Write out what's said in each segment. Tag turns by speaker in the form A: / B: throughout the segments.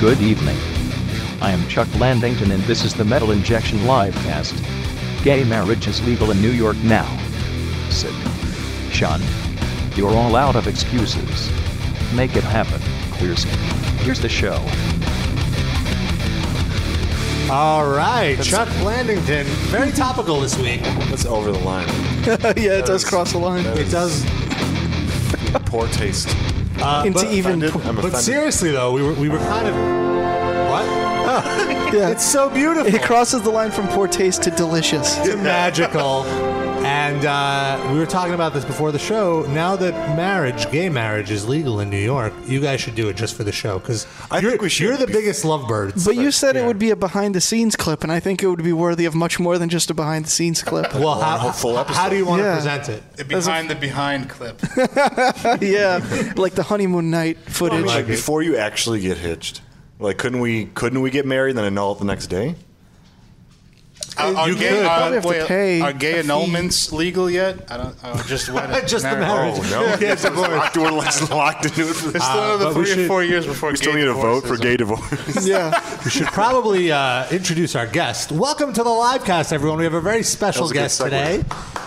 A: Good evening. I am Chuck Landington and this is the Metal Injection Livecast. Gay marriage is legal in New York now. Sick. Sean. You're all out of excuses. Make it happen, Clearson. Here's the show.
B: All right,
C: That's-
B: Chuck Landington, very topical this week.
C: That's over the line.
D: yeah, it
C: That
D: does
C: is-
D: cross the line.
C: that
B: It
C: is
B: does,
C: Poor taste.
B: uh,
D: Into
B: but,
D: even.
C: Offended. I'm
B: but
C: offended.
B: seriously though, we were we were kind of what?
D: yeah.
B: It's so beautiful.
D: it crosses the line from poor taste to delicious.
B: It's magical. And uh, we were talking about this before the show. Now that marriage, gay marriage, is legal in New York, you guys should do it just for the show because
C: I
B: you're,
C: think we should
B: you're the
C: be-
B: biggest lovebirds.
D: But you said
B: yeah.
D: it would be a behind the scenes clip, and I think it would be worthy of much more than just a behind the scenes clip.
B: well, how,
C: a full
B: how- how
C: episode.
B: do you want to
D: Yeah.
B: present it?
E: The behind the behind clip.
D: yeah, like the honeymoon night footage.
C: Like,
B: like it.
C: before you actually get hitched, like couldn't we couldn't we get married and then annul it the next day?
E: Are, are
B: You
E: gay,
B: could.
E: Are,
D: Probably have to pay
E: are
D: a
E: gay
D: fee.
E: annulments legal yet? I don't. I just went.
B: Just the marriage.
C: Oh no!
B: Yeah,
C: We're locked, we're locked- locked into it for this.
E: Still
B: but
E: another
B: we
E: three
B: should-
E: or four years before.
C: Uh, we still
E: gay
C: need to vote
E: divorce
C: for
E: is-
C: gay divorce.
D: yeah,
B: We should probably uh, introduce our guest. Welcome to the live cast, everyone. We have a very special
C: was a good
B: guest
C: segue.
B: today.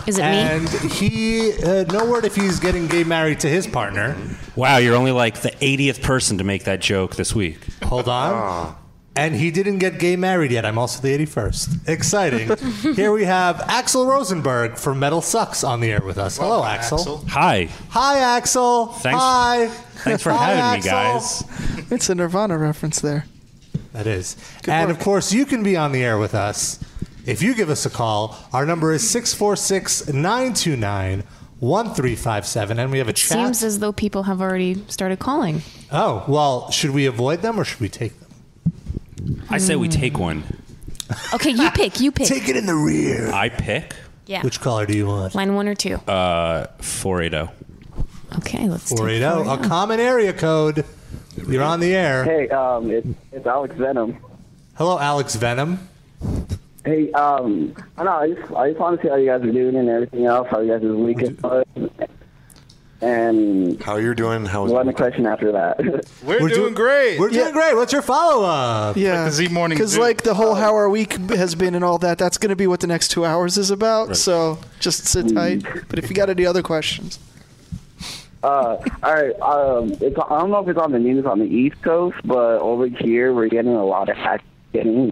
F: Is it me?
B: and he, uh, no word if he's getting gay married to his partner.
G: Wow, you're only like the 80th person to make that joke this week.
B: Hold
C: Ah.
B: on. And he didn't get gay married yet. I'm also the 81st. Exciting. Here we have Axel Rosenberg from Metal Sucks on the air with us. Hello, Axel.
G: Hi.
B: Hi, Axel.
G: Thanks-
B: Hi.
G: Thanks for
B: Hi,
G: having me,
B: Axel.
G: guys.
D: it's a Nirvana reference there.
B: That is. and
D: work.
B: of course, you can be on the air with us if you give us a call. Our number is 646 929 1357. And we have a chat.
F: Seems as though people have already started calling.
B: oh, well, should we avoid them or should we take them?
G: I say we take
F: Hmm.
G: one.
F: Okay, you pick. You pick.
B: it in the rear.
G: I pick Uh,
F: yeah.
B: Which caller do you want?
F: Line one or two.
G: 480.
F: okay, let's. take
B: 480, a common area code. You're on the air.
H: Hey, um, it's, it's Alex Venom.
B: Hello, Alex Venom.
H: Hey, um, I know, I just, I just want to see how you guys are doing and everything else, how you guys are weekend was. And
C: How you're doing? How is
H: one question after that.
E: We're, doing great.
B: We're doing great. What's your follow up?
D: Yeah,
E: the Z Morning
D: because
E: Zoo.
D: like the
C: Oh.
D: whole how our week has been and all that. That's going to be what the next two hours is about. So just sit tight. But if you got any other questions,
H: uh, all right, um, it's, I don't know if it's on the news on the East Coast, but over here we're getting a lot of hacking.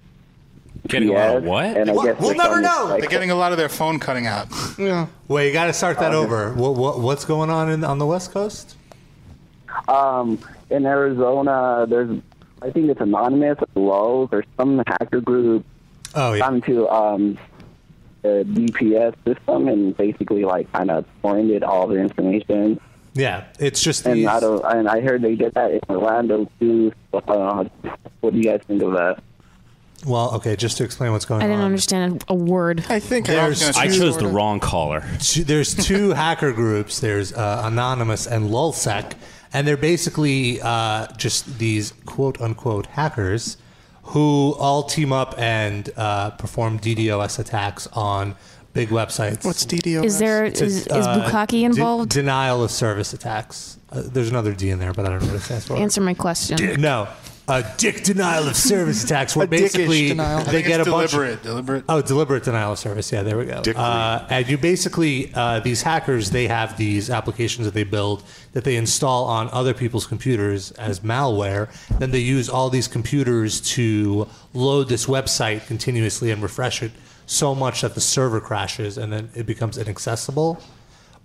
G: Getting a lot of
H: And I
G: what?
B: What?
H: guess
B: We'll
H: they're
B: never
H: coming,
B: know.
H: like,
E: They're getting a lot of their phone cutting out.
D: yeah,
B: Wait, you got to start
E: Oh,
B: that over. What, what, what's going on in, on the West Coast?
H: Um, in Arizona, there's, I think it's anonymous, Lowe's, or some hacker group
B: Oh, yeah.
H: onto um, the DPS system and basically like kind of pointed all the information.
B: Yeah, it's just
H: And
B: these-
H: I don't, and I heard they did that in Orlando too. So, uh, what do you guys think of that?
B: Well, okay, just to explain what's going
F: I
B: on.
F: didn't understand a word.
D: I think
B: There's-
D: I,
G: I chose the wrong caller.
B: two, there's two hacker groups. There's uh, Anonymous and Lulsec, and they're basically uh, just these quote unquote hackers who all team up and uh, perform DDoS attacks on big websites.
D: what's DDoS?
F: Is there is, is
B: uh,
F: Bukaki
B: De-
F: involved?
B: denial of service attacks. Uh, there's another D in there, but I don't know what it stands for.
F: Answer my question.
B: No, uh, dick denial of service attacks. Where
D: A dickish
B: basically
D: denial. I
B: they
E: It's
B: get a bunch. of-
E: deliberate. deliberate.
B: Oh, deliberate denial of service. Yeah, there we go.
C: Dick
B: Uh, and you basically, uh, these hackers, they have these applications that they build that they install on other people's computers as malware. Then they use all these computers to load this website continuously and refresh it so much that the server crashes and then it becomes inaccessible.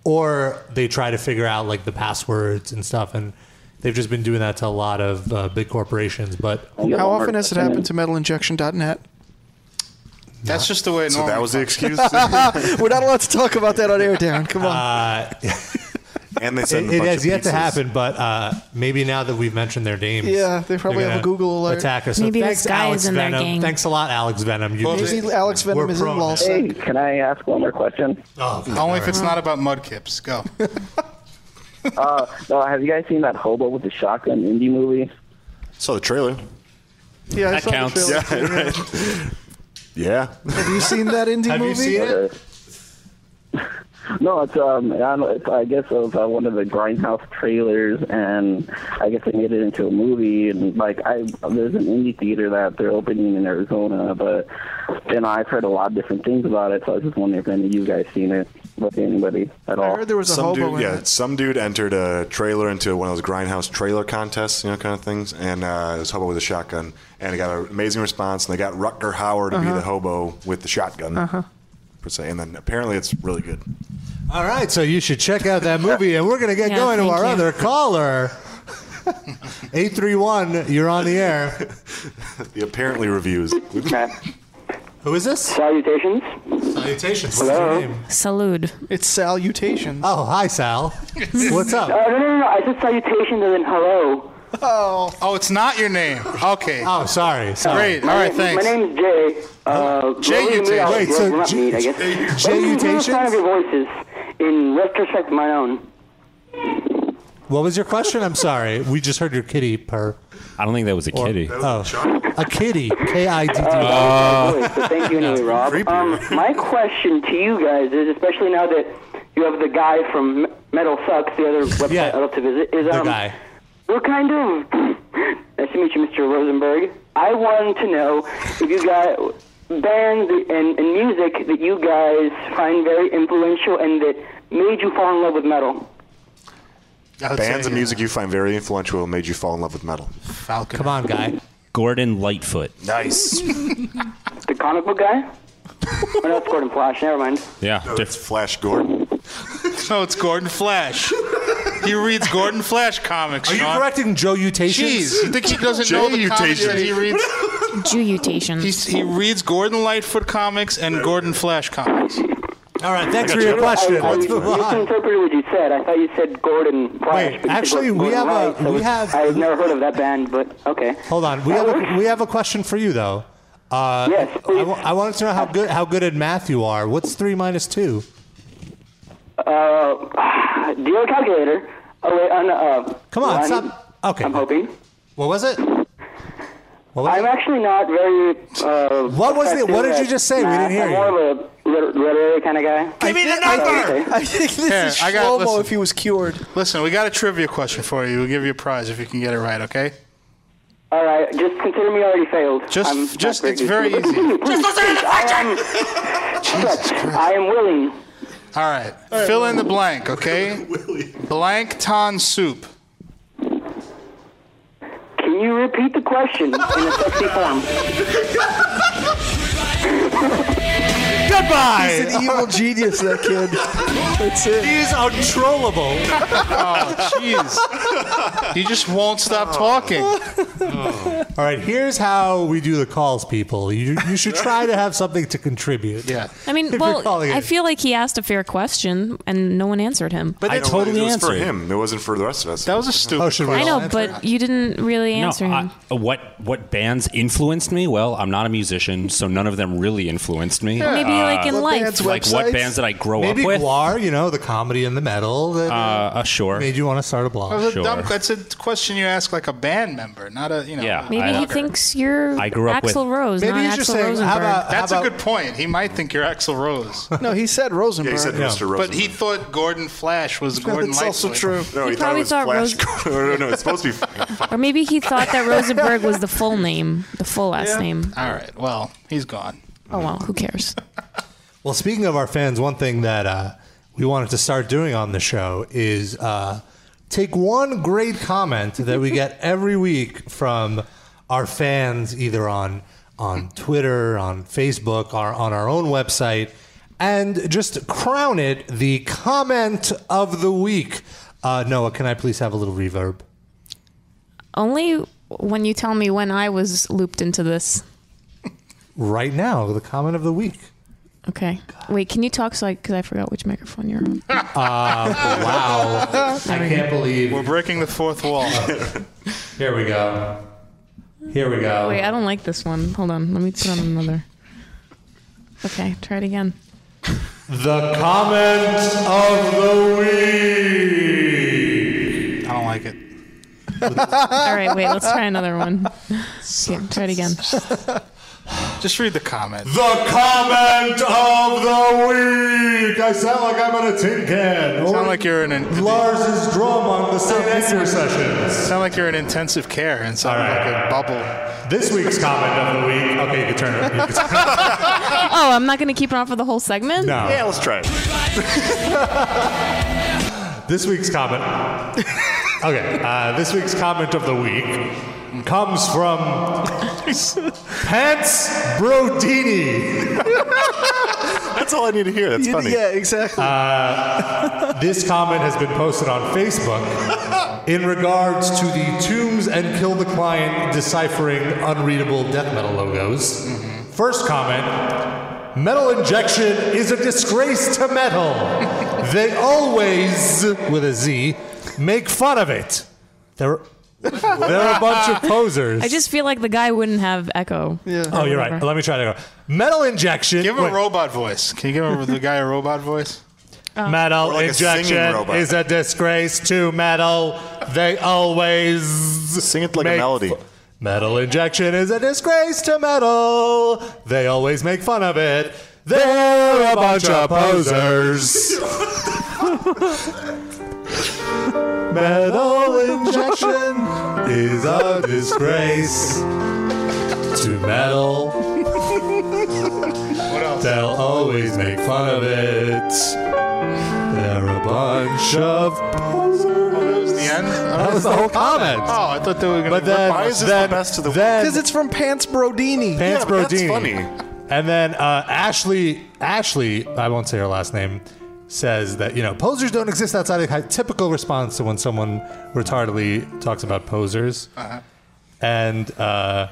B: Or they try to figure out like the passwords and stuff. And they've just been doing that to a lot of uh, big corporations. But
D: How often has it happened to metalinjection.net?
E: That's just the way. It
C: so that
E: normally
C: was the
E: comes.
C: excuse.
D: We're not allowed to talk about that on air, Darren. Come
H: Uh,
D: on.
C: and they
B: It,
C: sent a
B: Uh, it
C: bunch
B: has
C: of
B: yet to
C: pizzas.
B: happen, but uh, maybe now that we've mentioned their names,
D: Yeah, they probably
B: they're
D: have a
B: gonna
D: Google alert.
B: attack us. So
F: Maybe
B: thanks,
F: this guy
B: Alex
F: is in their
B: Venom.
F: gang.
B: Thanks a lot, Alex Venom. You
E: Well,
B: just-
D: Maybe Alex Venom
B: We're
D: is in
B: prone.
D: Lulz.
H: Hey, can I ask one more question?
B: Oh, God.
E: Only if it's not about mudkips. Go.
H: Uh, no, have you guys seen that hobo with the shotgun indie movie?
C: Saw the trailer.
D: Yeah, I
G: That
D: saw the
G: counts.
D: trailer.
C: Yeah,
D: Have you seen that indie
B: Have you
D: movie?
B: seen it?
H: Uh, No, it's um, I, don't, it's, I guess it was uh, one of the Grindhouse trailers, and I guess they made it into a movie. And like, I there's an indie theater that they're opening in Arizona, but you know, I've heard a lot of different things about it, so I was just wondering if any of you guys seen it with anybody at all.
D: I heard there was a
C: some
D: hobo
C: dude,
D: in
C: yeah,
D: it.
C: some dude entered a trailer into one of those grindhouse trailer contests, you know, kind of things, and uh, this hobo with a shotgun, and he got an amazing response, and they got Rutger Hauer to be the hobo with the shotgun,
B: Uh-huh.
F: Uh-huh.
C: per se, and then apparently it's really good.
B: All right, so you should check out that movie, and we're going to get
F: Yeah,
B: going to
F: thank
B: our
F: you.
B: other caller. 831, you're on the air.
C: The apparently reviews.
B: Who is this?
H: Salutations.
B: Salutations. What's your
H: Hello?
B: name?
F: Salud.
D: It's salutations.
B: Oh, hi, Sal. What's up?
H: Uh, no, no, no. I said salutations and then hello.
E: Oh, it's not your name. Okay.
B: Oh, sorry. sorry.
E: Great. All right, thanks.
H: My name's Jay. Uh,
E: Jay
H: whoever you meet,
E: Utation.
H: I-
B: Wait,
H: well,
B: so
H: we're not
B: J-
H: meet, I guess.
B: Jay
H: But I'm a huge fan
B: Utations?
H: of your voices. In retrospect, my own.
B: What was your question? I'm sorry. We just heard your kitty purr. Oh.
G: I don't think that was a kitty.
B: A kitty. K I D D. Uh,
G: Uh,
H: voice, but thank you anyway, Rob. Um, my question to you guys is, especially now that you have the guy from Me- Metal Sucks, the other website
B: Yeah.
H: I love to visit, is
B: The
H: um,
B: guy.
H: What kind of? nice to meet you, Mr. Rosenberg. I wanted to know if you guys bands and, and music that you guys find very influential and that made you fall in love with metal.
E: I would
C: Bands
E: say,
C: and
E: yeah,
B: uh,
C: music you find very influential and made you fall in love with metal.
E: Falcon.
B: Come on, guy.
G: Gordon Lightfoot.
C: Nice.
H: The comic book guy. oh, no, it's Gordon Flash. Never mind.
G: Yeah.
C: It's Flash Gordon.
E: No, it's Gordon Flash. he reads Gordon Flash comics.
B: Are you
E: Sean.
B: correcting Joe
E: Jeez,
B: Utations?
E: you think he doesn't know the comics that he reads?
F: Juyutations.
E: He, he reads Gordon Lightfoot comics and Gordon Flash comics.
B: All right, thanks for your question.
H: I, I
B: Let's move on.
H: misinterpreted what you said. I thought you said Gordon Flash.
B: Wait,
H: but you said
B: actually,
H: Gordon
B: we have a-
H: Wright, so
B: we
H: it-
B: have-
H: I've never heard of that band, but okay.
B: Hold on. We have a, we have a question for you though. Uh,
H: Yes,
B: I,
H: please.
B: wa- I wanted to know how good how good at math you are. What's three minus two?
H: Uh, do you have a calculator? Oh wait, on uh,
B: Come on,
H: one,
B: stop. Okay.
H: I'm hoping.
B: What was it? What was
H: I'm
B: it?
H: actually not very. Uh,
B: What was it? What did
H: effective
B: you just say? We
H: at
B: didn't hear
H: math.
B: you.
H: I'm more of a lit- literary kind of guy.
G: Give me the
H: Okay.
D: I think this
E: Here,
D: is
E: I got-
D: Shlomo
E: listen.
D: if he was cured.
E: Listen, we got a trivia question for you. We'll give you a prize if you can get it right, okay?
H: All right, just consider me already failed.
E: Just,
H: I'm not
E: just, it's
H: good.
E: very easy. All
H: I am willing.
E: right, fill in the blank, okay? Blankton soup.
H: Can you repeat the question in a sexy form?
B: Goodbye.
D: He's an evil genius, that kid. That's it.
B: He's untrollable. Oh,
E: Jeez, you just won't stop talking.
B: All right, here's how we do the calls, people. You you should try to have something to contribute.
E: Yeah.
F: I mean,
B: If you're
F: well,
B: calling it-
F: I feel like he asked a fair question and no one answered him.
G: I totally
C: it was
G: answered.
C: for him. It wasn't for the rest of us.
E: That was a stupid
B: Oh, should we-
E: question.
F: I
B: I'll
F: know,
B: answer
F: but you didn't really
G: No,
F: answer
G: I- uh,
F: him.
G: what what bands influenced me? Well, I'm not a musician, so none of them really influenced me. Uh,
F: Maybe like in
D: What
F: life.
D: band's
G: like
D: Websites?
G: what bands did I grow
B: Maybe
G: up with?
B: Guar, you know, the comedy and the metal that
G: uh, uh, sure.
B: made you want to start a blog.
E: That was a
G: Sure.
E: dumb- that's a question you ask like a band member, not a you know.
G: Yeah.
E: a
F: Maybe he
E: blogger.
F: thinks you're
G: I grew up with-
F: Axl Rose,
B: Maybe
F: not
B: he's
F: Axl
B: just saying,
F: Rosenberg.
B: how about
E: That's
B: how
E: a
B: about,
E: good point. He might think you're Axl Rose,
D: No, he said Rosenberg.
C: yeah, he said Mr. Rosenberg.
E: but he thought Gordon Flash was Gordon
D: That's also
E: Lightfoot.
D: true.
C: no,
F: He
C: he,
F: probably
C: thought
F: thought
C: it was Flash Gordon. No, no, it's supposed to be.
F: or maybe he thought that Rosenberg was the full name, the full last name.
E: All right. Well, he's gone.
F: Oh well, who cares?
B: Well, speaking of our fans, one thing that uh, we wanted to start doing on the show is uh, take one great comment that we get every week from our fans, either on on Twitter, on Facebook, or on our own website, and just crown it the comment of the week. Uh, Noah, can I please have a little reverb?
F: Only when you tell me when I was looped into this.
B: Right now, the comment of the week.
F: Okay. Wait, can you talk so I because I forgot which microphone you're on.
B: Uh, Wow. I can't believe.
E: We're breaking the fourth wall.
B: Here we go. Here we go.
F: Oh, Wait, I don't like this one. Hold on, let me put on another. Okay, try it again.
B: The comment of the week.
E: I don't like it.
F: All right, wait, let's try another one. Okay, try it again.
E: Just read the comment.
C: The comment of the week. I sound like I'm in a tin can.
E: Sound like you're in an,
C: Lars's drum on the St. Edgar sessions.
E: sound like you're in intensive care and sound like a bubble.
B: This week's comment of the week. Okay, you can turn it. You can turn it.
F: Oh, I'm not going to keep it on for the whole segment?
B: No.
C: Yeah, let's try it.
B: This week's comment. Okay, uh, this week's comment of the week comes from Pants Brodini.
C: That's all I need to hear. That's funny.
D: Yeah, exactly.
B: Uh, This comment has been posted on Facebook in regards to the Tombs and Kill the Client deciphering unreadable death metal logos.
C: Mm-hmm.
B: First comment Metal injection is a disgrace to metal. they always, with a Z, make fun of it. They're, they're a bunch of posers.
F: I just feel like the guy wouldn't have echo.
D: yeah.
B: Oh, you're right.
F: Whatever.
B: Let me try to go. Metal injection.
E: Give him
B: Wait.
E: a robot voice. Can you give him the guy a robot voice?
B: Metal
C: like a singing
B: injection
C: robot.
B: is a disgrace to metal. They always
C: Sing it like
B: make
C: a melody.
B: fu- metal injection is a disgrace to metal. They always make fun of it. They're a bunch of posers. metal injection is a disgrace to metal. They'll always make fun of it. They're a bunch
E: Oh,
B: of
E: That was
B: posers.
E: the end.
B: That was the whole comment.
E: Oh, I thought they were gonna.
B: But then,
C: why is this
B: then,
C: the best of the-
B: then
D: Because it's from Pants Brodini.
B: Pants
C: Yeah, but that's
B: Brodini.
C: funny.
B: And then uh, Ashley, Ashley, I won't say her last name, says that you know posers don't exist outside of a typical response to when someone retardedly talks about posers.
C: Uh-huh.
B: And uh,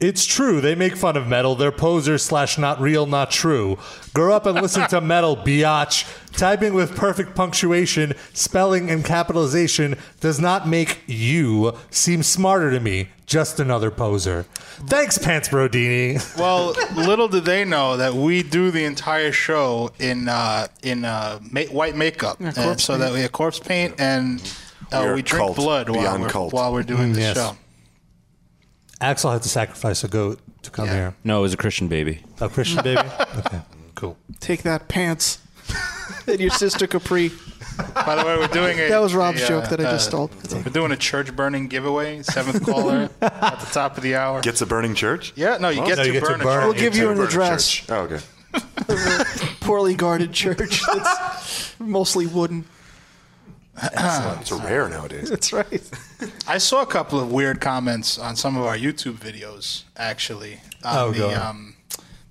B: it's true, they make fun of metal. They're posers slash not real, not true. Grow up and listen to metal, biatch. Typing with perfect punctuation, spelling, and capitalization does not make you seem smarter to me. Just another poser. Thanks, Pants Brodini.
E: Well, little did they know that we do the entire show in uh, in uh, ma- white makeup, and so that we have corpse paint and uh,
C: We are
E: we, drink
C: cult,
E: blood while
C: beyond
E: we're,
C: cult.
E: while we're doing the
B: yes.
E: show.
B: Axel had to sacrifice a goat to come here.
G: No, it was a Christian baby.
B: A Christian baby? Okay,
E: Mm,
B: cool.
D: Take that, Pants. and your sister Capri.
E: By the way, we're doing a
D: That was Rob's
E: a, uh,
D: joke that I just
E: uh,
D: stole.
E: We're doing a church burning giveaway, seventh caller at the top of the hour.
C: Gets a burning church?
E: yeah, no, you get,
B: Oh, no,
E: to,
B: you get to
E: burn a
B: burn.
E: church.
D: We'll give you an
C: Burn a
D: address.
C: church. Oh, okay.
D: Poorly guarded church that's mostly wooden.
C: It's rare nowadays.
D: That's right.
E: I saw a couple of weird comments on some of our YouTube videos, actually. On
B: Oh,
E: the,
B: God.
E: Um,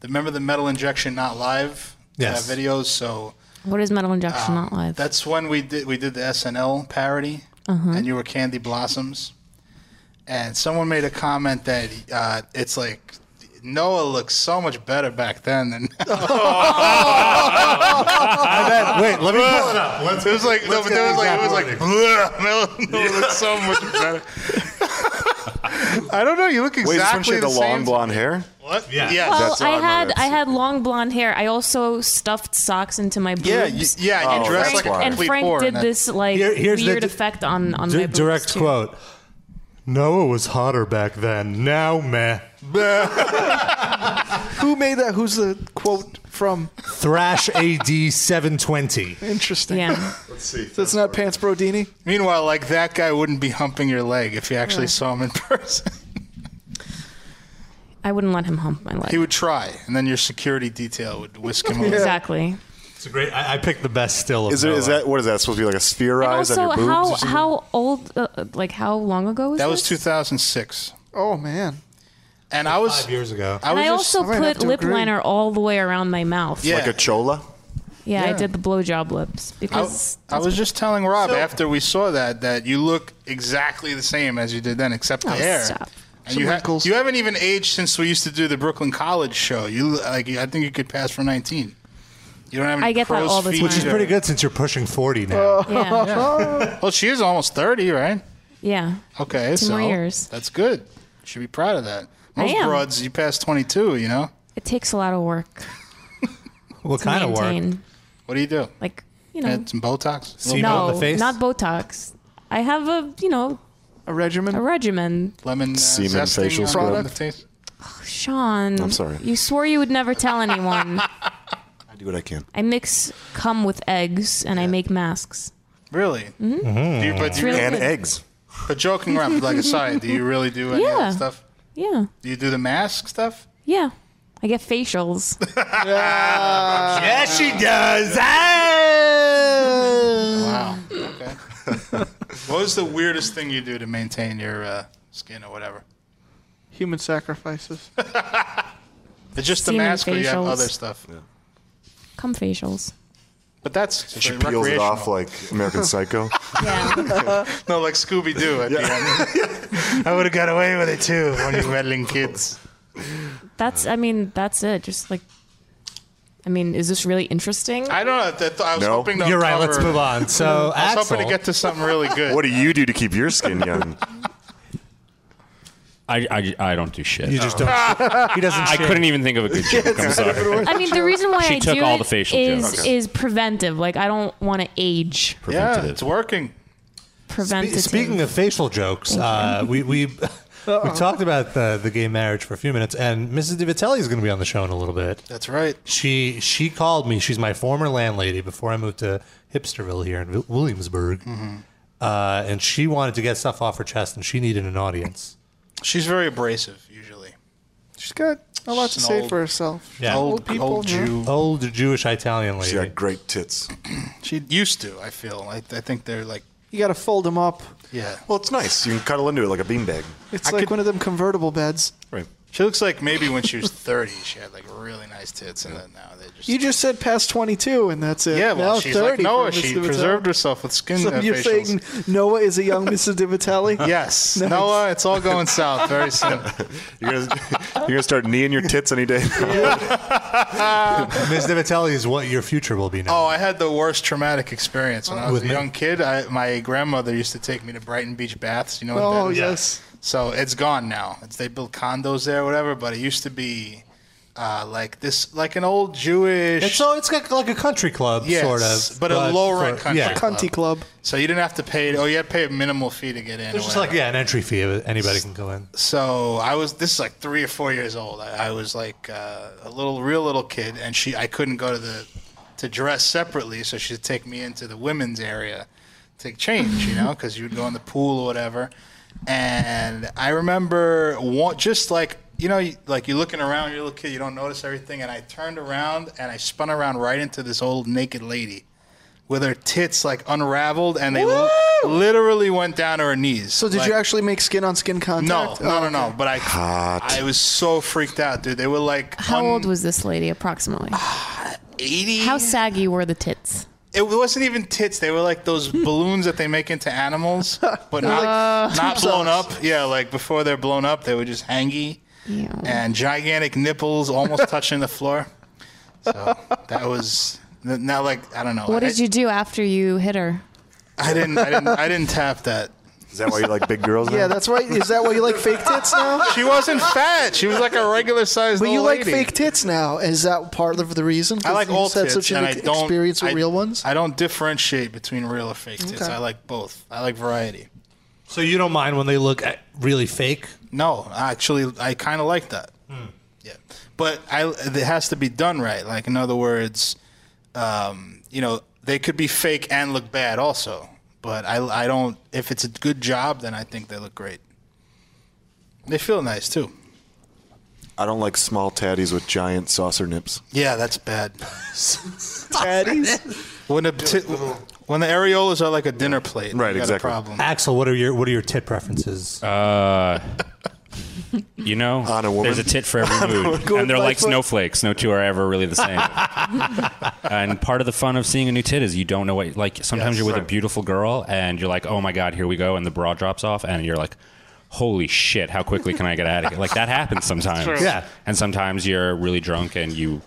E: the, remember the metal injection not live
B: Yes.
E: uh, videos? So
F: What is metal injection not live?
E: Ah,
F: Uh-huh.
E: that's when we did we did the SNL parody, and you were Candy Blossoms, and someone made a comment that uh, it's like Noah looks so much better back then than now.
B: wait, let me pull it up.
E: it was like no, but there was like it was like "Bleh, Noah, Noah looks so much better. I don't know. You look
C: Wait,
E: exactly
C: is this when she had
E: the,
C: the long
E: same.
C: blonde hair?
E: What? Yeah. Yes.
F: Well,
C: That's all I
F: I
C: know
F: had
C: that's-
F: I had long blonde hair. I also stuffed socks into my boobs.
E: Yeah, you, yeah, you
C: Oh,
E: dress
C: that's
E: like
F: Frank,
E: a
C: why.
F: and
E: complete
F: Frank
E: whore.
F: did
E: and
F: this like
B: Here- here's the
F: weird
B: di-
F: effect on on my
B: D-
F: boobs,
B: direct
F: too.
B: quote. Noah was hotter back then. Now, meh.
D: Who made that? Who's the quote from?
B: Thrash AD 720.
D: Interesting.
F: Yeah,
D: That's not Pants Brodini.
E: Meanwhile, like that guy wouldn't be humping your leg if you actually saw him in person.
F: I wouldn't let him hump my leg.
E: he would try, and then your security detail would whisk him away.
F: Exactly.
B: It's a great. I, I picked the best still. Of
C: Is, there, is
B: Noah.
C: that what is that supposed to be like a
F: And
C: spherized
F: also,
C: on your
F: how
C: boobs? or something?
F: how old? Uh, like how long ago was
E: That was
F: this?
E: 2006,
D: Oh man.
E: and I was
B: five years ago?
E: I
F: And
E: was
F: I
E: just,
F: also
D: I might have
F: put
D: to
F: lip
D: agree.
F: liner all the way around my mouth.
E: yeah,
C: like a chola?
F: yeah, I
E: Yeah.
F: did the blowjob lips
E: I,
F: because
E: I was just telling Rob after we saw that that you look exactly the same as you did then, except the
F: Oh,
E: hair.
F: stop.
E: And you, ha-
D: wrinkles.
E: you haven't even aged since we used to do the Brooklyn College show. You l- like I think you could pass for 19. You don't have any
F: I get that
E: crow's
F: all the
E: feet
F: time.
B: Which is
E: or-
B: pretty good since you're pushing 40 now.
E: Oh.
F: yeah,
E: Well, she is almost 30, right?
F: yeah.
E: Okay,
F: Two
E: so
F: more years.
E: that's good. Should be proud of that.
F: I
E: Most
F: am.
E: broads, you pass 22, you know.
F: It takes a lot of work
B: what
F: to
B: kind
F: maintain.
B: of work?
E: What do you do?
F: Like you know,
E: Add some Botox.
B: See-
E: Little
B: on
F: no,
B: the face?
F: not Botox. I have a you know
D: A regimen.
F: a regimen.
E: lemon uh,
C: Semen
E: zesting
C: facial
E: on
C: scrub.
E: the face.
F: Sean.
C: I'm sorry.
F: You swore you would never tell anyone.
C: I do what I can.
F: I mix cum with eggs and I make masks.
E: Really? Mm-hmm. Do you, but, do you-
F: really
C: And
F: good.
C: eggs.
E: but joking around, like aside, do you really do any of
F: Yeah.
E: that stuff?
F: Yeah.
E: Do you do the mask stuff?
F: Yeah. I get facials.
G: Yes, she does.
F: Uh,
E: Wow. Okay. what was the weirdest thing you do to maintain your uh, skin or whatever?
D: Human sacrifices.
E: It's just the
F: Semen
E: mask, or you have
F: facials.
E: other stuff.
F: cum facials.
E: But that's
C: She peels it off like American Psycho.
F: Yeah.
E: no, like Scooby Doo at the end. I would have got away with it too when you meddling kids.
F: that's I mean, that's it. Just like I mean, is this really interesting?
E: I don't know. That, I was
C: No.
E: hoping to
B: You're right. Let's
E: uncover-
B: move on. So
E: I was
B: Axel,
E: hoping to get to something really good.
C: what do you do to keep your skin young?
G: I, I, I don't do shit.
B: you just don't. he doesn't.
G: I
B: shit.
G: couldn't even think of a good joke. I'm sorry.
F: I mean, the reason why
G: She
F: I
G: took
F: do
G: all
F: it
G: the facial
F: is
G: jokes.
F: is preventive. Like I don't want to age.
E: yeah,
G: Preventative.
E: it's working.
F: Preventative.
B: Speaking of facial jokes, uh, we we we talked about the, the gay marriage for a few minutes, and Mrs. DiVitelli is going to be on the show in a little bit.
E: That's right.
B: She she called me. She's my former landlady before I moved to Hipsterville here in Wil- Williamsburg,
E: Hmm.
G: Mm-hmm.
B: uh, and she wanted to get stuff off her chest, and she needed an audience.
E: She's very abrasive usually.
D: She's got a lot to
E: She's an
D: say
E: old-
D: for herself.
B: Yeah.
E: Old,
D: Old people,
E: old
D: yeah.
E: Jew.
B: Old Jewish Italian
C: She
B: lady.
C: got great tits.
E: She used to. I feel. I, I think they're like.
D: You got to fold them up.
E: Yeah.
C: Well, it's nice. You can cuddle into it like a beanbag.
D: It's
E: I
D: like
E: could-
D: one of them convertible beds.
C: Right.
E: She looks like maybe when she was 30, she had like really nice tits, and then now they just.
D: You just said past 22, and that's it.
E: yeah, well,
D: now
E: she's
D: 30
E: like Noah.
D: for Mrs.
E: She
D: Divitelli.
E: preserved herself with skin
D: So
E: uh,
D: you're
E: facials.
D: saying Noah is a young Mrs. DiVitelli?
E: yes,
D: Nice.
E: Noah. It's all going south very soon.
C: You're gonna, you're gonna start kneeing your tits any day.
B: Ms. DiVitelli is what your future will be now.
E: Oh, I had the worst traumatic experience when I was
B: With
E: a
B: me?
E: young kid. I, my grandmother used to take me to Brighton Beach baths. You know what
D: Oh,
E: that is?
D: yes.
E: So it's gone now. It's, they build condos there, or whatever. But it used to be uh, like this, like an old Jewish.
B: It's so it's got like a country club
E: Yes,
B: sort of,
E: but a low-rent
B: for-
E: country
B: Yeah,
E: club.
D: Cunty Club.
E: so you didn't have to pay. Oh, you had to pay a minimal fee to get in. or
B: it's just like
E: whatever.
B: yeah, an entry fee. uh, Anybody can go in.
E: so I was this is like three or four years old. I, I was like uh, a little, real little kid, and she I couldn't go to the to dress separately, so she'd take me into the women's area to change, you know, because you'd go in the pool or whatever. And I remember one, just like you know, you- like you're looking around, you're a little kid, you don't notice everything, and I turned around and I spun around right into this old naked lady. With her tits like unraveled, and they li- literally went down to her knees.
D: So did
E: Like-
D: you actually make skin on skin
E: no,
D: contact?
E: no, no, no. But I, I was so freaked out, dude. They were like,
F: How
E: un-
F: old was this lady approximately?
E: 80?
F: How saggy were the tits?
E: it wasn't even tits. They were like those balloons that they make into animals, but not, not blown up. Yeah, like before they're blown up, they were just hangy
F: Ew.
E: and gigantic nipples almost touching the floor. So that was now like I don't know.
F: What
E: I,
F: did you do after you hit her?
E: I didn't. I didn't. I didn't tap that.
C: Is that why you like big girls?
D: Yeah,
C: now?
D: that's why. Is that why you like fake tits now?
E: She wasn't fat. She was like a regular sized.
D: But you like
E: lady.
D: fake tits now. Is that part of the reason?
E: I
D: 'Cause
E: like
D: you
E: old
D: just had
E: tits,
D: such an
E: and
D: ex-
E: I don't
D: experience with
E: I-
D: real ones.
E: I don't differentiate between real or fake tits.
D: Okay.
E: I like both. I like variety.
B: So you don't mind when they look uh, really fake?
E: No, actually, I kind of like that. Yeah, but I it has to be done right. Like in other words, um, you know, they could be fake and look bad also. But I, I don't. If it's a good job, then I think they look great. They feel nice too.
C: I don't like small tatties with giant saucer nips.
E: Yeah, that's bad.
D: Daddies?
E: When the t- when the areolas are like a dinner plate,
C: Right,
E: you got
C: exactly.
E: A problem.
B: Axel, what are your what are your tit preferences?
G: Uh, You know,
C: On a woman.
G: there's a tit for every mood,
D: Going
G: and they're
D: by
G: like
D: foot.
G: snowflakes. No two are ever really the same. and part of the fun of seeing a new tit is you don't know what. Like sometimes
E: Yes.
G: you're with a beautiful girl, and you're like, "Oh my god, here we go," and the bra drops off, and you're like. Holy shit! How quickly can I get out of here? Like that happens sometimes.
B: Yeah.
G: and sometimes you're really drunk and you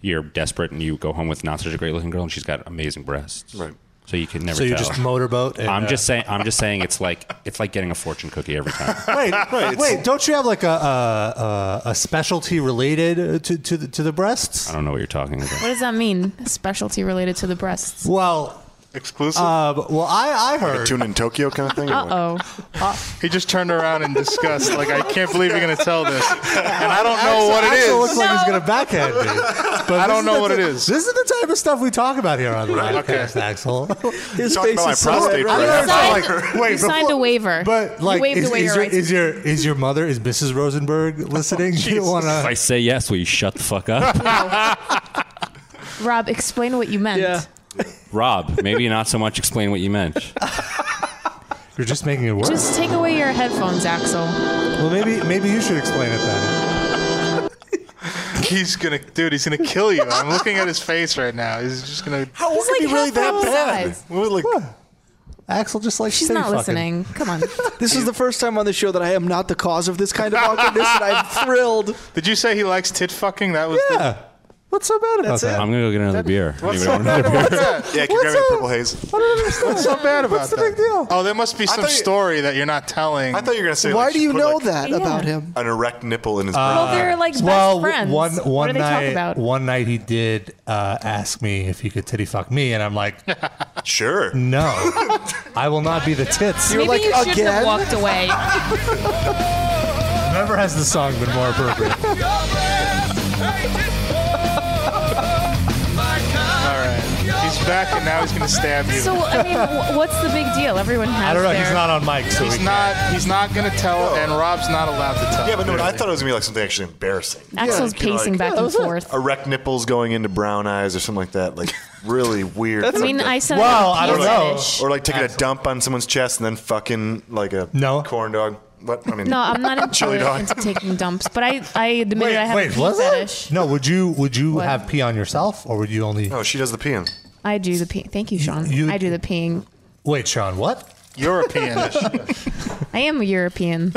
G: you're desperate and you go home with not such a great looking girl and she's got amazing breasts.
C: Right.
G: So you can never
B: so you
G: tell.
B: just motorboat? And,
G: I'm
B: uh,
G: just saying. I'm just saying. It's like it's like getting a fortune cookie every time.
B: wait, wait, wait! Don't you have like a a, a, a specialty related uh, to to the, to the breasts?
G: I don't know what you're talking about.
F: What does that mean? Specialty related to the breasts.
B: Well,
E: Exclusive.
B: Uh, well, I, I
C: A
B: heard.
C: tune in Tokyo kind of thing. or what?
F: Oh,
E: he just turned around in disgust. Like I can't believe you're gonna tell this, and I don't know what it
B: Axel looks
E: is.
B: like he's going to backhand me. But
E: I don't
B: this
E: know
B: the
E: what it
B: ti-
E: is.
B: This is the type of stuff we talk about here on the
E: okay.
B: podcast, Axel.
D: His
C: Talking
D: face
C: about my
D: is so
C: prostate
D: red.
C: for
D: right
C: a
D: now.
C: minute.
B: like, wait,
F: you signed a
B: before-
F: waiver.
B: But
F: you
B: like,
F: waived
B: is,
F: away
B: is
F: your
B: your,
F: rights.
B: is your is your mother is Mrs.
C: Oh,
B: Rosenberg listening? you don't want
G: If
B: to.
G: I say yes, will you shut the fuck up?
F: Rob, explain what you meant.
D: Yeah.
G: Rob, maybe not so much explain what you meant.
B: You're just making it worse.
F: Just take away your headphones, Axel.
B: well, maybe maybe you should explain it then.
E: He's gonna, dude. He's gonna kill you. I'm looking at his face right now. He's just gonna.
C: How
F: It's
C: could it be
F: like
C: really
F: half
C: that
F: our
C: bad?
F: size.
C: What, like,
B: Axel just like
F: She's
B: say
F: not
B: fucking-
F: listening. Come on.
D: This is the first time on the show that I am not the cause of this kind of awkwardness, and I'm thrilled.
E: Did you say he likes tit fucking? That was. The,
B: Yeah. What's so bad about
D: That's
B: that?
G: I'm gonna go get another beer.
E: what's
G: Anybody
E: so
G: want another
E: bad about that?
C: yeah, can you
B: What's
C: grab me a
B: up?
C: purple haze?
B: I don't understand. What's
E: so bad about
B: What's the
E: that?
B: big deal?
E: Oh, there must be some
C: thought you-
E: story that you're not telling.
C: I thought you were gonna say.
D: Why
C: like,
D: do
C: she
D: you
C: put,
D: know
C: like,
D: that
F: Yeah.
D: about him?
C: An erect nipple in his.
F: well, they're like best
B: uh, well,
F: friends.
B: one one
F: what do they
B: night
F: talk about?
B: one night he did uh, ask me if he could titty fuck me, and I'm like,
C: butt. sure.
B: no, I will not be the tits.
F: Maybe
D: like,
F: you shouldn't
D: "Again?"
F: have walked away.
B: Never has the song been more appropriate.
E: All right. He's back, and now he's gonna stab you.
F: so I mean, wh- what's the big deal? Everyone has
B: I don't know.
F: their.
B: He's not on mic, so
E: He's
B: we
E: not. He's not gonna tell, and Rob's not allowed to tell.
C: Yeah, but no, but I
E: clearly.
C: thought it was gonna be like something actually embarrassing.
F: Axel's
C: Yeah,
F: pacing
C: like- "Oh,
F: back and forth.
C: Erect nipples going into brown eyes or something like that. Like really weird.
F: I mean, I said.
B: Well, I don't know.
F: pizza-ish.
C: or like taking a dump on someone's chest and then fucking like a
B: No.
C: corn dog. What I mean,
F: No, I'm not into,
C: Chili dog.
F: into taking dumps, but I I admitted I
B: Wait,
F: have a
B: wait,
F: pee
B: was
F: fetish.
B: it? No, would you would you
F: What?
B: have pee on yourself, or would you only?
C: no, Oh, she does the peeing.
F: I do the pee. Thank you, Sean.
B: you-
F: I do the peeing.
B: Wait, Sean, what?
E: European.
F: I am a European.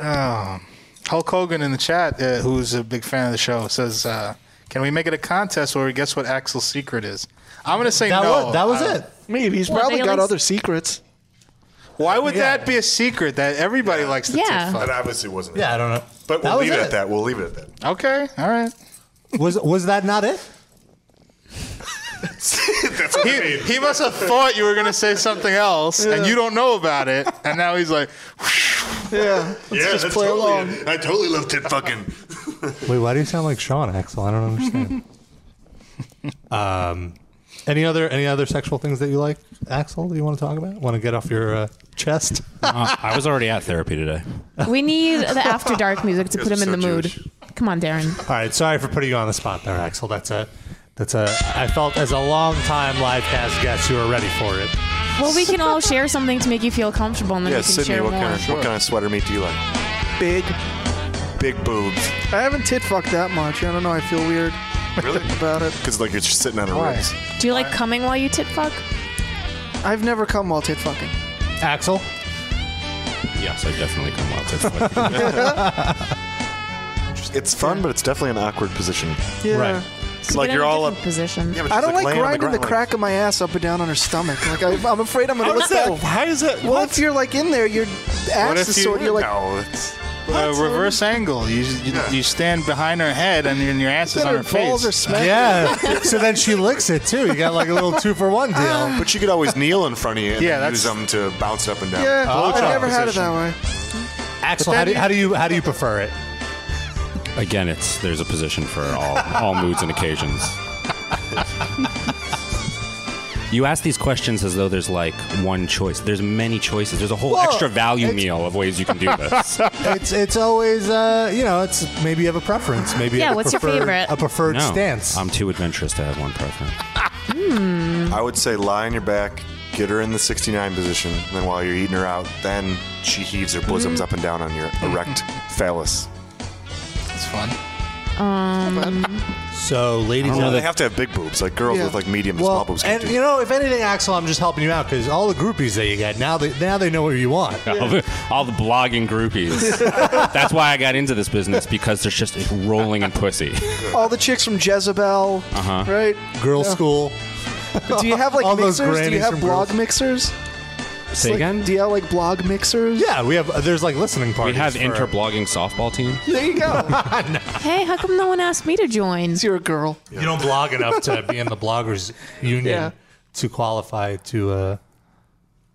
E: Oh. Hulk Hogan in the chat, uh, who's a big fan of the show, says, uh, "Can we make it a contest where we guess what Axel's secret is?" I'm gonna say
B: That
E: no.
B: was that was
E: Uh,
B: it.
D: Maybe he's
F: Well,
D: probably
F: they
D: got
F: like-
D: other secrets.
E: Why would
B: Yeah.
E: that be a secret that everybody likes to
F: Yeah.
E: tit
C: That
E: fuck?
C: obviously wasn't.
B: Yeah, I
C: it.
B: don't know.
C: But
B: That
C: we'll
B: was
C: leave it,
B: it.
C: at that. We'll leave it at that.
E: Okay, all right.
B: Was was that not it?
C: That's what I
E: He,
C: mean.
E: he must have thought you were gonna say something else, and you don't know about it, and now he's like,
D: Yeah. Let's
C: yeah,
D: just
C: that's
D: play
C: totally
D: along.
C: it. I totally love tit fucking.
B: Wait, why do you sound like Sean Axel? I don't understand. um, any other any other sexual things that you like, Axel? That you want to talk about? Want to get off your uh, chest?
G: Uh, I was already at therapy today.
F: We need the after dark music to
C: You
F: put him
C: guys
F: in
C: are
F: the
C: so
F: mood.
C: Jewish.
F: Come on, Darren.
B: All right, sorry for putting you on the spot there, Axel. That's a that's a I felt as a long time live cast guest you were ready for it.
F: Well, we can all share something to make you feel comfortable, and then
C: Yeah,
F: we can
C: Sydney,
F: share
C: what
F: more.
C: kind of what kind of sweater meat do you like?
D: Big.
C: Big boobs.
D: I haven't tit fucked that much. I don't know. I feel weird
C: Really?
D: about it.
C: Because like you're just sitting on her
E: Why?
C: ribs.
F: Do you like coming while you tit fuck?
D: I've never come while tit fucking.
B: Axel,
G: Yes, I definitely come out to fuck.
C: It's fun, but it's definitely an awkward position.
D: Yeah.
B: Right.
C: It's like you're all up.
F: position.
C: Yeah, but
D: I
C: she's,
D: don't like,
C: laying on
D: grinding the,
C: ground,
D: crack of my ass up and down on her stomach. Like I, I'm afraid I'm gonna
C: How
D: look
C: is that?
D: back.
C: How is that?
D: Well, if you're like in there, your
E: What
D: ass
E: if
D: is
E: you-
D: sort. You're like
C: no, it's,
E: uh, reverse angle. You you, you stand behind her head, and your, and your ass is
D: that
E: on
D: her
E: her
D: balls are
E: face.
D: smacking.
B: yeah. so then she licks it too. You got like a little two for one deal.
C: Ah. but you could always kneel in front of you and
E: Yeah,
C: then use them
E: that's-
C: to bounce up and down.
D: Yeah, I've
B: job
D: never had it that way.
B: Axel, how do, you- how do you how do you prefer it?
G: Again, it's there's a position for all all moods and occasions. You ask these questions as though there's like one choice. There's many choices. There's a whole
B: Well,
G: extra value
B: it's-
G: meal of ways you can do this.
B: It's it's always uh, you know it's maybe you have a preference. Maybe you
F: Yeah,
B: have a
F: what's your
B: preferred-
F: favorite?
B: A preferred
G: No,
B: stance.
G: I'm too adventurous to have one preference.
F: Hmm,
C: I would say lie on your back, get her in the 69 position, and then while you're eating her out, then she heaves her bosoms up and down on your erect phallus.
E: It's fun.
F: um,
B: so, ladies,
G: I don't know
B: out
C: They
B: there-
C: have to have big boobs, like girls
D: Yeah.
C: with like medium to small
B: well,
C: boobs. can
B: and
C: do.
B: you know, if anything, Axel, I'm just helping you out because all the groupies that you got now they now they know what you want.
G: All, the, all the blogging groupies. That's why I got into this business because there's just it's rolling in pussy.
D: All the chicks from Jezebel, right?
G: Uh-huh.
B: Girl school.
D: Do you have like
B: All those
D: mixers? Do you
B: grannies
D: have
B: from
D: blog
B: Girls.
D: mixers?
G: Say
D: like,
G: again.
D: Do you have like blog mixers?
B: Yeah, we have. There's like listening
G: we
B: parties.
G: have
B: for-
G: interblogging softball team.
D: There you go.
F: Hey, how come no one asked me to join?
D: You're a girl.
B: You don't blog enough to be in the bloggers union
D: Yeah.
B: to qualify to uh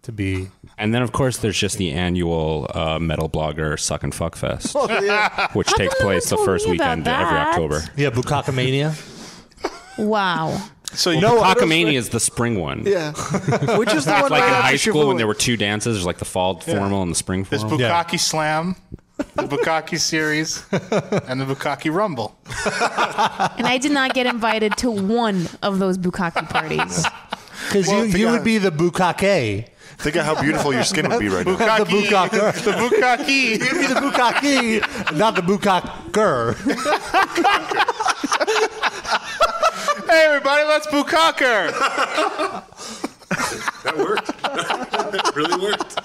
B: to be.
G: And then, of course, there's just the annual uh, metal blogger suck and fuck fest,
D: Oh, yeah.
G: which
F: How
G: takes
F: come no one
G: place the
F: told
G: first
F: me about
G: weekend of every
F: that?
G: October.
B: Yeah, Bukakamania.
F: Wow.
E: So you
G: No,
E: know,
G: Cockamania is the spring one.
D: Yeah. Which is the one
G: Like
D: right
G: in
D: after
G: high school
D: Chivalry.
G: when there were two dances, there's like the fall formal and the spring
E: there's
G: formal.
E: Bukaki Slam, the Bukaki Series, and the Bukaki Rumble.
F: And I did not get invited to one of those bukkake parties.
B: Because
C: Well,
B: you,
C: the
B: you
C: guy-
B: would be the Bukake.
C: Think of how beautiful your skin would be right now.
E: Bukaki,
B: Bukaki.
E: the Bukaki.
B: You'd be the Bukake, not the Bukaker.
E: Hey everybody, let's Bukaker.
C: That worked. that really worked.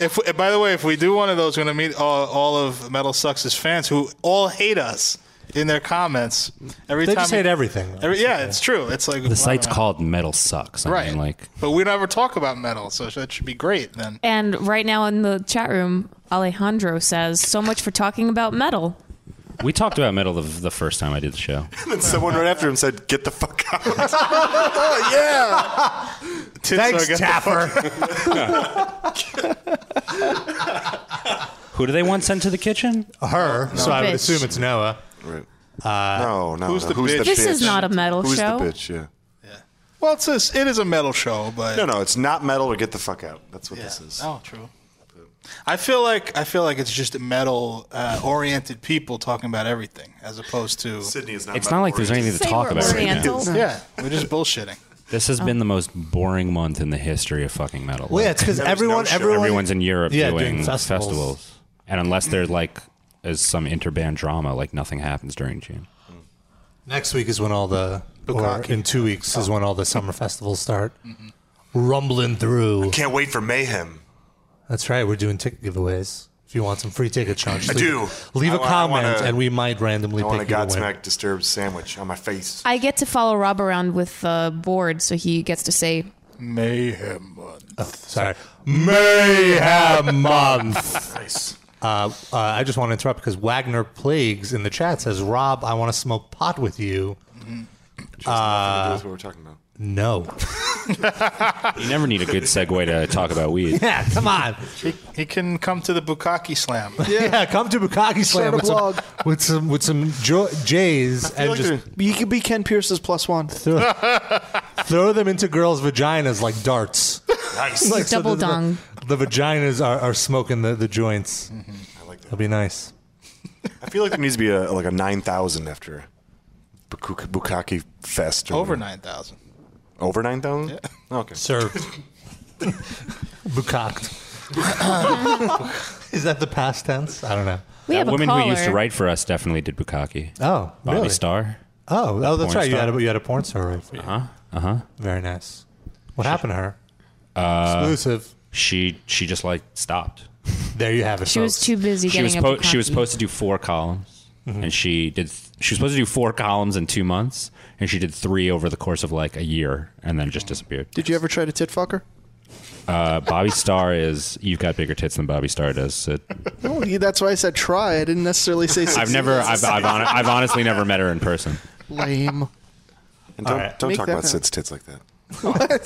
E: If we, by the way, if we do one of those, we're gonna meet all, all of Metal Sucks' fans who all hate us in their comments every
B: They
E: time.
B: just
E: we-
B: hate everything. though.
E: every- yeah, it's true. It's like
G: The site's called Metal Sucks. I
E: right,
G: mean, like
E: but we never talk about metal, so that should be great then.
F: And right now in the chat room, Alejandro says, "So much for talking about metal."
G: we talked about metal the, the first time I did the show.
C: And then someone right after him said, "Get the fuck out." oh, yeah.
B: Thanks,
E: So I got the
B: Taffer.
F: Oh,
G: Who do they want sent to the kitchen?
B: Her. so I would
F: Bitch.
B: assume it's Noah. Uh,
C: Right. no, Oh, no.
E: who's
C: no.
E: the bitch?
F: This is
C: bitch?
F: not a metal
C: who's
F: show.
C: the bitch? Yeah.
E: Well, it's a, it is a metal show, Oh, but
C: No, no. It's not metal or get the fuck out. That's what this is.
E: Oh, true. I feel like I feel like it's just metal uh, oriented people talking about everything, as opposed to
C: Sydney is not.
G: It's not like there's
C: metal-oriented.
G: anything to
F: Say
G: talk
F: we're
G: about right now.
F: Oriental.
E: yeah, we're just bullshitting.
G: This
F: Oh.
G: has been the most boring month in the history of fucking metal.
B: Well, yeah, it's because
C: There was
B: everyone,
C: no show.
B: everyone,
G: everyone's in Europe
B: Yeah,
G: doing,
B: doing festivals.
G: festivals. and unless there's like is some interband drama, like nothing happens during June.
B: Next week is when all the. Or
E: Bukkake.
B: in two weeks
E: Oh.
B: is when all the summer festivals start. Rumbling through.
C: Can't wait for mayhem.
B: That's right. We're doing ticket giveaways. If you want some free ticket chunks,
C: I
B: leave-
C: do.
B: Leave
C: I
B: a
C: wa- I
B: comment,
C: wanna-
B: and we might randomly
C: I want a
B: pick you to win.
C: Godsmack disturbed sandwich on my face.
F: I get to follow Rob around with the board, so he gets to say,
E: Mayhem. month.
B: Sorry, mayhem month.
C: Nice.
B: Uh, uh, I just want to interrupt because Wagner Plagues in the chat says, "Rob, I want to smoke pot with you."
C: Mm-hmm.
B: Uh,
C: Just nothing to do with what we're talking about.
B: No.
G: You never need a good segue to talk about weed.
B: yeah, come on.
E: He, he can come to the Bukaki Slam.
B: Yeah, come to Bukaki Slam
D: a
B: with some,
D: blog.
B: with some with some jo- J's and
C: like
B: just
D: You could be Ken Pierce's plus one.
B: throw them into girls' vaginas like darts.
C: Nice.
B: Like, so
F: Double
B: the- the-
F: dong.
B: The, vaginas are, are smoking the, the joints.
C: I like that.
B: That'd be nice.
C: I feel like there needs to be a like a nine thousand after Bukuk- Bukaki Fest. Or
E: Over nine thousand.
C: Over nine thousand. Okay.
B: Served. Bukaked. Is that the past tense? I don't know.
F: "We have a
G: Women
F: caller."
G: who used to write for us definitely did bukkake.
B: Oh,
G: Bobby
B: really?
G: Starr.
B: Oh, oh, that's
G: Porn
B: right. You had,
G: star.
B: a, you had a porn star right for you.
G: Huh? Uh huh.
B: Very nice. What happened to her? Exclusive.
G: Uh, She she just like stopped.
B: There you have it.
F: She was
B: folks. Mm-hmm.
F: too busy
G: She
F: getting
G: was
F: a
G: po- she was
F: bukkake.
G: supposed to do four columns, and she did. Th- she was supposed to do four columns in two months, and she did three over the course of like a year, and then just disappeared.
D: Did you ever try to tit fuck her?
G: Uh, Bobby Starr is you've got bigger tits than Bobby Starr does. So
D: Well, you- that's why I said try. I didn't necessarily say
G: I've never I've I've, hon- I've honestly never met her in person.
D: lame.
C: And don't,
B: right.
C: don't
D: Make
C: talk
D: that
C: about
D: happen.
C: Sid's tits like that.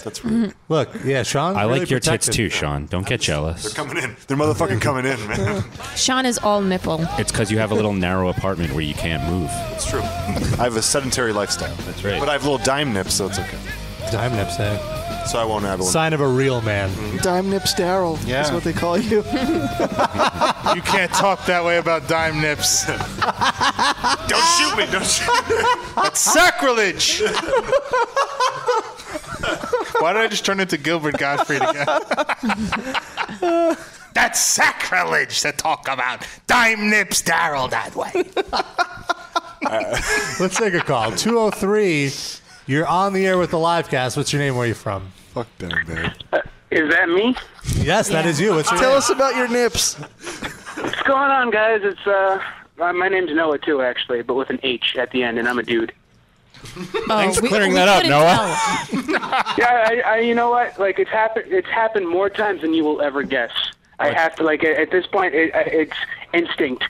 C: That's weird.
B: Look, yeah, Sean.
G: I
B: really
G: like your tits
B: protected.
G: too, Sean. Don't get jealous.
C: Coming in. They're motherfucking coming in, man.
F: Sean is all nipple.
G: It's because you have a little narrow apartment where you can't move.
C: It's true. I have a sedentary lifestyle. That's
G: right.
C: But I have little dime nips, so it's okay.
B: Dime nips, eh?
C: So I won't have one.
B: Sign of a real man.
D: Dime nips Daryl yeah. is
E: Yeah.
D: what they call you.
E: You can't talk that way about dime nips.
C: don't shoot me. Don't shoot me.
E: That's sacrilege. Why did I just turn into Gilbert Gottfried again? That's sacrilege to talk about dime nips Daryl that way.
B: Let's take a call. 203. You're on the air with the live cast. What's your name? Where are you from?
C: Fuck them, man.
I: Is that me?
B: Yes, that
F: Yeah.
B: is you. What's your
D: Tell us about your nips.
I: What's going on, guys? It's uh, uh, my name's Noah too, actually, but with an H at the end, and I'm a dude.
G: Thanks for
F: we-
G: clearing
F: we
G: that up,
F: couldn't
G: Noah.
I: Yeah, I, I, you know what? Like it's happened. It's happened more times than you will ever guess. I have to like at, at this point, it, uh, it's instinct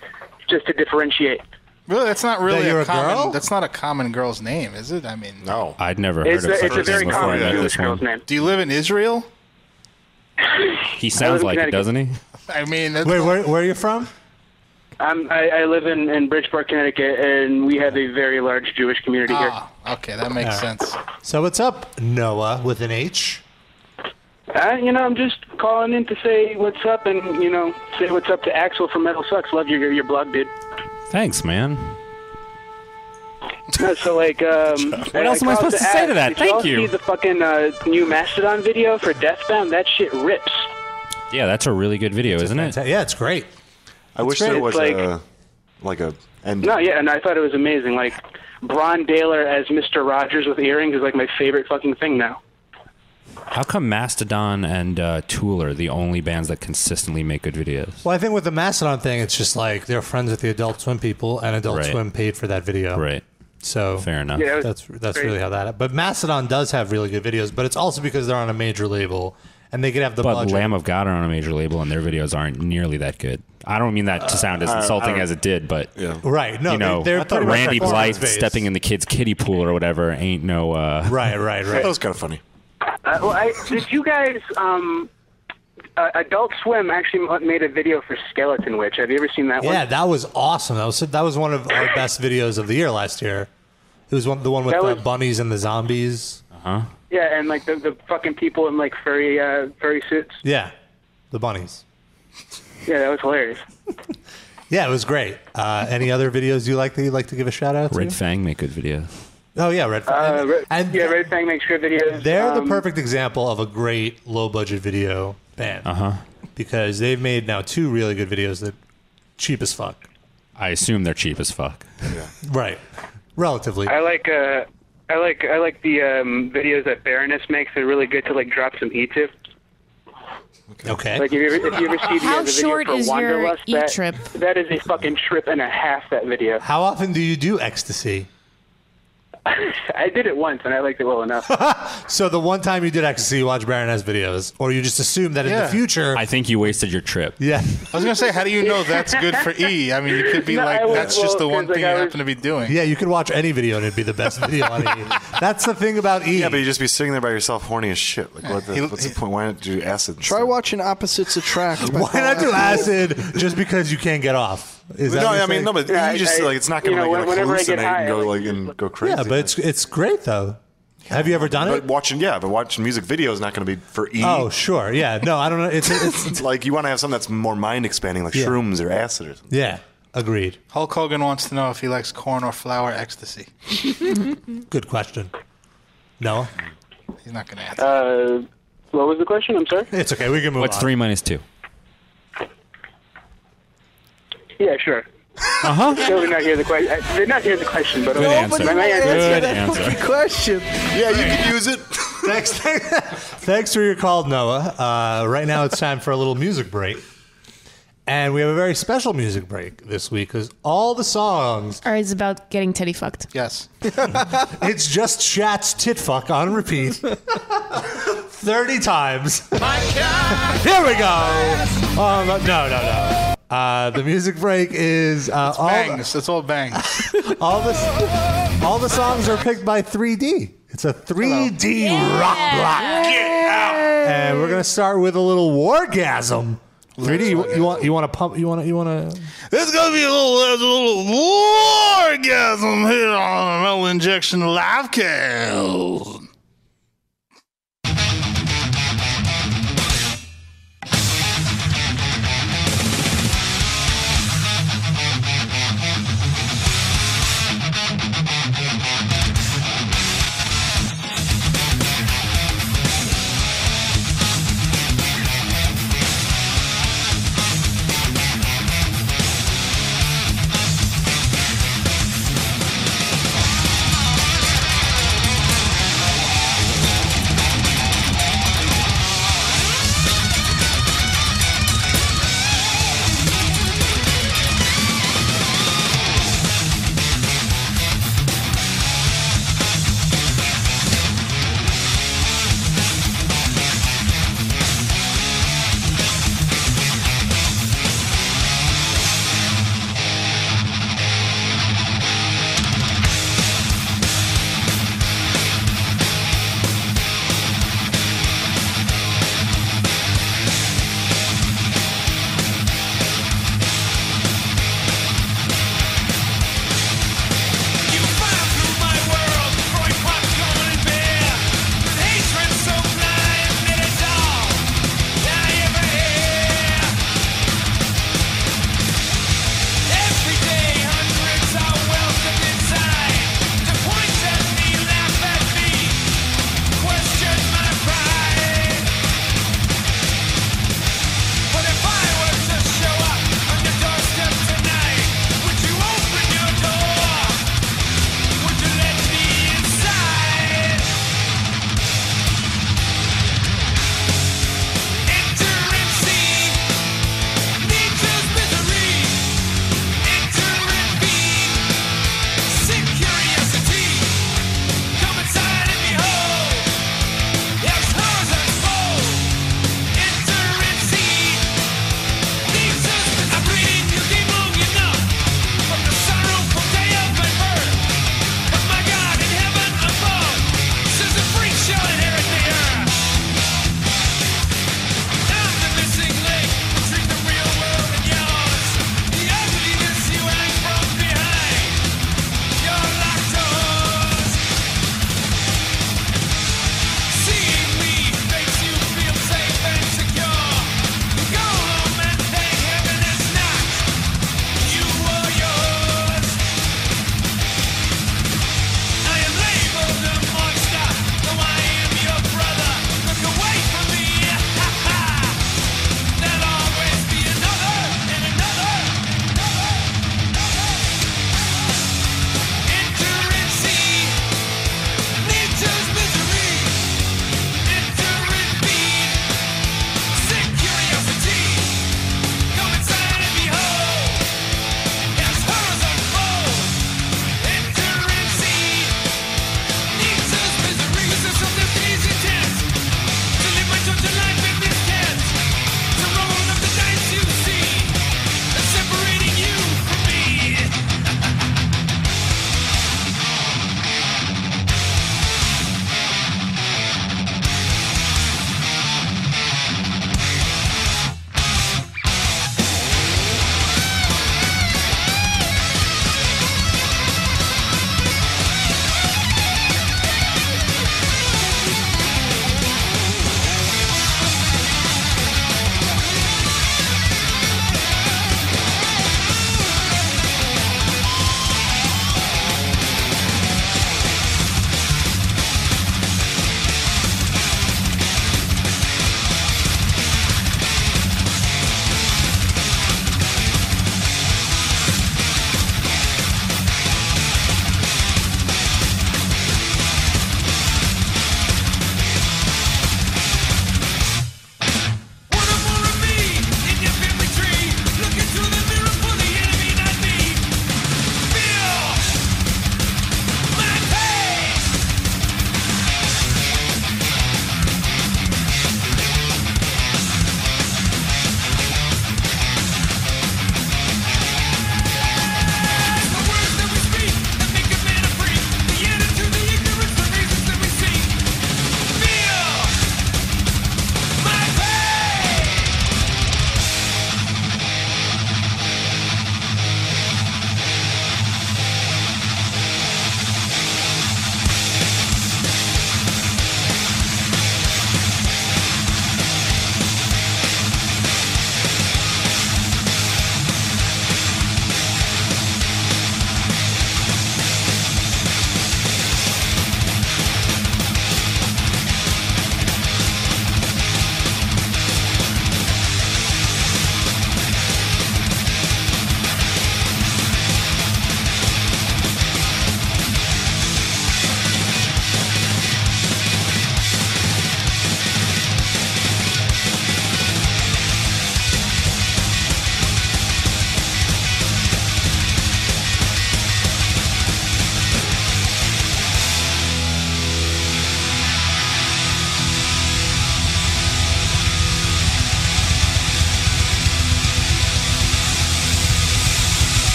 I: just to differentiate.
E: Really, that's not really
B: That you're
E: a
B: a
E: common.
B: girl?
E: That's not a common girl's name, is it? I mean,
C: No.
G: I'd never heard
I: It's
G: of
I: a,
G: such
I: it's a
G: a
I: very
G: thing before I
I: common
G: met
I: Jewish
G: this
I: girl's
G: one.
I: name.
E: do you live in Israel?
G: He sounds
I: in
G: like it,
I: Connecticut.
G: doesn't he?
E: I mean, that's,
B: Wait, where, where are you from?
I: I'm, I, I live in, in Bridgeport, Connecticut, and we have a very large Jewish community here.
E: ah, okay, that makes sense.
B: So what's up, Noah with an H?
I: Uh, you know, I'm just calling in to say what's up and, you know, say what's up to Axel from Metal Sucks. Love your, your blog, dude.
G: Thanks, man.
I: Uh, so like, um, what
G: else am I supposed to say to that?
I: Did
G: Thank
I: y'all
G: you.
I: See the fucking uh, new Mastodon video for Deathbound. That shit rips.
G: Yeah, that's a really good video, isn't it?
B: Yeah, it's great.
C: I wish
I: great.
C: there
I: It's
C: was
I: like-
C: a like a end.
I: No, yeah, and I thought it was amazing. Like, Bron Daler as Mr. Rogers with earrings is like my favorite fucking thing now.
G: How come Mastodon and uh, Tool are the only bands that consistently make good videos?
B: Well, I think with the Mastodon thing, it's just like they're friends with the Adult Swim people, and Adult
G: Right.
B: Swim paid for that video.
G: Right.
B: So
G: Fair enough.
I: Yeah, it was
B: that's that's
I: great.
B: really how that. But Mastodon does have really good videos, but it's also because they're on a major label and they could have the
G: But
B: budget.
G: Lamb of God are on a major label, and their videos aren't nearly that good. I don't mean
C: Uh,
G: that to sound as insulting as it did, but
B: right? No,
G: you know,
B: they, are
G: Randy Blythe stepping in the kids' kiddie pool or whatever ain't no. Uh,
B: Right, right,
C: That
B: right.
C: was kind of funny.
I: Uh, well, I, did you guys? Um, uh, Adult Swim actually m- made a video for Skeleton Witch. Have you ever seen that
B: yeah,
I: one?
B: that was awesome. That was that was one of our best videos of the year last year. It was one the one with
I: That
B: the
I: was-
B: bunnies and the zombies.
G: Uh-huh.
I: Yeah, and like the, the fucking people in like furry uh, furry suits.
B: Yeah, the bunnies.
I: Yeah, that was hilarious.
B: Yeah, it was great. Uh, any other videos you like that you'd like to give a shout out to?
G: Red Fang make good videos.
B: Oh yeah, Red.
I: Uh, Red-
B: and
I: yeah, Red Fang makes good videos.
B: They're the
I: Um,
B: perfect example of a great low budget video band. Uh
G: Uh-huh.
B: huh. Because they've made now two really good videos that cheap as fuck.
G: I assume they're cheap as fuck.
B: Right. Relatively.
I: I like uh, I like I like the um, videos that Baroness makes. They're really good to like drop some e to. Like
B: Okay.
I: if you ever, if you ever see the,
F: How
I: the video
F: short
I: for
F: is your
I: Wanderlust, that-
F: E-trip?
I: that is a fucking trip and a half. That video,
B: How often do you do ecstasy?
I: I did it once and I liked it well enough.
B: So the one time you did ecstasy, you watch Baroness videos, or you just assume that in
E: Yeah.
B: the future.
G: I think you wasted your trip.
B: yeah.
E: I was gonna say, how do you know that's good for E? I mean, you could be
I: No,
E: like,
I: I was-
E: that's just the
I: well,
E: one
I: 'cause, like,
E: thing you
I: I was-
E: happen to be doing.
B: Yeah, you could watch any video and it'd be the best video on E. That's the thing about E.
C: Yeah, but you just be sitting there by yourself, horny as shit. Like, what the,
E: He-
C: what's the point? Why not do acid?
D: Try watching Opposites Attract. by
B: Why not
D: Paul
B: do
D: Ackerman.
B: acid just because you can't get off? Is that
C: No,
B: what you're
C: I mean,
B: saying?
C: no, but
I: Yeah,
C: you just
I: I-
C: like it's not
I: you
C: going to
I: know,
C: make you like,
I: whenever I get
C: hallucinate
I: high,
C: and go
I: I
C: like and go crazy.
B: Yeah, but it's it's great though. Have you ever done
C: But
B: it?
C: watching, yeah, but watching music video is not going to be for E.
B: Oh, sure. Yeah. No, I don't know. It's it's
C: It's like you want to have something that's more mind expanding, like
B: Yeah.
C: shrooms or acid or something.
B: yeah. Agreed.
E: Hulk Hogan wants to know if he likes corn or flour ecstasy.
B: Good question. No,
E: He's not gonna answer.
I: Uh, what was the question? I'm sorry.
B: it's okay. We can move
G: What's
B: on.
G: three minus two?
I: Yeah, sure. Uh huh. They did not hear the question. I did not hear the question, but
G: Uh-huh. Good answer.
I: My, my answer is
G: Good
I: yes.
G: answer.
D: Fucking question.
C: Yeah, you can use it.
B: Thanks, thanks for your call, Noah. Uh, right now, it's time for a little music break, and we have a very special music break this week because all the songs.
F: Or is about getting titty fucked.
E: yes.
B: It's just Chat's tit fuck on repeat, thirty times. Here we go. Um, no, no, no. Uh, the music break is uh, all.
E: Bangs. It's all bangs.
B: All the all the songs are picked by 3D. It's a 3D rock block. And Uh, we're gonna start with a little wargasm. 3D, you, you want you want to pump? You want to you want to?
E: There's gonna be a little, there's a little orgasm here on Metal Injection Live Cam.
J: Thank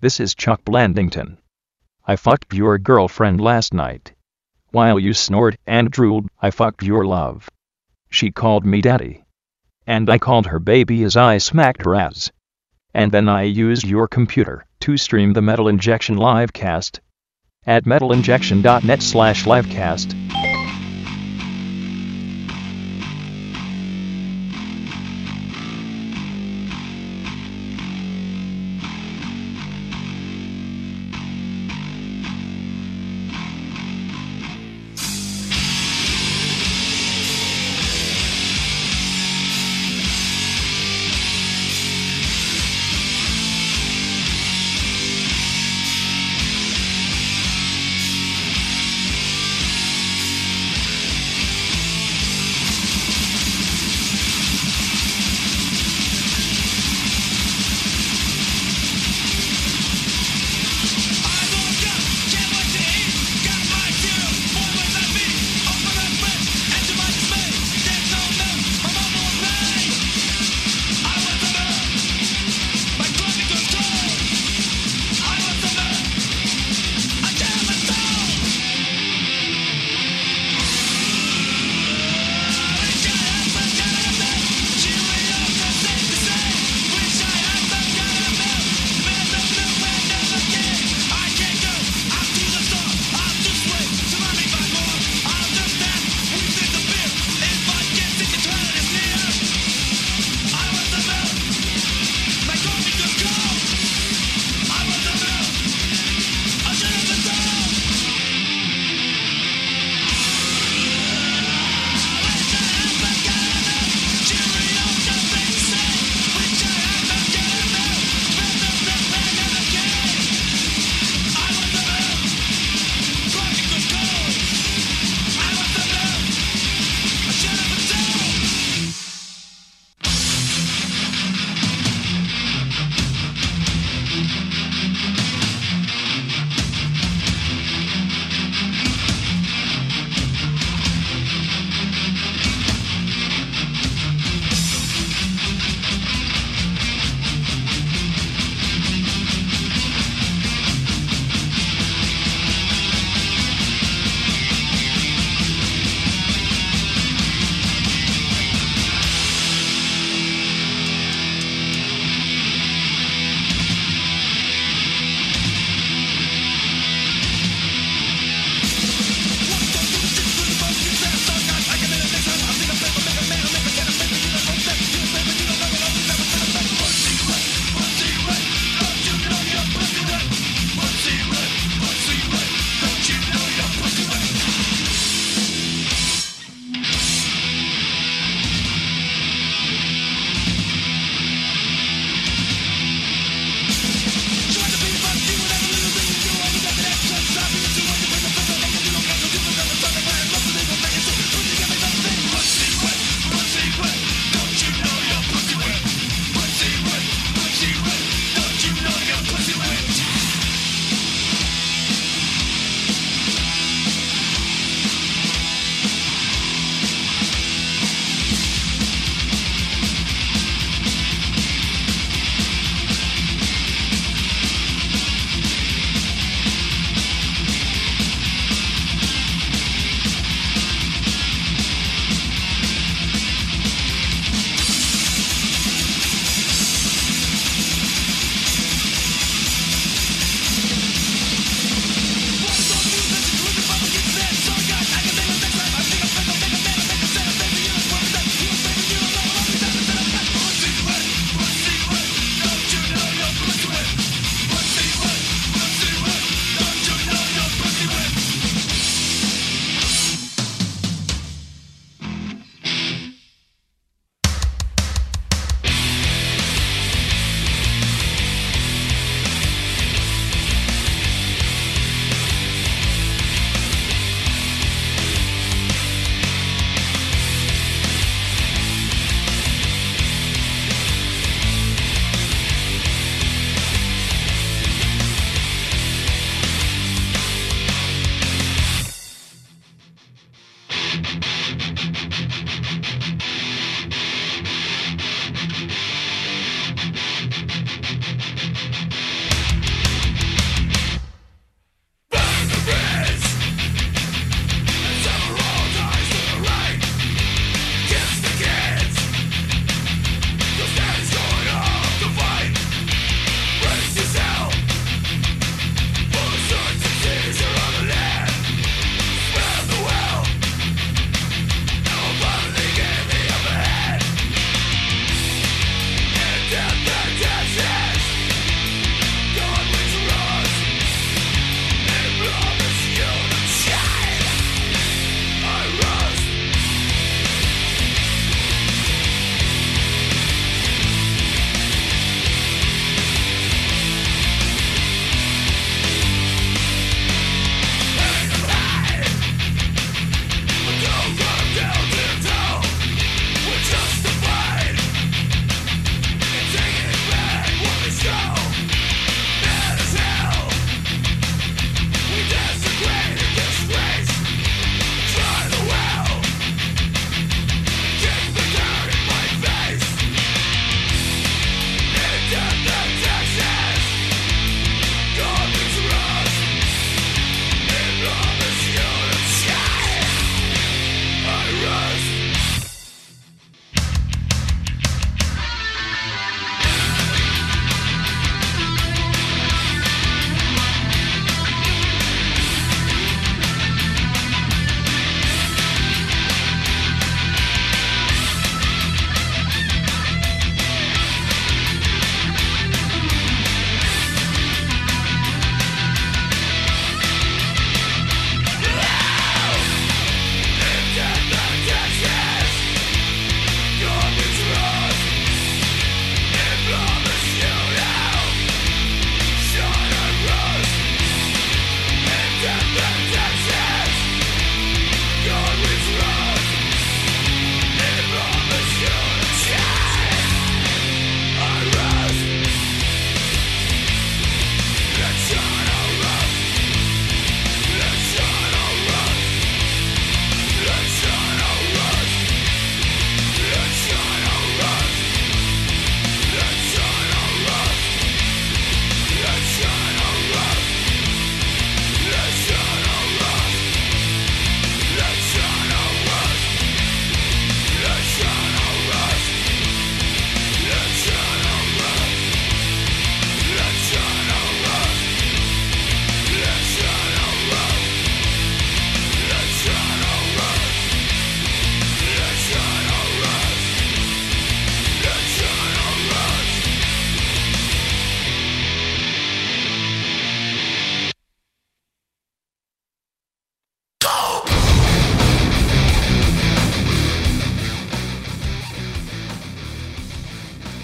A: This is Chuck Blandington. I fucked your girlfriend last night. While you snored and drooled, I fucked your love. She called me daddy. And I called her baby as I smacked her ass. And then I used your computer to stream the Metal Injection livecast at metalinjection.net slash livecast.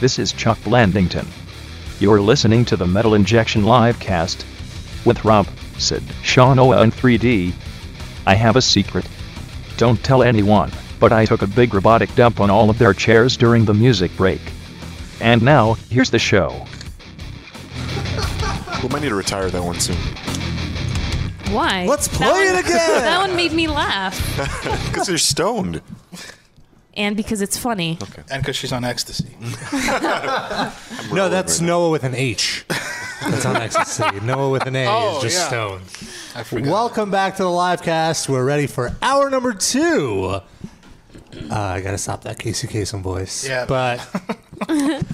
A: This is Chuck Landington. You're listening to the Metal Injection Livecast with Rob, Sid, Sean Oa, and 3D. I have a secret. Don't tell anyone, but I took a big robotic dump on all of their chairs during the music break. And now, here's the show.
C: We might need to retire that one soon.
F: Why?
B: Let's
F: That
B: play
F: one-
B: it again!
F: That one made me laugh,
C: Because you're stoned.
F: and because it's funny.
E: And because she's on ecstasy.
B: No, that's Noah with an E. H. That's on ecstasy. Noah with an A
E: Oh,
B: is just
E: yeah.
B: stoned.
E: I forgot.
B: Welcome back to the live cast. We're ready for hour number two. Uh, I gotta stop that Casey Kasem voice.
E: Yeah.
B: but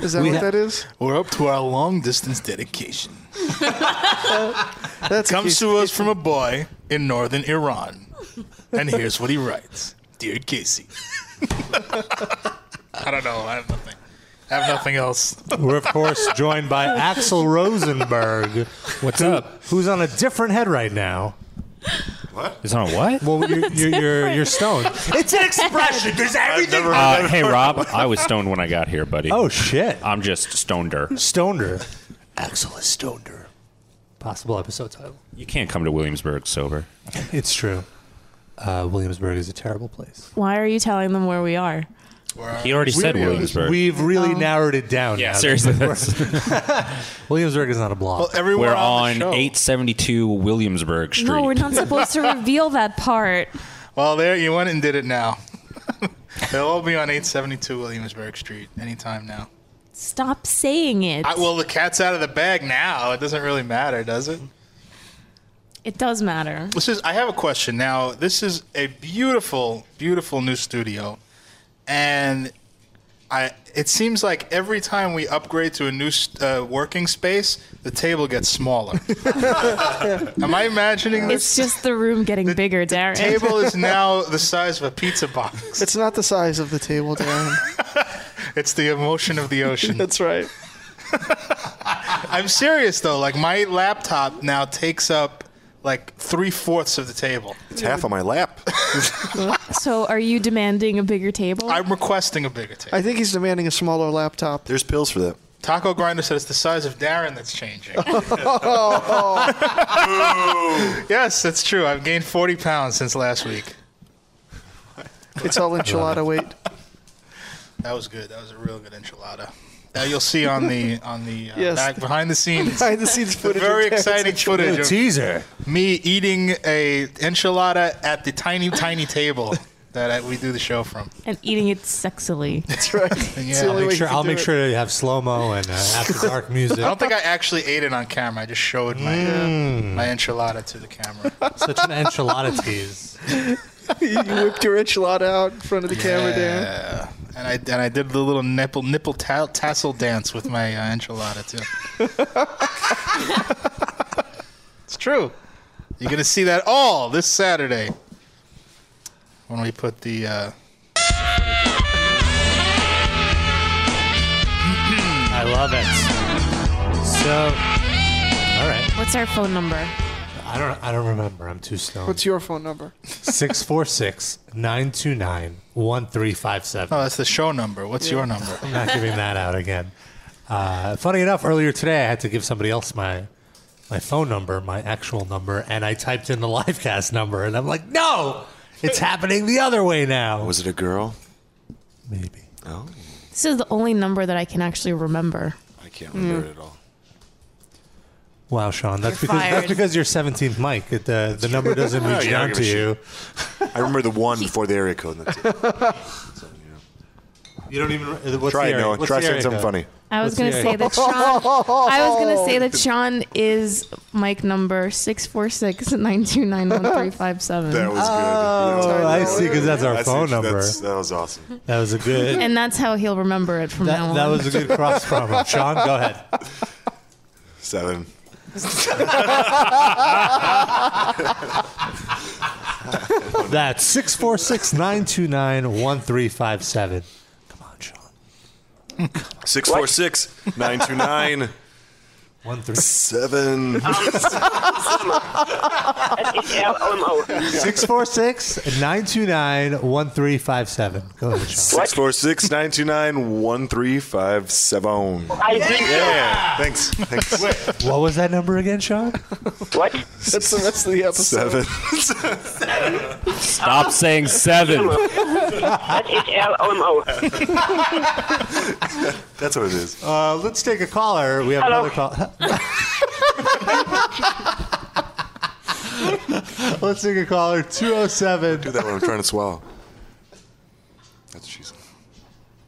D: Is that
B: We
D: what
B: ha-
D: that is?
E: We're up to our long distance dedication.
D: That's
E: Comes
D: Casey
E: to us from a boy in northern Iran. And here's what he writes Dear Casey. I don't know. I have nothing. I have nothing else.
B: we're of course joined by Axel Rosenberg,
G: What's up?
B: who's on a different head right now.
G: It's on a what?
B: Well, you're you're, you're, you're stoned. It's an expression. There's everything.
G: Uh, hey, Rob, I was stoned when I got here, buddy.
B: Oh shit!
G: I'm just stoneder.
B: Stoner. Axel is stoner. Possible episode title.
G: You can't come to Williamsburg sober.
B: It's true. Uh, Williamsburg is a terrible place.
F: Why are you telling them where we are?
G: He already said Williamsburg.
B: We've really
E: Um,
B: narrowed it down.
G: yeah,
B: now.
G: seriously. that's-
B: Williamsburg is not a block.
E: Well, everyone
G: we're
E: on,
G: on
E: the show-
G: 872 Williamsburg Street.
F: No, we're not supposed to reveal that part.
E: Well, there you went and did it now. They'll all be on 872 Williamsburg Street anytime now.
F: Stop saying it.
E: I, well, the cat's out of the bag now. It doesn't really matter, does it?
F: It does matter.
E: This is. I have a question now. This is a beautiful, beautiful new studio, and I. It seems like every time we upgrade to a new st- uh, working space, the table gets smaller. Am I imagining
F: It's
E: this?
F: just the room getting bigger, Darren.
E: table is now the size of a pizza box.
D: It's not the size of the table, Darren.
E: It's the emotion of the ocean.
D: That's right.
E: I'm serious though. Like my laptop now takes up like three fourths of the table.
C: It's half on my lap.
F: So, are you demanding a bigger table?
E: I'm requesting a bigger table.
D: I think he's demanding a smaller laptop.
C: There's pills for that.
E: Taco Grinder said it's the size of Darren that's changing. yes, that's true. I've gained 40 pounds since last week.
D: It's all enchilada weight.
E: That was good. That was a real good enchilada. Uh, you'll see on the on the uh,
D: Yes.
E: back behind the scenes.
D: Behind the scenes footage.
E: Very
D: of Darren's
E: exciting footage of
B: teaser.
E: me eating a enchilada at the tiny, tiny table that I, we do the show from.
F: and eating it sexily.
E: And
D: It's the
E: yeah,
D: only
B: Make
D: way you
B: sure
D: can
B: I'll
D: do
B: make
D: it.
B: sure to have slow mo and uh, after dark music.
E: I don't think I actually ate it on camera. I just showed my uh, my enchilada to the camera.
B: Such an enchilada tease.
D: you whipped your enchilada out in front of the camera, Darren.
E: Yeah. And I and I did the little nipple nipple ta- tassel dance with my uh, enchilada too. it's true. You're gonna see that all this Saturday when we put the. Uh,
B: I love it. So, all right.
F: What's our phone number?
B: I don't. I don't remember. I'm too stoned.
D: What's your phone number?
B: 646-929-1357.
E: oh, that's the show number. What's your number?
B: I'm not giving that out again. Uh, funny enough, earlier today I had to give somebody else my my phone number, my actual number, and I typed in the livecast number, and I'm like, no, it's happening the other way now.
C: Was it a girl? Oh.
B: Maybe.
C: No.
F: This is the only number that I can actually remember. Mm.
C: I can't
D: Hmm.
C: remember it at all.
B: Wow, Sean, that's
F: You're
B: because that's
F: fired.
B: because you're 17th Mike. It, uh, the number doesn't
C: Oh,
B: reach
C: yeah, I
B: down
C: give
B: to
C: a shit.
B: you.
C: I remember the one before the area code. and That's it.
B: You don't even. uh, What's
C: Try
B: the
C: it,
B: area-
C: Noah.
B: what's
C: Try
B: the
C: saying
B: area
C: something
B: code?
C: funny.
F: I was gonna
B: the-
F: say that Sean. I was gonna say that Sean is mic number six four six nine two nine one three five
C: That
F: seven,
C: was good.
B: Oh, I see, because that's our
C: That's-
B: phone number.
C: that's- that was awesome.
B: that was a good.
F: and that's how he'll remember it from now
B: That,
F: on.
B: that was a good cross promo. Sean, go ahead.
C: Seven.
B: That's six four six nine two nine one three five seven. Come on, Sean.
C: Six four six nine two nine
B: One three
C: seven.
B: Six four six nine two nine one three five seven. Go ahead, Sean.
C: Six four six nine two nine one three five seven. Oh,
I: I think
C: Yeah. Thanks. Thanks.
B: What was that number again, Sean?
I: What?
D: That's the rest of the episode.
C: Seven.
G: Stop saying seven.
I: That is LMO.
C: That's what it is.
B: Uh, let's take a caller. We have
I: Hello.
B: another call. let's take a caller. Two oh seven.
C: Do that when I'm trying to swallow. That's what she said.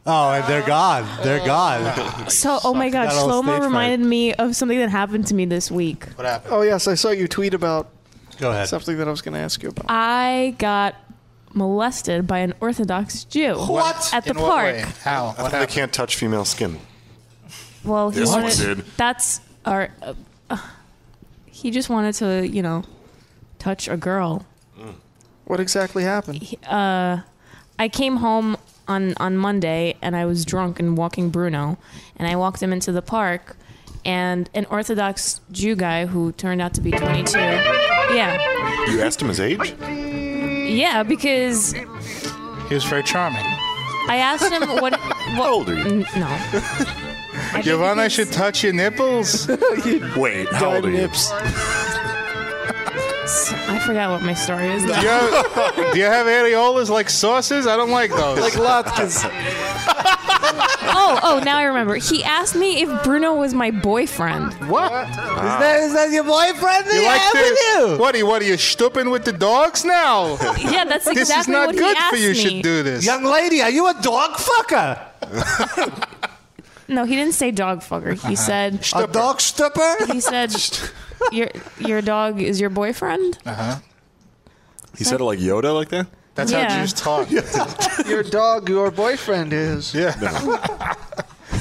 B: Oh, and they're gone. They're gone.
F: So, oh my God,
B: Got all stage
F: Shlomo
B: fright.
F: reminded me of something that happened to me this week.
E: What happened?
D: Oh yes, I saw you tweet about
B: Go ahead.
D: something that I was going to ask you about.
F: I got molested by an Orthodox Jew.
B: What?
F: At the
E: In what
F: park.
E: way? How? What
C: They
E: happened?
C: can't touch female skin.
F: Well, he
C: This one did.
F: wanted. That's our. Uh, uh, he just wanted to, you know, touch a girl.
G: Mm.
D: What exactly happened?
F: uh, I came home on on Monday and I was drunk and walking Bruno, and I walked him into the park, and an Orthodox Jew guy who turned out to be 22. Yeah,
C: You asked him his age?
F: yeah, because
E: He was very charming.
F: I asked him what. what How
E: Oh.
C: old are you?
F: No. I think
E: Giovanna
F: because-
E: should touch your nipples.
C: Wait, how old are you?
D: nips.
F: I forgot what my story is.
E: Do you, have, do you have areolas like sauces? I don't like those.
D: Like latkes.
F: oh, oh, now I remember. He asked me if Bruno was my boyfriend.
C: Ah.
B: Is that, is that your boyfriend that
E: you like
B: have
E: the- What are you? What are you stooping with the dogs now?
F: Yeah, that's exactly
E: this is not
F: what
E: good
F: he asked
E: for you.
F: me.
E: Should do this.
B: Young lady, are you a dog fucker?
F: No, he didn't say dog fucker.
E: Uh-huh.
F: He said
B: A dog stripper?
F: he said your your dog is your boyfriend.
C: He said it like Yoda, like that?
E: Uh-huh. That's
F: Yeah.
E: how Jews talk.
D: Your dog, your boyfriend is.
E: Yeah.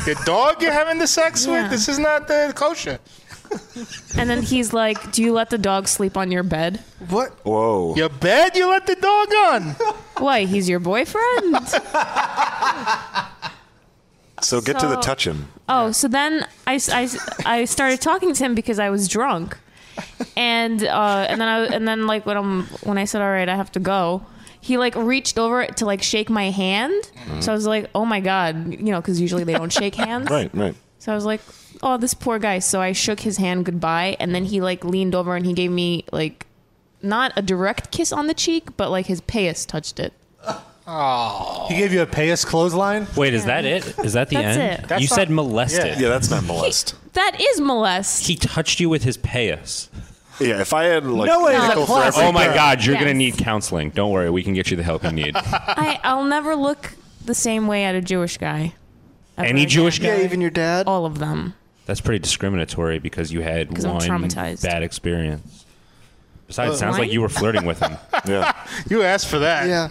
E: Your dog you're having the sex
F: Yeah.
E: with? This is not the kosher.
F: And then he's like, "Do you let the dog sleep on your bed?"
D: What?
C: Whoa.
E: Your bed you let the dog on.
F: Why? He's your boyfriend.
C: So get to the
F: So-
C: touch him.
F: Oh, so then I, s- I s- I started talking to him because I was drunk, and uh, and then I and then like when I'm when I said all right I have to go, he like reached over to like shake my hand.
C: Mm-hmm.
F: So I was like, oh my god, you know, because usually they don't shake hands.
C: Right, right.
F: So I was like, oh this poor guy. So I shook his hand goodbye, and then he like leaned over and he gave me like not a direct kiss on the cheek, but like his payas touched it.
B: He gave you a payas clothesline?
G: Wait, is that it? Is that the
F: That's
G: end?
F: it.
G: you
E: That's
G: said
E: not-
G: molested.
C: Yeah, that's not molest.
F: That is molest.
G: He touched you with his payas.
C: Yeah, if I had like
B: No, it is a
C: nickel for
B: classic.
C: every
G: Oh my God, you're
F: Yes.
G: gonna need counseling. Don't worry, we can get you the help you need.
F: I I'll never look the same way at a Jewish guy. Ever
G: Any
F: again.
G: Jewish guy?
D: Yeah, even your dad.
F: all of them.
G: That's pretty discriminatory because you had
F: 'Cause I'm
G: one
F: traumatized.
G: bad experience. Besides, it sounds
F: Why?
G: like you were flirting with him.
C: Uh, yeah.
E: You asked for that.
D: Yeah.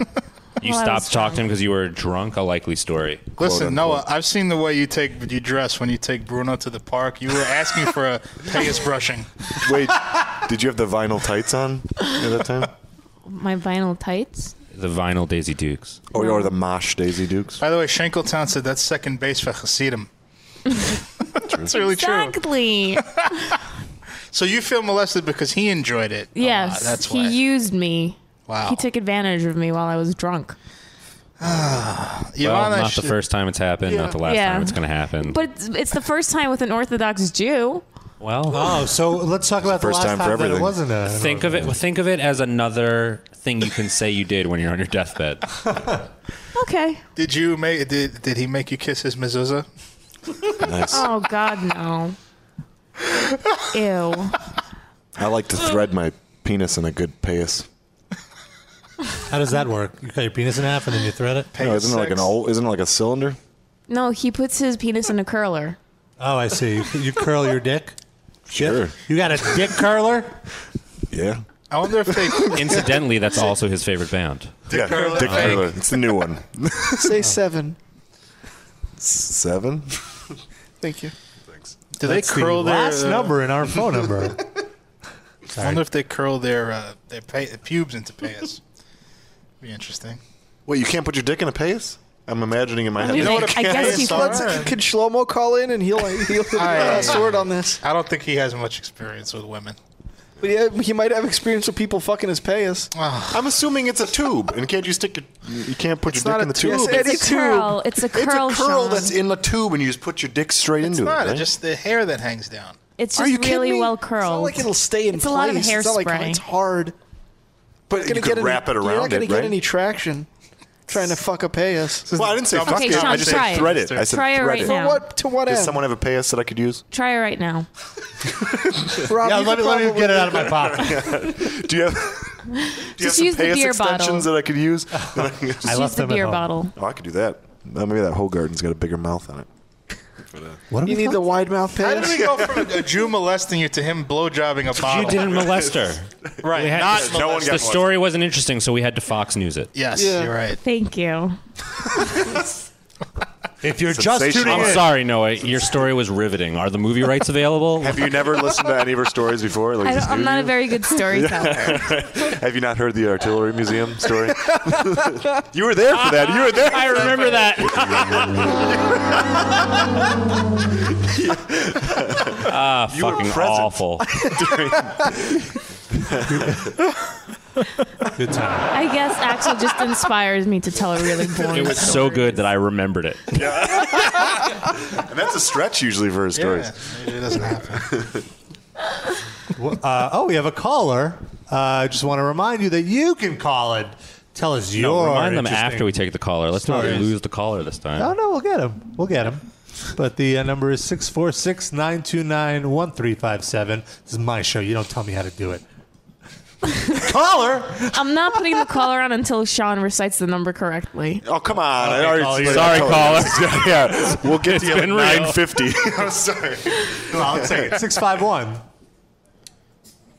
G: You
F: Well, I was
G: stopped talking to him because you were drunk. A likely story.
C: Quote,
E: Listen, Noah,
C: unquote.
E: I've seen the way you take you dress when you take Bruno to the park. You were asking for a payas brushing.
C: Wait, did you have the vinyl tights on at that time?
F: My vinyl tights.
G: The vinyl Daisy Dukes.
C: Or, Oh, or the mosh Daisy Dukes?
E: By the way, Shankletown said that's second base for Hasidim. That's really true.
F: Exactly.
E: So you feel molested because he enjoyed it. a lot.
F: yes.
G: Ah,
E: that's
F: he
E: why.
F: used me.
E: wow.
F: He took advantage of me while I was drunk.
G: Well,
E: Ivana
G: not the
E: sh-
G: first time it's happened. Not the last
F: Yeah.
G: time it's going to happen.
F: But it's, it's the first time with an Orthodox Jew.
G: well,
B: Oh, so let's talk about the
C: First
B: last
C: time
B: time,
C: for
B: that
C: everything.
B: it wasn't a.
G: think of it. Think of it as another thing you can say you did when you're on your deathbed.
F: Okay.
E: Did you make? Did, did he make you kiss his mezuzah?
C: Nice.
F: Oh God, no. Ew.
C: I like to thread my penis in a good payas.
B: How does that work? You cut your penis in half and then you thread it?
C: No, isn't it like an
E: sex.
C: old? Isn't it like a cylinder?
F: No, he puts his penis in a curler.
B: Oh, I see. You, you curl your dick?
C: Sure.
B: You got a dick curler?
C: Yeah.
E: I wonder if they.
G: Incidentally, that's also his favorite band.
C: yeah.
E: curler.
C: Dick
E: Fake.
C: curler. It's the new one.
D: Say seven.
C: Seven.
D: Thank you.
E: do they curl their?
B: last
E: uh,
B: number in our phone number.
E: I wonder if they curl their uh, their pa pubes into pants. Be interesting.
C: Wait, you can't put your dick in a payas? I'm imagining in my head.
E: You know what
F: I guess you
E: Sorry.
D: Let's, could Shlomo call in and he'll he'll give the
E: I-
C: uh,
D: last word on this?
E: I don't think he has much experience with women.
D: But yeah, he might have experience with people fucking his payas.
C: I'm assuming it's a tube, and can't you stick your, you can't put
E: It's
C: your
E: not a
C: dick in the
E: tube.
C: tube.
D: Yes,
F: It's a curl. It's a
C: It's
F: curl.
C: a curl
F: Sean.
C: that's in the tube, and you just put your dick straight
E: It's
C: into
E: not. It's
C: it. right?
E: just the hair that hangs down.
F: It's
D: Are
F: just
D: you kidding
F: really
D: me?
F: well
D: It's not
F: curled.
D: like it'll stay in
F: It's a
D: place.
F: lot of
D: It's not like
F: hairspray.
D: it's hard.
C: but you
D: Gonna
C: could
D: get
C: wrap
D: any,
C: it
D: You're
C: around
D: not gonna
C: it,
D: get
C: right?
D: any traction trying to fuck a payas.
C: well, I didn't say
E: Okay,
C: fuck it.
F: Sean,
C: I just
F: try
C: said
F: it.
C: thread it. I said
F: Try it
C: thread
F: right
C: it.
F: now.
D: For what? To what
C: Does
D: end?
C: someone have a pass that I could use?
F: Try it right now.
D: Rob,
B: Yeah,
D: you
B: let me, let me
D: could probably-
B: get it out of my pocket.
C: Do you have? Do you have
F: Just
C: some
F: use the
C: pass
F: beer
C: extensions
F: bottle.
C: that I could use? oh,
B: I
F: Use
B: left
F: the
B: them at
F: beer
B: home.
F: bottle. Uh,
C: I could do that. Uh, maybe that whole garden's got a bigger mouth on it.
B: What
D: You need the wide mouth
E: How did we
D: payas.
E: go from a Jew molesting you to him blowjobbing a bottle?
G: You didn't molest her.
E: right?
G: We had-
E: Not
G: the
C: No one
E: molest-
C: got
G: The
C: one.
G: story wasn't interesting, so we had to Fox News it.
E: Yes,
D: Yeah.
E: you're right.
F: Thank you.
B: If you're just tuning
C: Sensational.
G: I'm
B: in,
G: sorry, Noah. Your story was riveting. Are the movie rights available?
C: Have you never listened to any of her stories before? Like,
F: I
C: this
F: don't, I'm
C: new
F: not a
C: you?
F: very good storyteller.
C: Have you not heard the artillery museum story? you were there for that. You were there.
G: I remember that. Ah,
C: You were
G: fucking
C: present.
G: awful.
B: good time.
F: I guess Axel just inspires me to tell a really boring
G: It was so good that I remembered it.
C: And that's a stretch usually for his stories.
E: Yeah, maybe it doesn't happen.
B: Uh, oh, we have a caller. Uh, I just want to remind you that you can call it. Tell us your.
G: Remind them
B: interesting-
G: after we take the caller. Let's not
B: Stories.
G: lose the caller this time.
B: Oh no, we'll get him. We'll get him. But the uh, number is 646-929-1357. This is my show. You don't tell me how to do it. Caller.
F: I'm not putting the collar on until Sean recites the number correctly.
C: Oh come on!
B: Okay,
C: I already
B: caller, you're-
G: Sorry, caller.
C: yeah, yeah. we'll get to you at
G: been real.
C: nine fifty. I'm sorry.
B: Well, I'll take it. 651.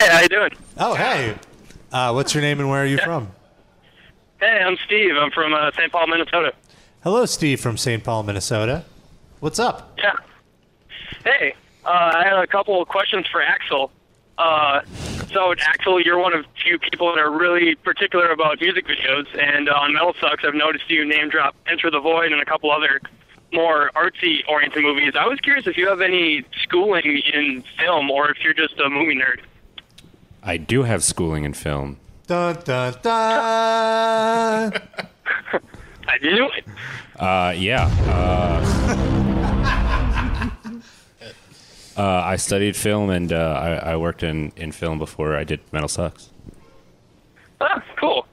K: Hey, how you doing?
B: Oh, hey. Uh, what's your name and where are you from?
K: Hey, I'm Steve. I'm from uh, St. Paul, Minnesota.
B: Hello, Steve from St. Paul, Minnesota. What's up?
K: Yeah. Hey, uh, I had a couple of questions for Axel. Uh, so, Axel, you're one of few people that are really particular about music videos, and uh, on Metal Sucks, I've noticed you name drop Enter the Void and a couple other more artsy oriented movies. I was curious if you have any schooling in film or if you're just a movie nerd.
G: I do have schooling in film.
B: Dun, dun, dun.
K: I knew it.
G: Uh, yeah. Uh, uh, I studied film and uh, I, I worked in, in film before I did Metal Sucks.
K: Ah, cool.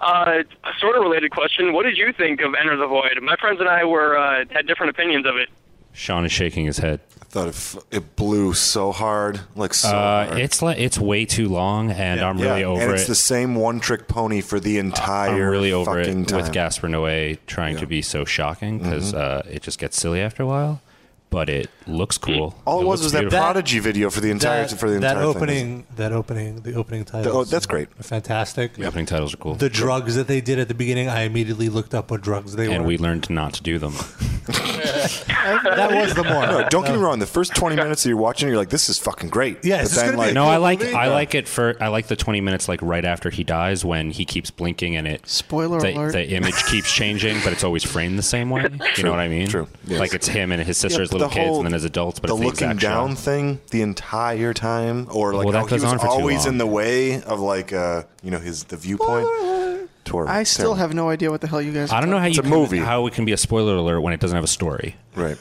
K: Uh, a sort of related question. What did you think of Enter the Void? My friends and I were uh, had different opinions of it.
G: Sean is shaking his head.
C: I thought it, f- it blew so hard, like so.
G: Uh,
C: hard.
G: it's like it's way too long, and I'm really
C: Yeah,
G: over
C: and
G: it.
C: it's the same one-trick pony for the entire
G: I'm really over it
C: fucking time.
G: with Gaspar Noé trying to be so shocking because uh, it just gets silly after a while. But it looks cool.
C: All it was was
G: looks
C: that
G: beautiful.
C: Prodigy video for the entire
B: that,
C: for the
B: that
C: entire thing.
B: opening, that opening, the opening title.
C: oh, that's great.
B: Fantastic.
G: The opening titles are cool,
B: The drugs that they did at the beginning, I immediately looked up what drugs they
G: and
B: were.
G: we learned not to do them.
B: that was the more.
C: No, don't get me wrong. The first 20 minutes that you're watching, you're like, this is fucking great.
B: Yeah,
C: But
B: is this gonna
C: then,
B: be
C: like,
B: a
G: No, I like
B: movie?
G: I like it for I like the 20 minutes like right after he dies when he keeps blinking and it
D: Spoiler
G: the,
D: alert.
G: the image keeps changing but it's always framed the same way. you know what I mean?
C: true, yes.
G: Like it's him and his sister
C: Yeah,
G: as little
C: the
G: kids
C: whole-
G: and then as adults, but
C: the
G: it's the
C: looking
G: exact
C: down
G: shot.
C: thing the entire time, or like
G: Well, that
C: how he
G: goes
C: was
G: on for too
C: always
G: long.
C: in the way of like, uh, you know, his the viewpoint. Tor-
D: I still
C: terrible.
D: have no idea what the hell you guys.
G: I don't know how you
C: a
G: can-
C: movie.
G: how it can be a spoiler alert when it doesn't have a story.
C: right.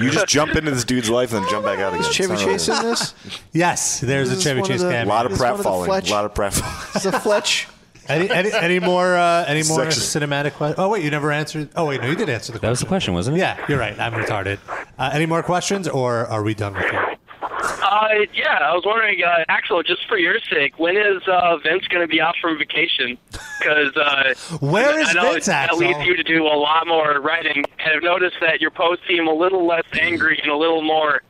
C: you just jump into this dude's life and then jump back out again.
D: Is Chevy
C: It's not really-
D: Chase in this?
B: Yes, there's a
D: This is
B: Chevy
D: one of
B: Chase
D: the-
C: A
B: cameo.
C: lot of
D: Is one of
C: pratfalling.
D: the
C: falling.
D: Fletch-
C: A lot of pratfalling.
D: Is a Fletch?
B: Any, any, any more uh, any more
C: actually-
B: cinematic questions? Oh wait, you never answered. Oh wait, no, you did answer the
G: That was
B: question.
G: the question, wasn't it?
B: Yeah, you're right. I'm retarded. Uh, any more questions, or are we done with it?
K: Uh, yeah, I was wondering, uh, Axel, just for your sake, when is uh, Vince going to be off from vacation? Because uh,
B: Where is
K: I know
B: Vince,
K: it- that
B: Axel?
K: leads you to do a lot more writing. And I've noticed that your posts seem a little less angry and a little more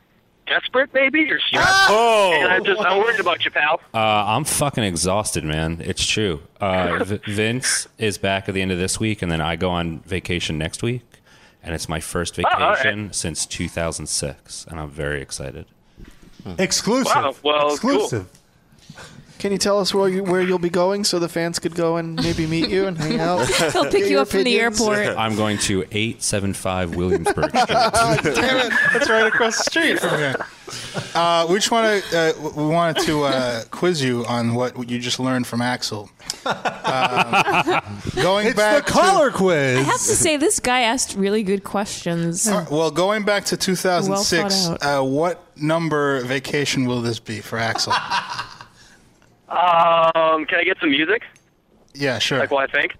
K: desperate, maybe,
B: Ah!
K: or strapped.
B: Oh!
K: and I'm just I'm worried about you, pal.
G: Uh, I'm fucking exhausted, man. It's true. Uh, v- Vince is back at the end of this week, and then I go on vacation next week, and it's my first
K: Oh, all right.
G: vacation since 2006, and I'm very excited.
B: Exclusive.
K: Wow, well,
B: exclusive.
D: Can you tell us where you where you'll be going so the fans could go and maybe meet you and hang out?
F: They'll pick
D: Get
F: you
D: your
F: up from the
D: opinions.
F: airport.
G: I'm going to 875 Williamsburg Street.
E: Ah, Damn it, that's right across the street from here. Uh, we just want to uh, we wanted to uh, quiz you on what you just learned from Axel. Um, going
B: It's the
E: back
B: collar
F: I have
B: quiz.
F: to say, this guy asked really good questions.
E: To, well, going back to
F: Well
E: 2006,
F: thought
E: uh, what number vacation will this be for Axel?
I: Um, can I get some music?
E: Yeah, sure.
I: Like what I think?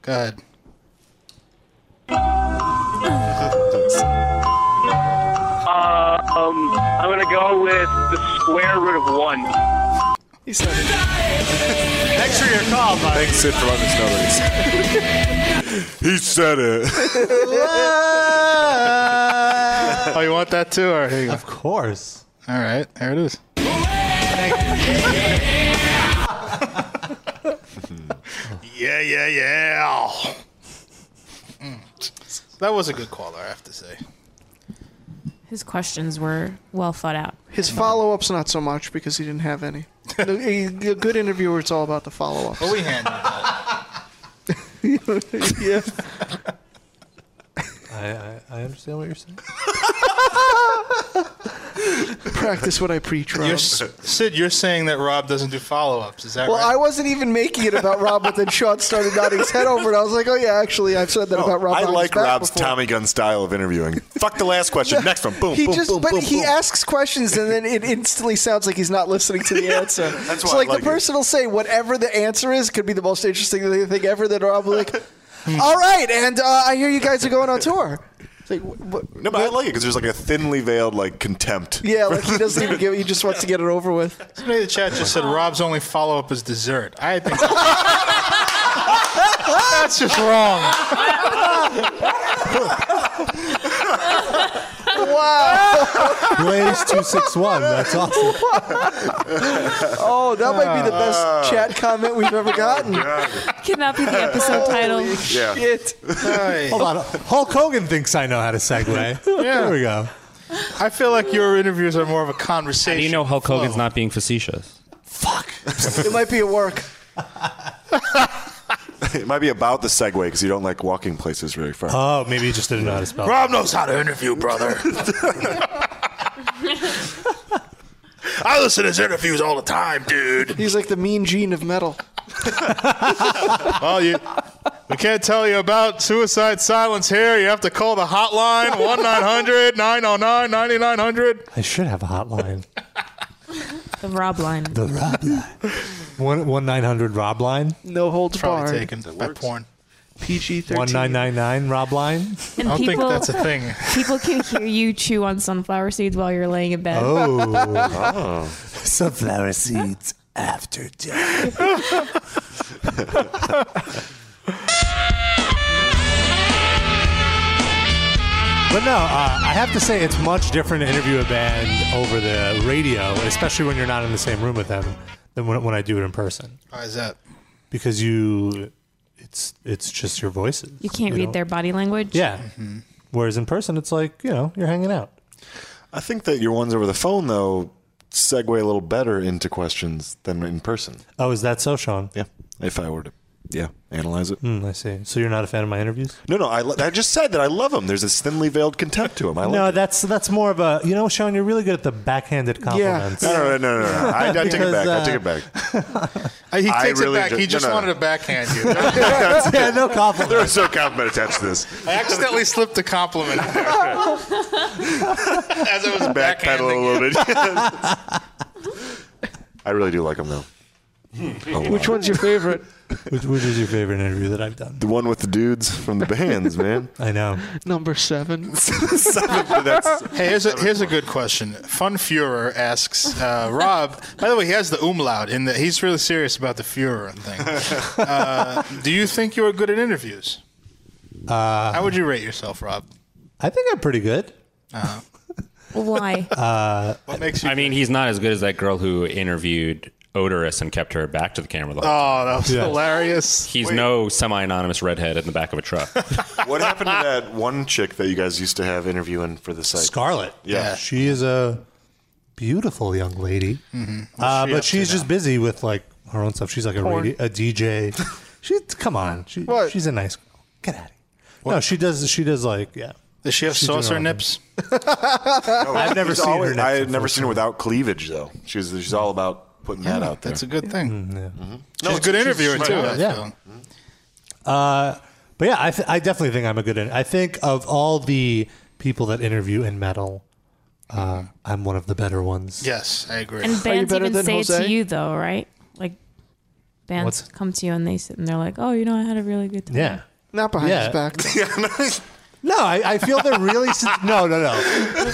E: Go ahead.
K: Uh,
I: Um, I'm gonna go with the square root of one.
D: He said it.
B: Thanks for your call, buddy.
C: Thanks, Sid, for letting us know that he's- He said it.
E: Oh, you want that too? All right, here you go.
B: Of course.
E: All right, there it is. yeah, yeah, yeah. Mm. That was a good caller, I have to say.
F: His questions were well thought out.
D: His follow ups not so much because he didn't have any. a, a good interviewer, it's all about the follow ups.
E: But we handled that.
D: yeah.
B: I, I, I understand what you're saying.
D: Practice what I preach, Rob.
E: You're, s- Sid, you're saying that Rob doesn't do follow-ups. Is that
D: Well, I
E: right?
D: wasn't even making it about Rob, but then Sean started nodding his head over, and I was like, "Oh yeah, actually, I've said that about Rob."
C: I
D: behind his
C: like
D: back
C: Rob's
D: before.
C: Tommy Gun style of interviewing. Fuck the last question. Next one. Boom,
D: He
C: boom,
D: just,
C: boom,
D: but
C: boom,
D: he
C: boom.
D: asks questions, and then it instantly sounds like he's not listening to the answer. That's
C: why I
D: so, like,
C: like
D: the
C: it.
D: person will say whatever the answer is could be the most interesting thing ever. Then Rob will be like,
C: Hmm.
D: "All right, and uh, I hear you guys are going on tour." It's like, wh- wh-
C: No, but I like it because there's like a thinly veiled like contempt.
D: yeah, like he doesn't even give. He just wants to get it over with.
E: Somebody in the chat just said Rob's only follow-up is dessert. I think that's just wrong.
D: Wow!
B: Blaze two six one. That's awesome.
D: Oh, that might be the
E: Ah.
D: best chat comment we've ever gotten.
E: Oh,
F: Could not be the episode title.
D: Holy shit!
E: Hey,
B: Hold on. Hulk Hogan thinks I know how to segue. There we go.
E: I feel like your interviews are more of a conversation.
G: Do you know Hulk Hogan's not being facetious?
D: It might be at work.
C: It might be about the segue because you don't like walking places very far.
B: Oh, maybe you just didn't know how to spell.
E: Rob knows how to interview, brother. I listen to his interviews all the time, dude.
D: He's like the mean gene of metal.
E: Well, you, we can't tell you about suicide silence here. You have to call the hotline 1 900 909 9900.
B: I should have a hotline.
F: The Rob line.
B: The Rob line. One one nine hundred Rob line.
D: No holds
E: Probably
D: barred.
E: taken by porn.
D: PG
B: One nine
D: thirteen.
B: nine nine Rob line.
E: I
F: And
E: don't think
F: people,
E: that's a thing.
F: people can hear you chew on sunflower seeds while you're laying in bed.
B: Oh. Sunflower seeds after death. But no, uh, I have to say it's much different to interview a band over the radio, especially when you're not in the same room with them, than when, when I do it in person.
E: Why is that?
B: Because you, it's it's just your voices.
F: You can't read
B: know?
F: their body language.
B: Yeah. Whereas in person, it's like you know you're hanging out.
C: I think that your ones over the phone though segue a little better into questions than in person.
B: Oh, is that so, Sean?
C: Yeah, if I were to, yeah, analyze it.
B: Hmm, I see. So you're not a fan of my interviews?
C: No, no, I, lo- I just said that I love him. There's this thinly veiled contempt to him. I
B: No,
C: like.
B: that's that's more of a you know, Sean. You're really good at the backhanded compliments.
C: No, no, no, no, no. no. I, I take it
B: Because,
C: back.
B: uh,
C: I take it back.
E: Uh, He
C: I
E: takes
C: really
E: it back.
C: ju-
E: he
C: no,
E: just
C: no, no.
E: wanted to backhand you.
B: yeah, no compliment.
C: There is no compliment attached to this.
E: I accidentally slipped a compliment in there. As I was
C: Backpedal a
E: backhanding.
C: little bit. I really do like him though.
D: Which one's your favorite?
B: Which, which is your favorite interview that I've done?
C: The one with the dudes from the bands, man.
B: I know.
D: Number seven.
C: That's-
E: Hey, here's a, here's a good question. Fun Führer asks uh, Rob. By the way, he has the umlaut in the. He's really serious about the Führer thing. Uh, do you think you are good at interviews? Uh, How would you rate yourself, Rob?
B: I think I'm pretty good.
F: Why?
E: What makes you?
G: I mean, he's not as good as that girl who interviewed Odorous and kept her back to the camera. The whole time.
E: oh, that was
B: Yeah.
E: hilarious.
G: he's no semi-anonymous redhead in the back of a truck.
C: what happened to that one chick that you guys used to have interviewing for the site?
B: Scarlet.
C: Yeah.
B: She is a beautiful young lady.
E: Mm-hmm.
B: Uh,
E: she
B: but
E: up to
B: she's just busy with like her own stuff. She's like a,
D: Porn.
B: radio, a DJ. She come on. She,
D: What?
B: She's a nice girl. Get out of here. No, she does. She does like yeah.
E: Does she have
B: She's doing
E: saucer
B: all right.
E: nips?
B: I've never
C: She's
B: seen
C: always-
B: her.
C: I
B: next
C: had never seen her without cleavage though. She's she's all about putting that out there.
E: That's a good thing.
B: Mm,
C: No,
E: She's a good interviewer too. I
B: Yeah.
E: feel.
B: Uh, but yeah, I, th- I definitely think I'm a good. In- I think of all the people that interview in metal, uh, I'm one of the better ones.
E: Yes, I agree.
F: And bands
D: better
F: even
D: than
F: say it
D: Jose?
F: to you though, right? Like bands
B: What's-
F: come to you and they sit and they're like, "Oh, you know, I had a really good time."
B: Yeah.
D: Not behind
B: Yeah.
D: his back.
B: No, I, I feel they're really. sin- no, no, no.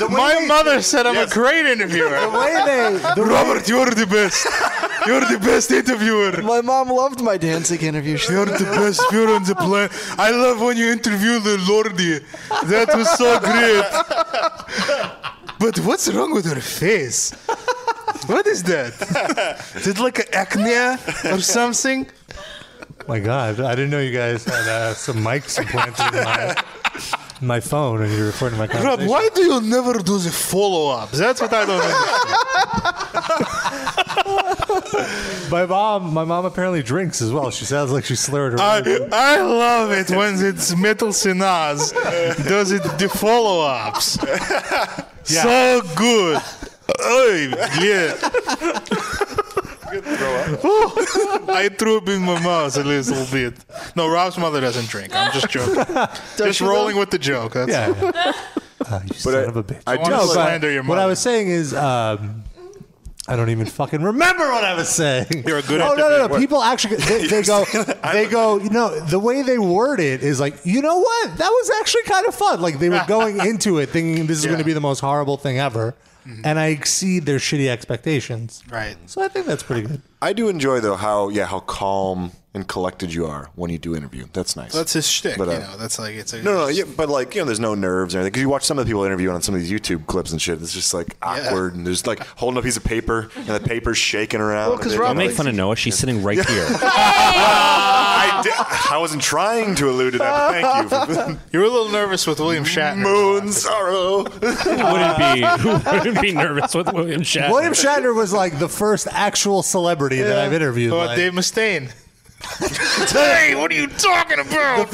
E: My mother said I'm a great interviewer.
D: Way they-
C: Robert, you're the best. You're the best interviewer.
D: my mom loved my dancing interview. She
C: You're the best viewer on the planet. I love when you interview the Lordi. That was so great.
E: but what's wrong with her face? What is that? Is it like an acne or something?
B: My God, I didn't know you guys had uh, some mics implanted in my, in my phone and you're recording my
E: Rob,
B: conversation.
E: why do you never do the follow up? That's what I don't understand.
B: My mom, my mom apparently drinks as well. She sounds like she slurred her.
E: I, I love it when it's Metal Sinaz does it the follow ups. So good. Oy, yeah. Ooh, I threw up in my mouth a little bit. No, Rob's mother doesn't drink. I'm just joking. just rolling with the joke. That's
B: yeah. yeah. Ah, you son
C: I-
B: of a bitch.
C: I
E: wanna
C: do
E: but- slander your
B: What I
E: mother.
B: was saying is, um, I don't even fucking remember what I was saying.
E: You're a good
B: Oh no, no, no!
E: interviewer.
B: People actually they, they go, they go. You know, the way they word it is like, you know what? That was actually kind of fun. Like they were going into it thinking this is going to be the most horrible thing ever, and I exceed their shitty expectations.
E: Mm-hmm. Right.
B: So I think that's pretty good.
C: I do enjoy though how yeah how calm and collected you are when you do interview. That's nice.
E: That's his shtick.
C: But, uh,
E: you know, that's like it's a
C: no, no, yeah, but like you know, there's no nerves or anything. Because you watch some of the people interviewing on some of these YouTube clips and shit. It's just like awkward, and there's like holding a piece of paper, and the paper's shaking around.
D: Well, 'cause
C: They-
G: Don't
D: Rob-
G: make fun of Noah. She's sitting right here.
C: I, di- I wasn't trying to allude to that. But thank you. for-
E: You were a little nervous with William Shatner.
C: Moon sorrow.
G: who wouldn't be? Who wouldn't be nervous with William Shatner?
B: William Shatner was like the first actual celebrity that I've interviewed.
E: What about
B: like-
E: Oh, Dave Mustaine? hey, what are you talking about?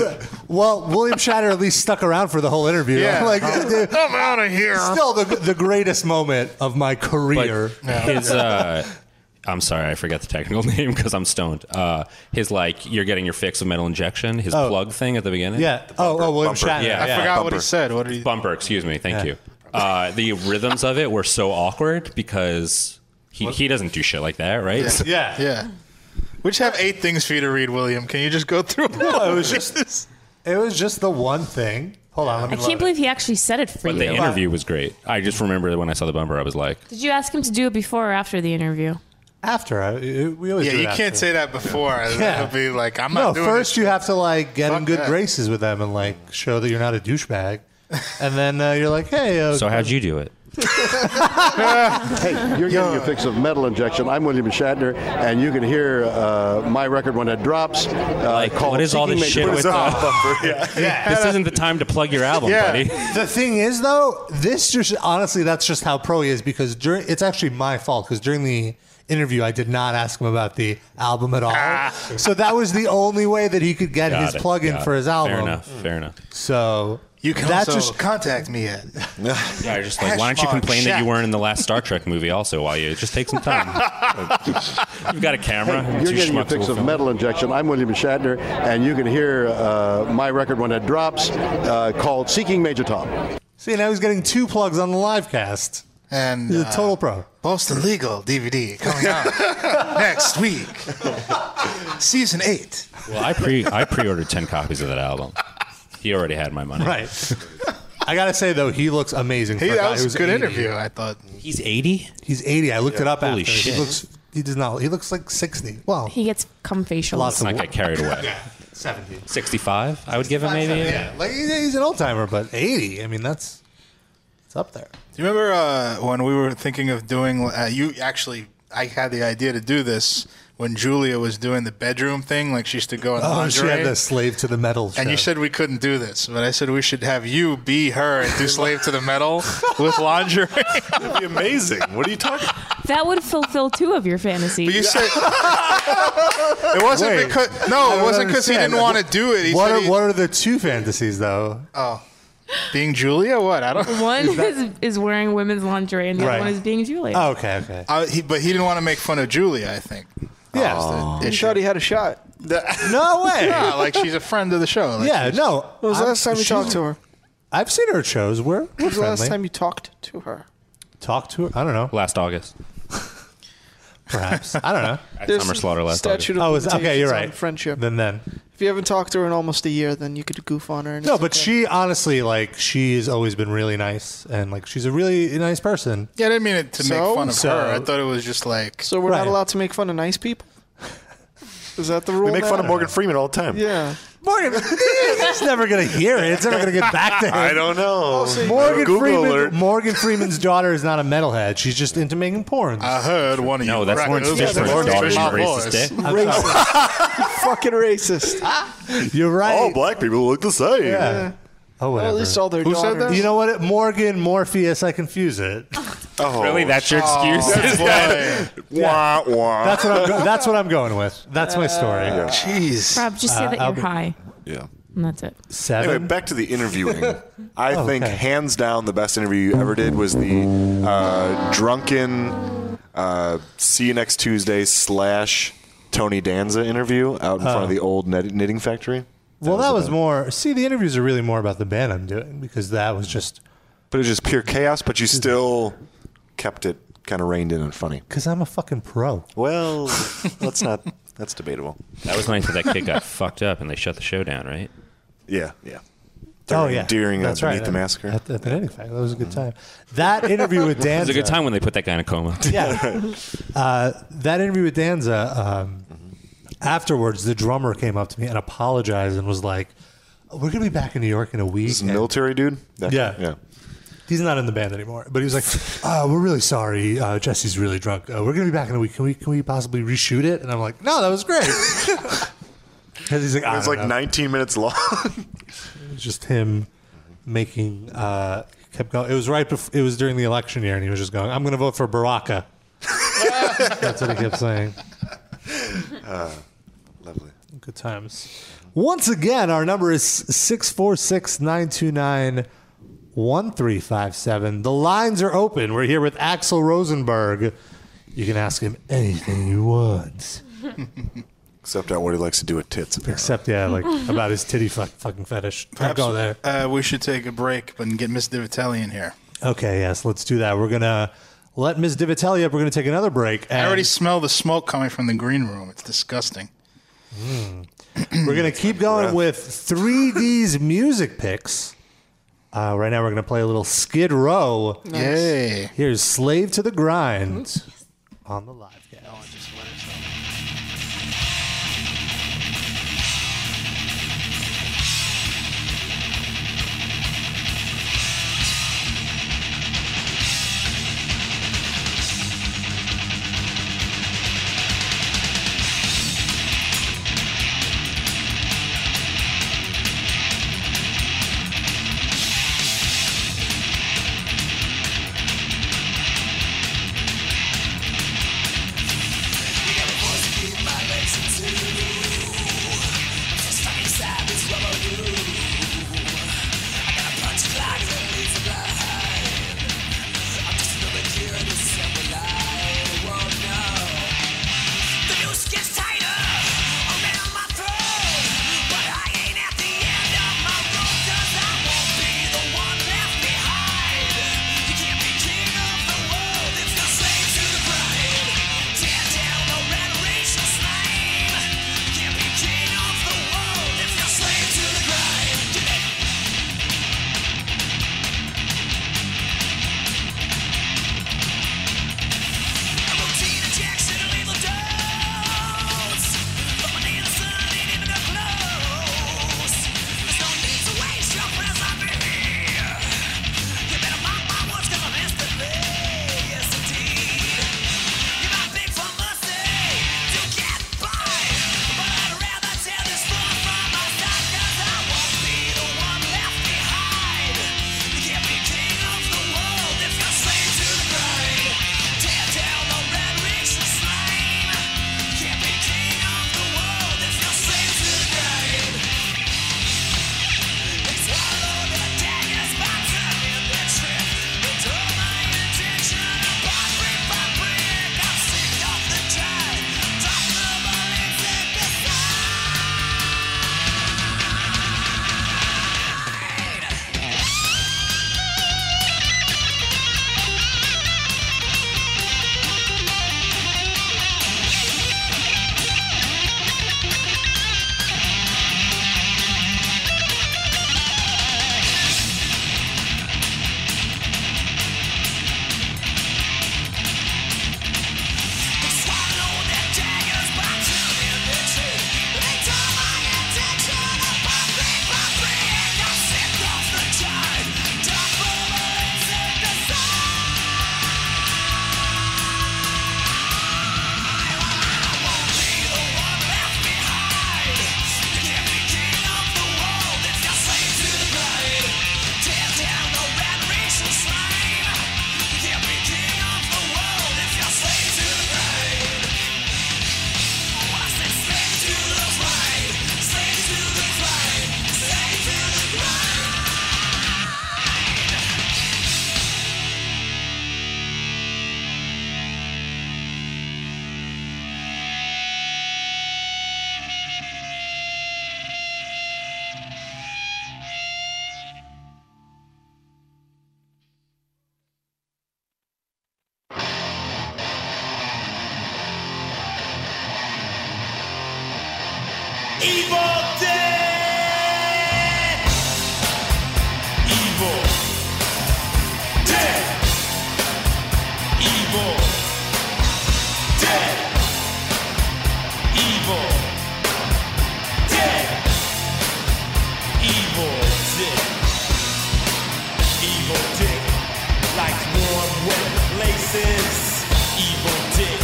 B: well, William Shatner at least stuck around for the whole interview.
E: Yeah.
B: I'm like, dude,
E: I'm out of here.
B: still the, the greatest moment of my
G: But
B: career.
G: his. Uh, I'm sorry, I forgot the technical name because I'm stoned. Uh, his like, you're getting your fix of metal injection. His plug thing at the beginning.
B: Oh. yeah. Oh, oh, William
C: bumper.
B: Shatner.
G: Yeah.
E: I
G: Yeah.
E: forgot what
C: Bumper.
E: he said. What did he?
G: Bumper, excuse me. Thank
B: Yeah.
G: you. Uh, the rhythms of it were so awkward because he, he doesn't do shit like that, right?
E: Yeah.
B: Yeah.
E: Yeah. We just have eight things for you to read, William. Can you just go through?
B: No, it was
E: just.
B: It was just the one thing. Hold on. Let
F: I
B: me
F: can't
B: load it.
F: believe he actually said it for
G: But the
F: you.
G: interview was great. I just remember when I saw the bumper, I was like,
F: Did you ask him to do it before or after the interview?
B: After. I, it- we always
E: Yeah,
B: do it
E: you can't
B: after.
E: say that before.
B: Yeah.
E: It'll be like I'm
B: No,
E: not doing
B: first
E: this.
B: you have to like get in
E: Fuck
B: good
E: that.
B: graces with them and like show that you're not a douchebag. And then uh, you're like, hey, uh,
G: so how'd you do it?
J: Hey, you're getting a fix of metal injection. I'm William Shatner, and you can hear uh, my record when it drops. Uh,
G: Like,
J: called
G: what is all this
J: Seeking
G: shit
J: Mate-
G: with uh, the, This isn't the time to plug your album,
E: Yeah.
G: buddy.
B: The thing is, though, this just honestly, that's just how pro he is because during it's actually my fault because during the interview, I did not ask him about the album at
E: Ah.
B: all. so that was the only way that he could get
G: Got
B: his
G: it.
B: plug in
G: Got
B: for
G: it.
B: his album.
G: Fair enough. "Ah, Fair enough.
B: So
E: You can
B: that
E: also
B: just
E: contact me at.
G: Yeah, I just like, why don't you
E: Hashtag
G: complain that you
E: chat.
G: weren't in the last Star Trek movie also while you just take some time? You've got a camera. and
J: You're
G: two
J: getting a
G: schmucks
J: fix
G: will
J: of
G: film.
J: metal injection. I'm William Shatner, and you can hear uh, my record when it drops, uh, called Seeking Major Tom.
B: see now he's getting two plugs on the live cast.
E: And
B: He's
E: uh,
B: a total pro.
E: Boston Legal DVD coming out next week, season eight.
G: Well, I pre I pre-ordered ten copies of that album. He already had my money.
B: Right. I gotta say though, he looks amazing.
E: Hey,
B: for a guy
E: that was
B: who's
E: a good
B: 80.
E: interview. I thought.
G: He's eighty.
B: He's 80. I looked it up.
G: Holy
B: after.
G: shit.
B: He looks. He does not. He looks like 60. Well,
F: He gets cum facials.
B: lots
G: Not
B: of
G: get carried away.
B: 70.
G: Sixty-five. I would give him maybe.
B: Yeah, like he's, he's an old timer, but 80. I mean, that's it's up there.
E: Do you remember uh, when we were thinking of doing? Uh, you actually, I had the idea to do this when Julia was doing the bedroom thing, like she used to go in
B: Oh, she
E: lingerie.
B: had the slave to the metal.
E: and you
B: show.
E: said we couldn't do this, but I said we should have you be her and do Slave to the Metal with lingerie. That'd
C: be amazing. What are you talking
F: That would fulfill two of your fantasies.
E: But you said It wasn't
B: Wait.
E: because
B: I
E: no, it
B: don't
E: wasn't because he
B: understand.
E: didn't want to do it. He
B: what,
E: said
B: are,
E: he-
B: what are the two fantasies though?
E: oh, being Julia? What I don't.
F: One is, is, wearing women's lingerie, and the
E: Right.
F: other one is being Julia.
B: Oh, okay, okay.
E: Uh, he, but he didn't want to make fun of Julia. I think.
B: Yeah.
D: He thought he had a shot.
B: no way.
E: Yeah, like she's a friend of the show. Like
B: yeah,
E: she's-
B: no.
D: When was the
B: I'm-
D: last time you
B: she's-
D: talked to her?
B: I've seen her at shows. We're, we're
D: When was the last
B: friendly.
D: time you talked to her?
B: Talked to her? I don't know.
G: Last August.
B: Perhaps. I don't know.
G: At
D: There's
G: Summer
D: a
G: Slaughter last
D: statute
G: August.
B: Oh, is, okay, you're
D: Limitations
B: right.
D: on friendship.
B: Then then.
D: If you haven't talked to her in almost a year, then you could goof on her. And
B: No,
D: it's
B: but
D: okay.
B: she honestly like she's always been really nice and like she's a really nice person.
E: Yeah, I didn't mean it to
D: So-
E: make fun of
B: So-
E: her. I thought it was just like
D: So we're
B: Right.
D: not allowed to make fun of nice people. Is that the rule?
C: We make fun
D: now?
C: of Morgan Freeman all the time.
D: Yeah.
B: Morgan, it's never gonna hear it. It's never gonna get back to him.
C: I don't know.
B: Morgan
C: Google
B: Freeman.
C: alert.
B: Morgan Freeman's daughter is not a metalhead. She's just into making porn.
E: I heard one of you.
G: No, that's
E: crack-
G: Lawrence
E: those are
G: Fishburne's
E: Lawrence
G: daughter. She's a
E: Fishburne
G: racist
E: boys.
G: dick.
D: Racist. Fucking racist.
B: You're right.
C: All black people look the same.
B: yeah. Oh, whatever.
D: At least all their
E: Who
D: daughters.
E: said
B: you know what? Morgan Morpheus. I confuse it.
C: Oh,
G: Really, that's your excuse?
E: That's why-
C: wah, wah.
B: That's what I'm. Go- that's what I'm going with. That's my story.
E: Jeez.
F: Rob, just say that
B: Uh, I'll
F: you're
B: be-
F: high,
C: yeah.
F: and that's it.
B: Seven.
C: Anyway, back to the interviewing. I
B: Oh,
C: think
B: okay.
C: hands down the best interview you ever did was the uh, drunken uh, "See you next Tuesday" slash Tony Danza interview out in front of the old knit- knitting factory.
B: well, that was
C: about-
B: more. See, the interviews are really more about the band I'm doing because that was just
C: but it was just pure chaos. But you still kept it kind of reined in and funny.
B: because I'm a fucking pro. Oh,
C: Well, that's not that's debatable.
G: That was nice that that kid got fucked up and they shut the show down, right?
C: Yeah, yeah.
B: oh yeah,
C: during uh,
B: that's
C: Beneath
B: right.
C: the Massacre.
B: At, at the knitting fact, that was a good time. That interview with
G: It
B: Danza
G: was a good time when they put that guy in a coma.
B: uh, yeah. Uh, that interview with Danza, um,
C: Mm-hmm.
B: afterwards, the drummer came up to me and apologized and was like, We're going to be back in New York in a week.
C: This
B: and
C: military dude. That-
B: Yeah.
C: yeah.
B: He's not in the band anymore. But he was like, uh, We're really sorry. Uh, Jesse's really drunk. Uh, we're going to be back in a week. Can we, can we possibly reshoot it? And I'm like, No, Oh, that was great. Because he's like,
C: It
B: I
C: was
B: don't
C: like
B: know."
C: 19 minutes long.
B: It was just him making, uh, kept going. It was right before, it was during the election year, and he was just going, I'm going to vote for Baraka. That's what he kept saying.
C: Uh, Lovely.
B: Good times. Once again, our number is 646 929 1357. The lines are open. We're here with Axel Rosenberg. You can ask him anything you want.
C: Except out what he likes to do with tits. Apparently.
B: Except, yeah, like about his titty fuck, fucking fetish. Don't go there.
E: Uh, we should take a break but get Miss Divitelli in here.
B: Okay, yes, let's do that. We're going to let Ms. Divitelli up. We're going to take another break. And
E: I already smell the smoke coming from the green room. It's disgusting.
B: Hmm. We're gonna keep going with 3D's music picks. Uh, right now, we're gonna play a little Skid Row.
E: Yay.
B: Here's "Slave to the Grind" on the live cast.
L: Slave Evil Dead! Evil Dead! Evil Dead! Evil Dead! Evil Dead! Evil Dick like warm wet laces. Evil Dick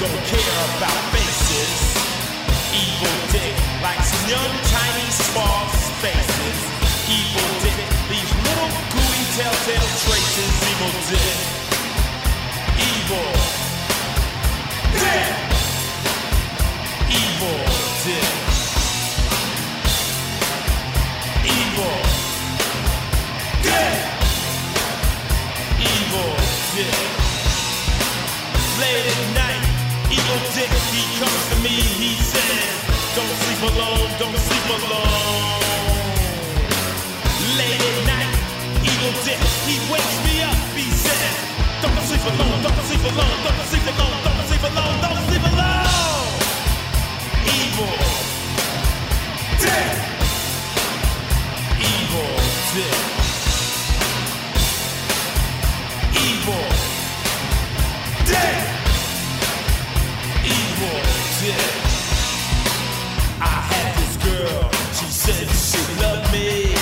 L: don't care about faces. Evil Dick likes young tiny small spaces. Evil Dick leaves little gooey telltale traces. Evil Dick. Evil Dick. Evil Dick. Evil Dick. Evil Dick. Late at night, Evil Dick, he comes to me, he says, Don't sleep alone, don't sleep alone. Late at night, Evil Dick, he wakes me up, he says, Don't sleep alone, don't sleep alone, don't sleep alone, don't sleep alone, don't sleep alone. Evil Dick. Evil Dick. Evil Dick. Evil Dick. I had this girl, she said she loved me.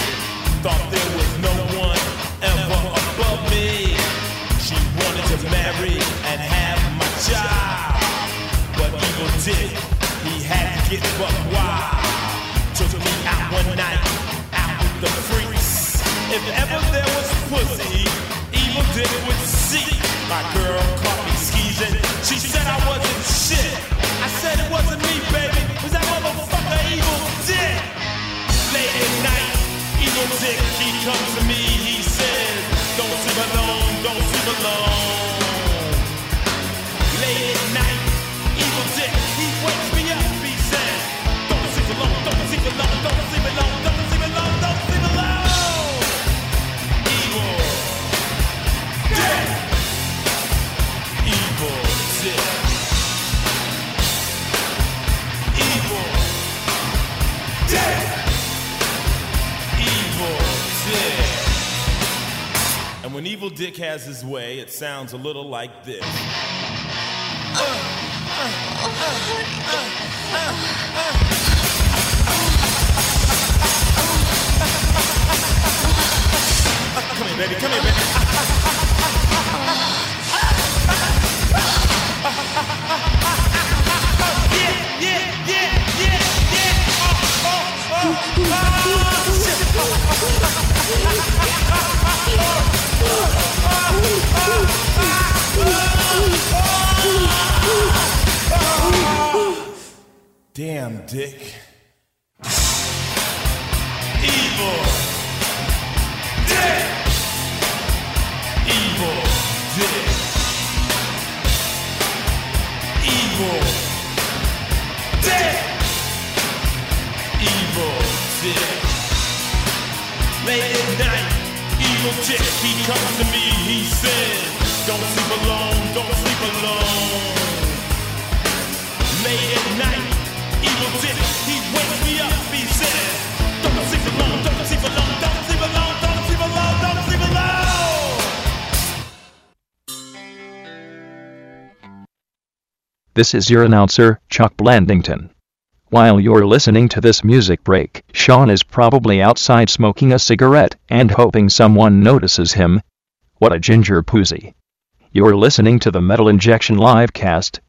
L: Thought there was no one ever above me. She wanted to marry and have my child. But Evil Dick, he had to get buck wild. Took me out one night, out with the freaks. If ever there was pussy, Evil Dick would see. My girl caught me skeezing. She said I wasn't shit. I said it wasn't me, baby. Was that motherfucker Evil Dick? Late at night, Evil Dick, he comes to me. He says, Don't sleep alone, don't sleep alone. Late at night, Evil Dick, he wakes me up. He says, Don't sleep alone, don't sleep alone, don't sleep alone, don't sleep alone, don't sleep alone. Evil Dick. Evil Dick. Evil Dick. Evil Dick. And when Evil Dick has his way, it sounds a little like this. Come here, baby. Come here, baby. Yeah, yeah, yeah, yeah, yeah. Oh, oh, oh, oh, shit. Damn, Dick. Evil. Dick. Evil. Dick. Evil. Dick. Evil. Dick. Late at night, evil dick, he comes to me, he says, Don't sleep alone, don't sleep alone. Late at night, evil dick, he wakes me up, he says, Don't sleep alone, don't sleep alone, don't sleep alone, don't sleep alone, don't sleep alone.
A: This is your announcer, Chuck Blandington. While you're listening to this music break, Sean is probably outside smoking a cigarette and hoping someone notices him. What a ginger poozy. You're listening to the Metal Injection Live cast.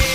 M: Oh,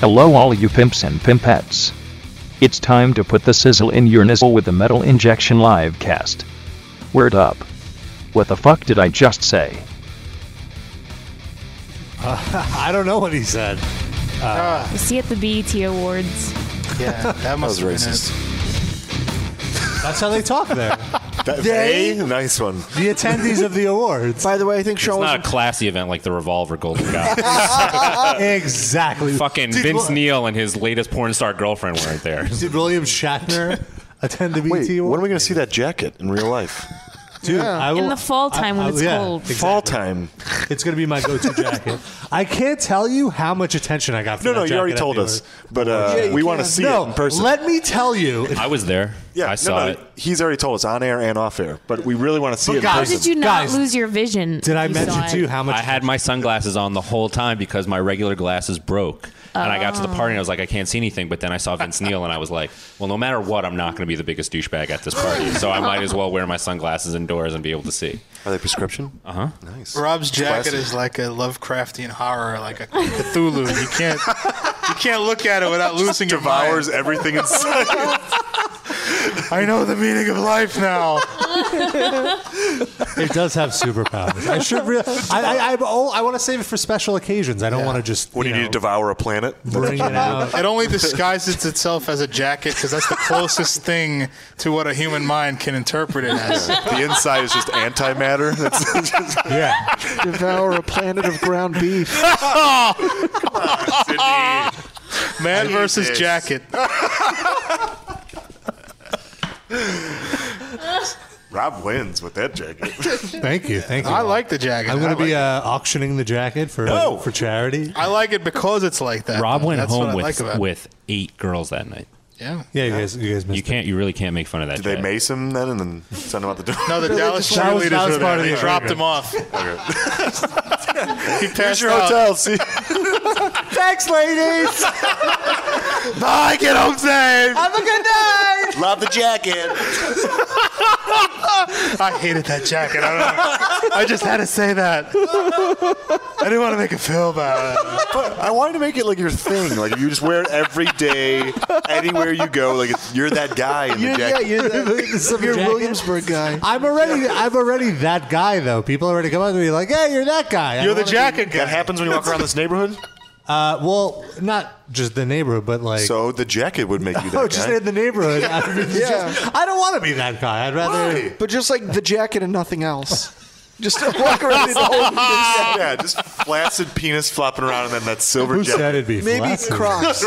A: Hello, all you pimps and pimpettes. It's time to put the sizzle in your nizzle with the Metal Injection live cast. Word up. What the fuck did I just say?
B: I don't know what he said. Uh,
F: You see at the BET Awards.
E: Ah. Yeah, that
C: must was have
B: That's how they talk there.
C: That-
B: They-
C: hey, nice one.
B: The attendees of the awards.
D: By the way, I think
G: It's
D: Sean
G: not a
D: was.
G: classy event like the Revolver Golden Guy.
B: exactly.
G: Fucking
B: Did
G: Vince
B: Wil-
G: Neil and his latest porn star girlfriend weren't there.
B: Did William Shatner attend the BET
C: Wait, when
B: Awards?
C: are we going to see that jacket in real life?
B: Dude, I
F: In
B: will-
F: the fall time when it's
B: yeah,
F: cold.
C: Fall time.
B: It's gonna be my go-to jacket. I can't tell you how much attention I got. From
C: No,
B: that
C: no, you
B: jacket
C: already
B: at
C: told
B: the
C: us,
B: award.
C: but uh,
D: Yeah, you
C: we want to
D: can.
C: see
B: no,
C: it in person.
B: let me tell you.
G: I was there. I saw
C: no, no,
G: it.
C: He's already told us on air and off air, but we really want to see
B: But
C: it
B: guys,
F: How
C: in person.
F: did you not
B: Guys,
F: lose your vision?
B: Did I
F: if you saw
B: mention
F: it?
B: to you how much
G: I had my sunglasses on the whole time because my regular glasses broke. And I got
B: Oh.
G: to the party and I was like, I can't see anything. But then I saw Vince Neil and I was like, well, no matter what, I'm not going to be the biggest douchebag at this party. So I might as well wear my sunglasses indoors and be able to see. Uh-huh.
C: Are they prescription? Uh huh. Nice.
E: Rob's jacket
C: Classic.
E: is like a Lovecraftian horror, like a Cthulhu. You can't, you can't look at it without losing your mind.
C: Devours everything inside.
E: I know the meaning of life now.
B: It does have superpowers. I should. Re- I, I, I'm all, I want to save it for special occasions. I don't want to just.
C: What do you
B: know,
C: need to devour a planet?
B: Bring it out.
E: It only disguises itself as a jacket because that's the closest thing to what a human mind can interpret it as.
C: the inside is just antimatter. That's just,
B: Yeah.
D: Devour a planet of ground beef.
E: Man versus
C: this.
E: jacket.
C: Rob wins with that jacket.
B: Thank you. Thank you.
E: I like the jacket.
B: I'm
E: I
B: going to
E: like
B: be
E: it.
B: uh, auctioning the jacket for
C: No.
B: for charity.
E: I like it because it's like that.
G: Rob
E: though.
G: went
E: That's what
G: home
E: I
G: with,
E: like about it.
G: with eight girls that night.
E: yeah.
B: Yeah, you guys, you guys missed.
G: You can't, you really can't make fun of that.
C: Did they
G: Jack.
C: mace him then and then send him out the door?
E: No, the Dallas
B: That was- that
E: cheerleaders
B: was
E: were there.
B: part of
E: They
B: the
E: dropped
B: agreement.
E: him off. he passed
C: your
E: out.
C: hotel. See,
D: Thanks, ladies.
C: bye. Get home safe.
D: Have a good night.
C: Love the jacket.
E: I hated that jacket. I don't know. I just had to say that. I didn't want to make a film about it.
C: But I wanted to make it like your thing. Like if you just wear it every day, anywhere you go, like it's, you're that guy in the
D: You're, yeah,
C: jacket.
D: you're, the, you're
B: jacket.
D: Williamsburg guy.
B: I'm already. I'm already that guy though. People already come up to me like, "Hey, you're that guy." I
E: You're the
B: wanna-
E: jacket guy.
C: that happens when you walk around this neighborhood.
B: Uh, well, not just the neighborhood, but like.
C: So the jacket would make you that
B: Oh,
C: guy.
B: just in the neighborhood. I, mean, it's
D: Yeah.
B: just- I don't want to be that guy. I'd rather.
C: Why?
D: But just like the jacket and nothing else. Just walk around in the whole
C: yeah, just flaccid penis flopping around and then that silver
B: Who
C: jacket.
B: said it'd be
D: Maybe
B: flaccid?
D: Crocs.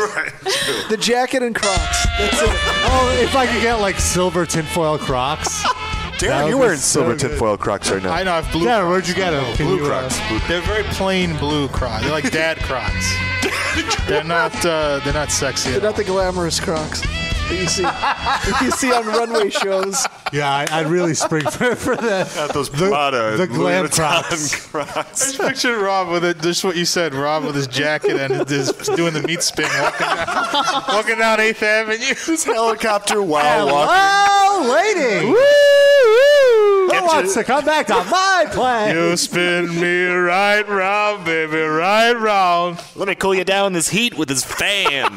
D: The jacket and Crocs. That's it.
B: Oh, if I could get like silver tinfoil Crocs. That
C: Darren,
B: would
C: you're
B: be
C: wearing
B: so
C: silver
B: good.
C: tinfoil Crocs right now.
E: I know. I've blue.
B: Darren, where'd you get them? Can you,
C: Blue
B: uh,
C: Crocs. Blue-
E: They're very plain blue Crocs. They're like dad Crocs. they're not. Uh, they're not sexy. At
D: Not
E: all.
D: the glamorous Crocs that you see that you see on runway shows.
B: Yeah, I, I'd really spring for, for that.
C: Got those
B: The-
C: Prada,
B: the
C: Louis
B: glam
C: Vuitton
B: Crocs.
E: I
C: Crocs.
E: just pictured Rob with it. Just what you said. Rob with his jacket and his, doing the meat spin, walking down, walking down Eighth Avenue.
C: This helicopter while walking.
B: Oh, lady! Woo, Who wants to come back to my plane?
E: You spin me right round, baby, right round.
C: Let me cool you down this heat with this fan.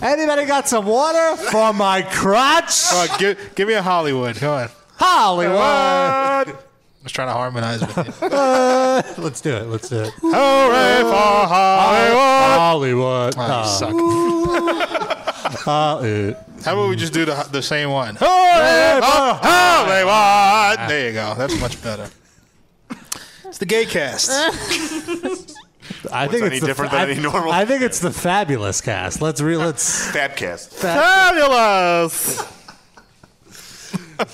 B: Anybody got some water for my crotch?
E: All right, give, give me a Hollywood. Come on.
B: Hollywood.
E: I was trying to harmonize with you.
B: Let's do it. Let's do it.
E: Hooray for Hollywood!
B: Hollywood.
E: Oh, you
B: Uh,
E: suck.
B: uh, uh, Oh,
E: How about we just do the, the same one?
N: Oh,
E: Hooray for
B: Ah.
E: Hollywood! There you go. That's much better. It's the gay cast.
B: I think
C: any
B: it's the,
C: different
B: fa-
C: than any normal?
B: I think it's the fabulous cast. Let's re- let's
C: Fabcast.
E: Fabulous!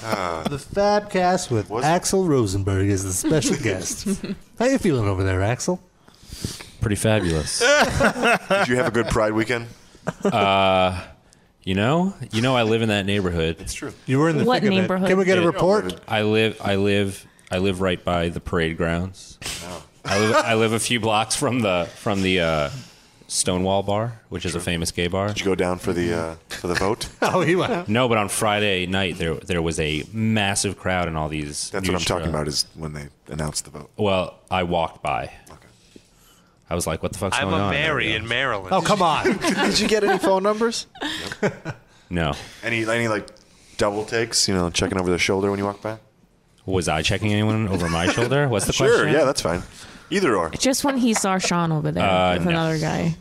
C: Ah.
B: The Fabcast with Axel Rosenberg is the special guest. How you feeling over there, Axel?
G: Pretty fabulous.
C: Did you have a good Pride weekend?
G: Uh, you know, you know, I live in that neighborhood. It's true.
B: You were in the
F: What
B: thick of it.
F: neighborhood?
B: Can we get a
G: Yeah.
B: report?
G: I live, I live, I live right by the parade grounds. I live, I live a few blocks from the from the uh, Stonewall Bar, which is a famous gay bar.
C: Did you go down for the uh, for the vote?
B: Oh, he went.
G: No, but on Friday night there there was a massive crowd and all these.
C: That's what
G: huge uh,
C: I'm talking
G: tra-
C: about. Is when they announced the vote.
G: Well, I walked by. I was like, what the fuck's
O: I'm
G: going
O: a
G: on?
O: Mary in Maryland.
B: Oh,
D: Did you get any phone numbers?
G: No.
C: Any any like double takes? You know, checking over the shoulder when you walk by.
G: Was I checking anyone over my shoulder? What's the
C: Sure,
G: question?
C: yeah, that's fine. Either or.
F: Just when he saw Sean over there
G: Uh,
F: with
G: no.
F: another guy.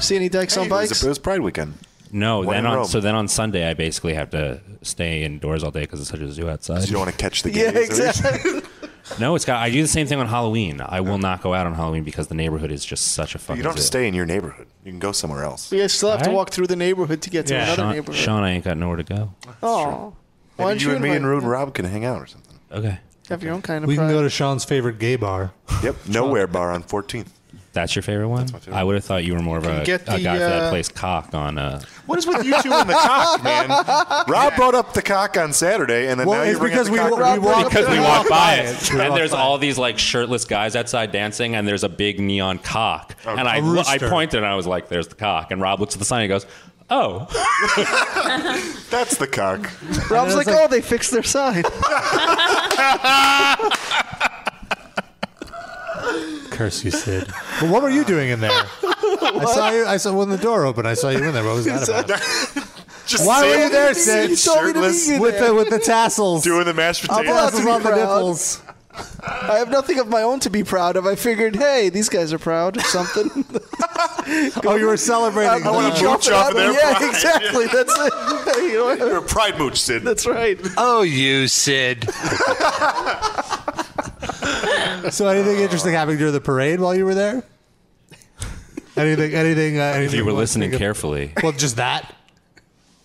D: See any dykes on bikes?
C: was Pride weekend.
G: No,
C: When
G: then
C: in
G: on,
C: Rome.
G: so then on Sunday I basically have to stay indoors all day because it's such a zoo outside.
C: You don't want to catch the
D: yeah,
C: gays.
D: exactly.
G: No, it's got. I do the same thing on Halloween. I will not go out on Halloween because the neighborhood is just such a fucking.
C: You don't have to
G: zoo.
C: stay in your neighborhood. You can go somewhere else.
D: You guys still have to
G: Alright.
D: walk through the neighborhood to get to another
G: Sean,
D: neighborhood.
G: Sean, I ain't got nowhere to go.
D: oh,
C: Maybe
D: why don't
C: you,
D: you
C: and me
D: invite-
C: and Rude and Rob can hang out or something.
G: Okay,
D: have your own kind of.
B: We can
D: pride.
B: go to Sean's favorite gay bar.
C: Yep. Nowhere bar on 14th.
G: that's your favorite one. I would have thought you were more of a,
N: get
G: a
N: the,
G: guy for that
N: uh,
G: place, cock on. Uh,
C: What is with you two and the cock, man? Rob brought up the cock on Saturday, and then
B: Well,
C: now
B: it's
C: you're bringing
B: because
C: up
B: we,
C: the cock.
B: we walked
G: because we walked by it,
B: We
G: and
B: walked
G: there's
B: by
G: all these like shirtless guys outside dancing, and there's a big neon cock, and I
B: a
G: lo- I
B: rooster.
G: pointed and I was like, "There's the cock," and Rob looks at the sign and goes, "Oh,
C: That's the cock.
D: Rob's like, oh, they fixed their sign.
B: Curse you, Sid. Well, what were you doing in there? I saw you. I saw when the door opened. I saw you in there. What was that about?
C: Just
B: Why
C: saying
B: were you there,
C: this.
B: Sid?
C: Shirtless,
B: With the with the tassels.
C: doing the mashed
D: I'm allowed
C: potatoes.
B: Tassels
D: to be
B: on the
D: proud.
B: nipples.
D: I have nothing of my own to be proud of. I figured, hey, these guys are proud of something.
B: Oh, you were celebrating.
D: I
C: wanna
B: that.
C: mooch off of their
D: Yeah,
C: pride.
D: exactly. That's it. You know,
C: You're a pride mooch, Sid.
D: that's right.
O: Oh, you, Sid.
B: So anything interesting happening during the parade while you were there? Anything? Anything? Uh, anything
G: if you were
B: worth
G: listening
B: thinking-
G: carefully,
B: Well, just that.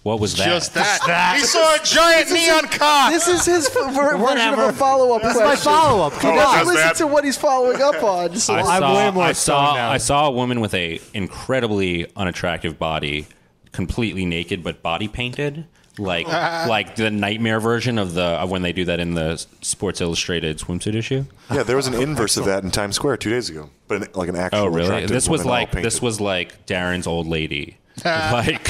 G: what was that?"
N: Just that.
O: We saw a giant neon cock.
D: This is his f- ver- version of
B: Whatever.
D: a follow-up
B: That's
D: question.
B: my follow-up. Come on.
C: Oh, that's-
D: Listen
C: bad.
D: to what he's following up on. So
G: I
B: I'm
G: saw,
B: way more
G: I
B: stoned now.
G: saw, I saw a woman with a incredibly unattractive body, completely naked but body painted, like like the nightmare version of the of when they do that in the Sports Illustrated swimsuit issue.
C: Yeah, there was an inverse of that in Times Square two days ago, but an, like an actual.
G: Oh, really?
C: attractive
G: This was
C: woman all
G: like this
C: painted.
G: was like Darren's old lady. like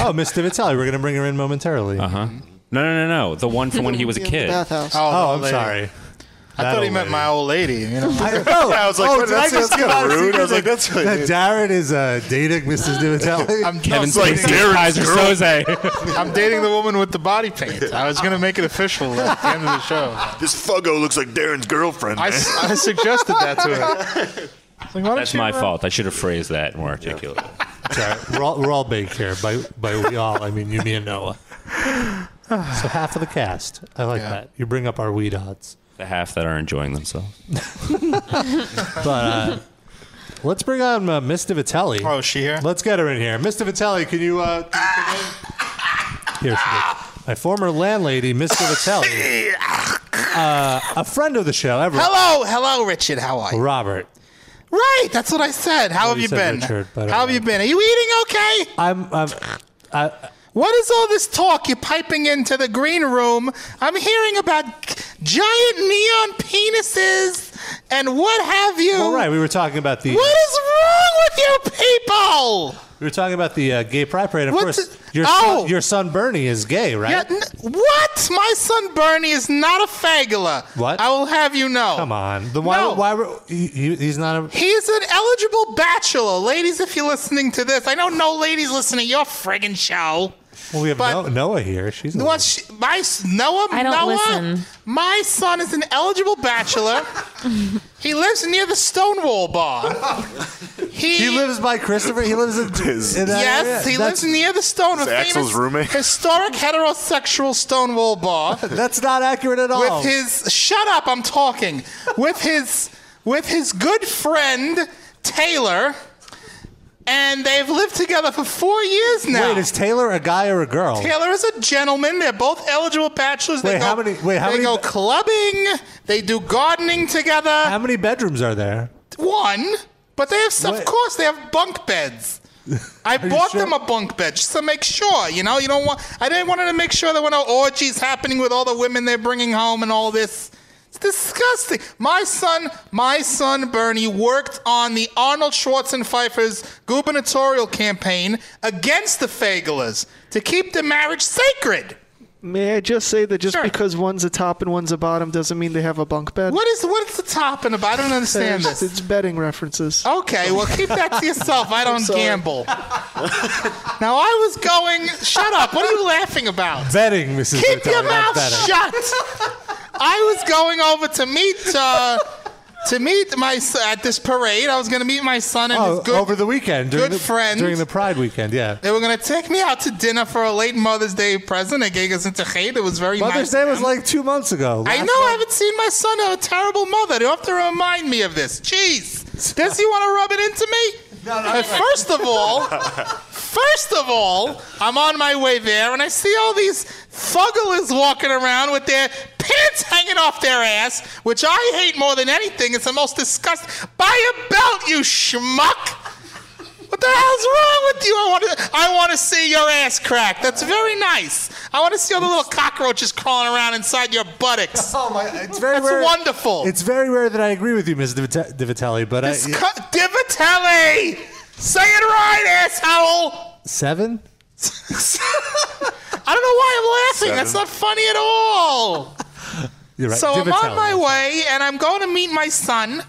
B: Oh, Miss Divitelli. We're gonna bring her in momentarily.
G: huh? No, no, no, no. The one from when he was a kid.
D: bathhouse.
N: Oh,
B: Oh, I'm
N: lady.
B: sorry.
N: I thought he meant my old lady. You know,
B: I, oh,
C: I was like,
B: oh,
C: what,
B: did
C: that's,
B: I just
C: that's
B: get
C: kind of rude. I was like,
B: that
C: that's really
B: Darren is uh, dating Mrs. Divitelli?
N: I'm
G: Kevin
N: no, I'm
G: Spacey,
N: dating-
G: is Kaiser
B: eh?
G: Soze.
N: I'm dating the woman with the body paint. I was gonna make it official at the end of the show.
C: This Fuggo looks like Darren's girlfriend.
N: I,
C: man.
N: s- I suggested that to her. I was like, why don't
G: That's
N: you,
G: my
N: uh,
G: fault. I should have phrased that more articulately.
B: Sorry, we're all we're all baked here. By by we all, I mean you, me, and Noah. So half of the cast. I like
N: Yeah.
B: that. You bring up our weed odds,
G: The half that are enjoying themselves.
B: but uh, let's bring on uh, Miss Divitelli.
N: Oh, is she here?
B: Let's get her in here. Miss Divitelli, can you? Uh, can you come in? Here she is. My former landlady, Miss Divitelli, uh, a friend of the show, ever
N: Hello, hello, Richard. How are you?
B: Robert.
N: Right, that's what I said. How have
B: you
N: you
B: said
N: been?
B: Richard, but, uh,
N: How have you been? Are you eating okay?
B: I'm. I'm I,
N: What is all this talk you're piping into the green room? I'm hearing about giant neon penises and what have you.
B: all right, we were talking about the
N: What is wrong with you people?
B: we were talking about the uh, gay pride parade. Of
N: What's
B: course,
N: it-
B: your
N: Oh!
B: son, your son Bernie is gay, right?
N: Yeah, n- what? My son Bernie is not a fagula.
B: What?
N: I will have you know.
B: Come on. Then why?
N: Oh, No.
B: Why were he, he- he's not a?
N: He's an eligible bachelor. Ladies, if you're listening to this, I know no ladies listen to your friggin' show.
B: Well, we have
N: But-
B: no, Noah here. She's a
N: What? She, my s- Noah?
F: I don't
N: Noah?
F: listen.
N: My son is an eligible bachelor. he lives near the Stonewall Bar. He,
B: he lives by Christopher. He lives in, in that
N: Yes,
B: area.
N: he
B: that's,
N: lives near the Stonewall.
C: Is Axel's
N: famous
C: roommate?
N: Historic heterosexual Stonewall Bar.
B: That's not accurate at all.
N: with his shut up i'm talking with his with his good friend taylor and they've lived together for four years now
B: Wait, is Taylor a guy or a girl?
N: taylor is a gentleman they're both eligible bachelors they
B: Wait,
N: go,
B: how many- wait, how
N: they
B: many
N: go
B: ba-
N: clubbing they do gardening together
B: How many bedrooms are there?
N: one but they have
B: Wait.
N: of course they have bunk beds I
B: you
N: bought
B: sure?
N: them a bunk bed just to make sure, you know. You don't want. I didn't want to make sure there were no orgies happening with all the women they're bringing home and all this. It's disgusting. My son, my son Bernie worked on the Arnold Schwarzenegger's gubernatorial campaign against the Fagelas to keep the marriage sacred.
D: May I just say that just because one's a top and one's a bottom doesn't mean they have a bunk bed?
N: What is what's the top and the bottom? I don't understand
D: It's-
N: this.
D: It's betting references.
N: Okay, well keep that to yourself. I don't gamble. now I was going. Shut up! What are you laughing about?
B: Betting, Mrs.
N: Keep
B: Vitale,
N: your
B: not
N: mouth
B: betting.
N: shut. I was going over to meet uh, to meet my son at this parade. I was going to meet my son and
B: Oh,
N: his good.
B: over the weekend, during
N: good
B: the,
N: friend.
B: during the Pride weekend, yeah.
N: they were going to take me out to dinner for a late Mother's Day present. They gave us into hate. It was very nice.
B: Mother's Day was like two months ago.
N: I know I haven't seen my son. I'm a terrible mother. They have to remind me of this. Jeez, does he want to rub it into me? No, no. First of all, first of all, I'm on my way there, and I see all these fugglers walking around with their pants hanging off their ass, which I hate more than anything. It's the most disgusting. Buy a belt, you schmuck. What the hell's wrong with you? I want to, I want to see your ass crack. That's very nice. I want to see all the little cockroaches crawling around inside your buttocks. Oh my, it's very That's
B: rare-
N: wonderful.
B: It's very rare that I agree with you, Ms. Divita- Divitelli, but I,
N: Cu- Divitelli! Say it right, asshole!
B: seven?
N: I don't know why I'm laughing. That's
B: Seven.
N: not funny at all.
B: You're right.
N: So I'm
B: Divitelli.
N: on my way, and I'm going to meet my son.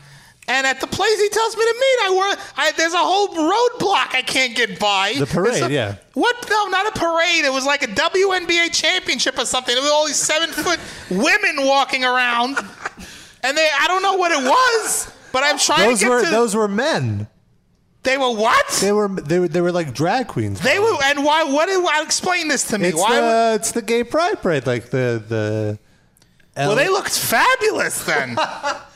N: And at the place he tells me to meet, I were I, there's a whole roadblock I can't get by.
B: The parade,
N: There's a-
B: yeah.
N: What? No, not a parade. It was like a WNBA championship or something. There were all these seven foot women walking around, and they I don't know what it was, but I'm trying
B: Those
N: to get
B: were
N: to.
B: those were men.
N: They were what?
B: They were they were, they were like drag queens.
N: they were, and why? What? Did, why explain this to me?
B: It's
N: why? would-
B: the, it's the gay pride parade, like the the.
N: well, they looked fabulous then.
B: that.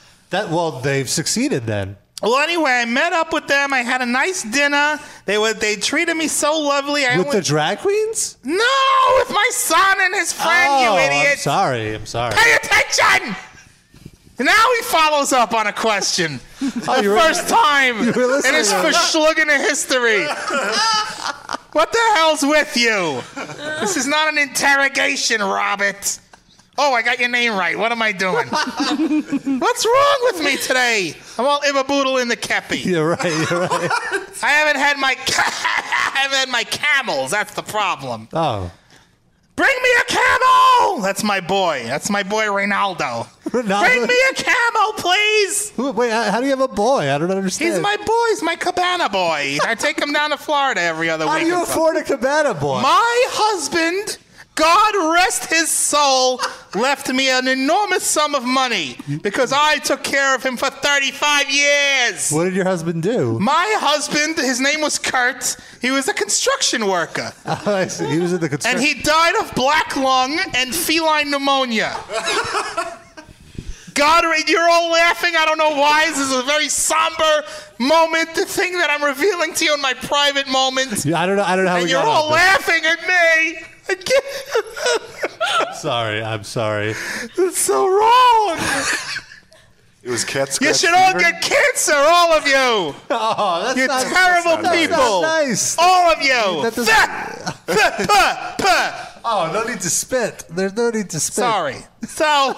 B: Well, they've succeeded then.
N: Well, anyway, I met up with them. I had a nice dinner. They were they treated me so lovely. I
B: With the
N: went-
B: drag queens?
N: no, with my son and his friend.
B: oh,
N: you
B: I'm
N: idiot!
B: sorry. I'm sorry.
N: Pay attention. Now he follows up on a question.
B: Oh,
N: the
B: you were-
N: first time
B: you were
N: in
B: listening
N: his
B: to that.
N: verschlugging history. what the hell's with you? This is not an interrogation, Robert. Oh, I got your name right. What am I doing? What's wrong with me today? I'm all ibboodle in the kepi.
B: You're right. You're right.
N: I haven't had my ca- I haven't had my camels. That's the problem.
B: Oh,
N: Bring me a camel. That's my boy. That's my boy Reynaldo.
B: Ronaldo.
N: Bring me a camel, please.
B: Who- Wait, how how do you have a boy? I don't understand.
N: He's my boy. He's my cabana boy. I take him down to Florida every other
B: How
N: week.
B: do you
N: or something.
B: afford a cabana boy?
N: My husband, God rest his soul, left me an enormous sum of money because I took care of him for 35 years.
B: what did your husband do?
N: My husband, his name was Kurt. He was a construction worker.
B: I see. He was in the
N: And
B: construction.
N: he died of black lung and feline pneumonia. God, you're all laughing. I don't know why. This is a very somber moment. The thing that I'm revealing to you in my private moment.
B: Yeah, I don't know. I don't know how
N: and
B: we
N: you're
B: got
N: all
B: on this.
N: laughing at me. I can't-
B: Sorry, I'm sorry.
N: It's so wrong.
C: It was cats.
N: You should all get cancer, all of you.
B: Oh, that's
N: you
B: not-
N: terrible
B: that's not
N: people.
B: nice.
N: All of you.
B: That doesn't-
N: Fuh, fuh, fuh, fuh.
B: Oh, no need to spit. There's no need to spit.
N: Sorry. So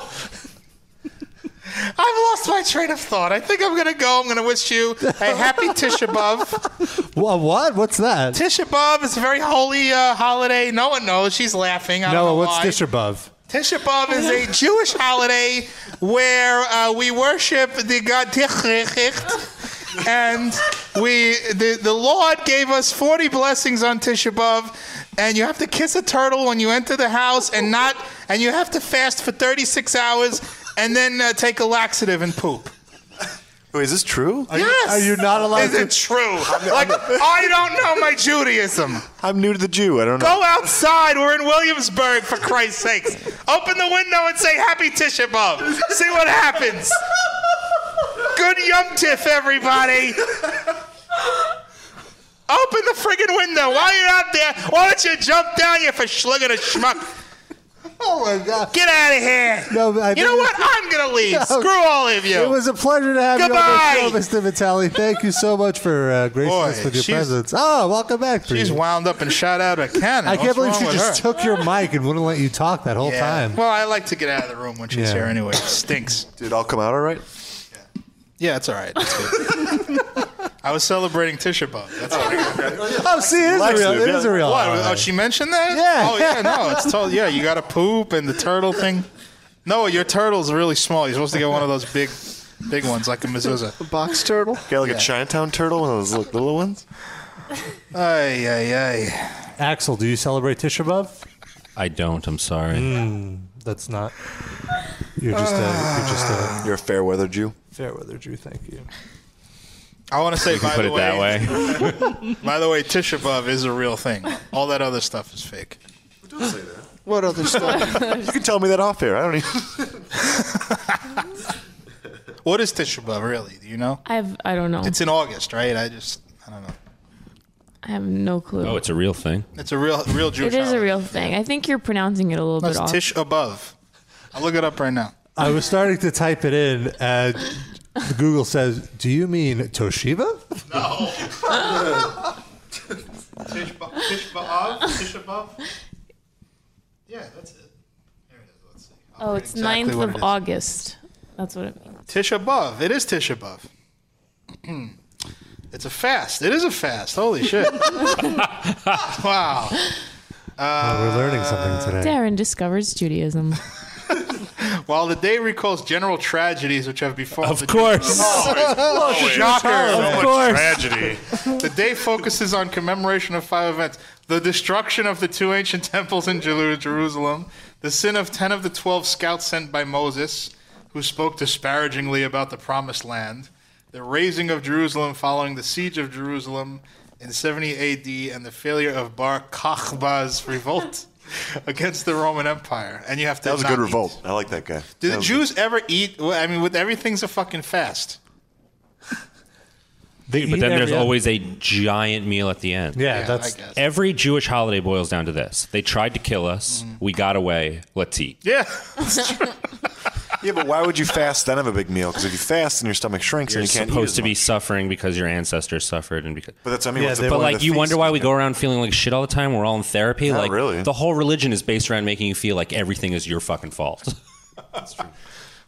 N: I've lost my train of thought. I think I'm gonna go. I'm gonna wish you a happy Tisha B'av.
B: Wha- what? What's that?
N: Tisha B'av is a very holy uh, holiday. No one knows. She's laughing. I don't
B: Noah,
N: know
B: what's
N: why.
B: dish above?
N: Tisha B'av is a Jewish holiday where uh, we worship the god Tichricht, and we the, the Lord gave us 40 blessings on Tisha B'av, and you have to kiss a turtle when you enter the house, and not and you have to fast for 36 hours, and then uh, take a laxative and poop.
C: Wait, is this true?
N: yes,
B: Are you not allowed
N: is
B: to?
N: it true? Like I don't know my Judaism.
C: I'm new to the Jew. I don't know.
N: Go outside. We're in Williamsburg, for Christ's sakes. Open the window and say Happy Tisha B'Av. See what happens. Good Yom Tif, everybody. Open the friggin' window. While you're out there, why don't you jump down, you verschlugging a schmuck?
B: oh my god!
N: Get out of here.
B: No, I
N: you know what?
B: think-
N: I'm going to leave.
B: No.
N: Screw all of you.
B: It was a pleasure to have you on
N: Goodbye.
B: the show, Mr. Vitale. Thank you so much for uh, gracing
N: Boy,
B: us with your
N: she's-
B: presence. Oh, welcome back.
N: She's
B: Bree.
N: wound up and shot out of a cannon.
B: I can't
N: What's
B: believe
N: wrong
B: she
N: with
B: just
N: her?
B: took your mic and wouldn't let you talk that whole
N: Yeah.
B: time.
N: Well, I like to get out of the room when she's
B: Yeah.
N: here anyway. It stinks.
C: Did it all come out all right?
N: Yeah, it's all right. It's good.
E: I was celebrating Tisha B'av. That's oh,
B: oh, see, it is a real. It is a real.
E: What?
B: holiday.
E: Oh, she mentioned that?
B: Yeah.
E: Oh, yeah, no. It's told, yeah, you got to poop and the turtle thing. No, your turtle's really small. You're supposed to get one of those big big ones, like a mezuzah.
D: A box turtle?
C: Got like
E: Yeah.
C: a Chinatown turtle, one of those like, little ones.
E: Ay, ay, ay.
B: Axel, do you celebrate Tisha B'av?
G: I don't. I'm sorry.
B: Mm, that's not. You're just a. You're just
N: Ah.
B: a.
C: You're a fair weather Jew.
B: Fair weather, Drew. Thank you.
E: I want to say,
B: You can
E: by
B: put
E: the
B: it
E: way,
B: that
E: by the way, Tisha B'av is a real thing. All that other stuff is fake.
D: What other stuff?
C: you can tell me that off air. I don't even.
E: What is Tisha B'av really? Do you know?
F: I've I don't know.
E: It's in August, right? I just I don't know.
F: I have no clue.
G: Oh, it's a real thing.
E: It's a real real Jewish.
F: It is a real thing. I think you're pronouncing it a little
E: No,
F: bit
E: it's
F: off.
E: Tish above. I'll look it up right now.
B: I was starting to type it in, and Google says, "Do you mean Toshiba?"
E: No. Tish B'av? Tish above? Yeah, that's it.
F: oh, it's
E: Exactly
F: 9th
E: what
F: of
E: it is.
F: August. That's what it means.
E: Tish above. It is Tish above. it's a fast. It is a fast. Holy shit. wow.
B: we're learning something today.
F: Darren discovers Judaism.
E: While the day recalls general tragedies which have befallen, of
G: course,
E: shocker,
L: Of
E: So much
L: course.
E: tragedy. the day focuses on commemoration of five events: the destruction of the two ancient temples in Jeru- Jerusalem, the sin of ten of the twelve scouts sent by Moses, who spoke disparagingly about the Promised Land, the raising of Jerusalem following the siege of Jerusalem in 70 A.D., and the failure of Bar Kokhba's revolt. Against the Roman Empire, and you have to.
C: That was a
E: not
C: good
E: eat
C: revolt. I like that guy.
E: do
C: That
E: the
C: was-
E: Jews ever eat? Well, I mean, with everything's a fucking fast.
G: but
E: eat
G: then there's
E: every-
G: always a giant meal at the end.
E: Yeah, Yeah, that's- I guess.
G: every Jewish holiday boils down to this. They tried to kill us.
E: Mm.
G: We got away. Let's eat.
E: Yeah.
C: yeah, but why would you fast then have a big meal? Because if you fast and your stomach shrinks
G: You're
C: and you can't eat
G: supposed
C: as
G: to be
C: much.
G: suffering because your ancestors suffered and because.
C: But that's what I mean. what's the point
G: but
C: of
G: like
C: the
G: you
C: feast?
G: wonder why we go around feeling like shit all the time. We're all in therapy.
C: Not
G: like
C: really.
G: the whole religion is based around making you feel like everything is your fucking fault.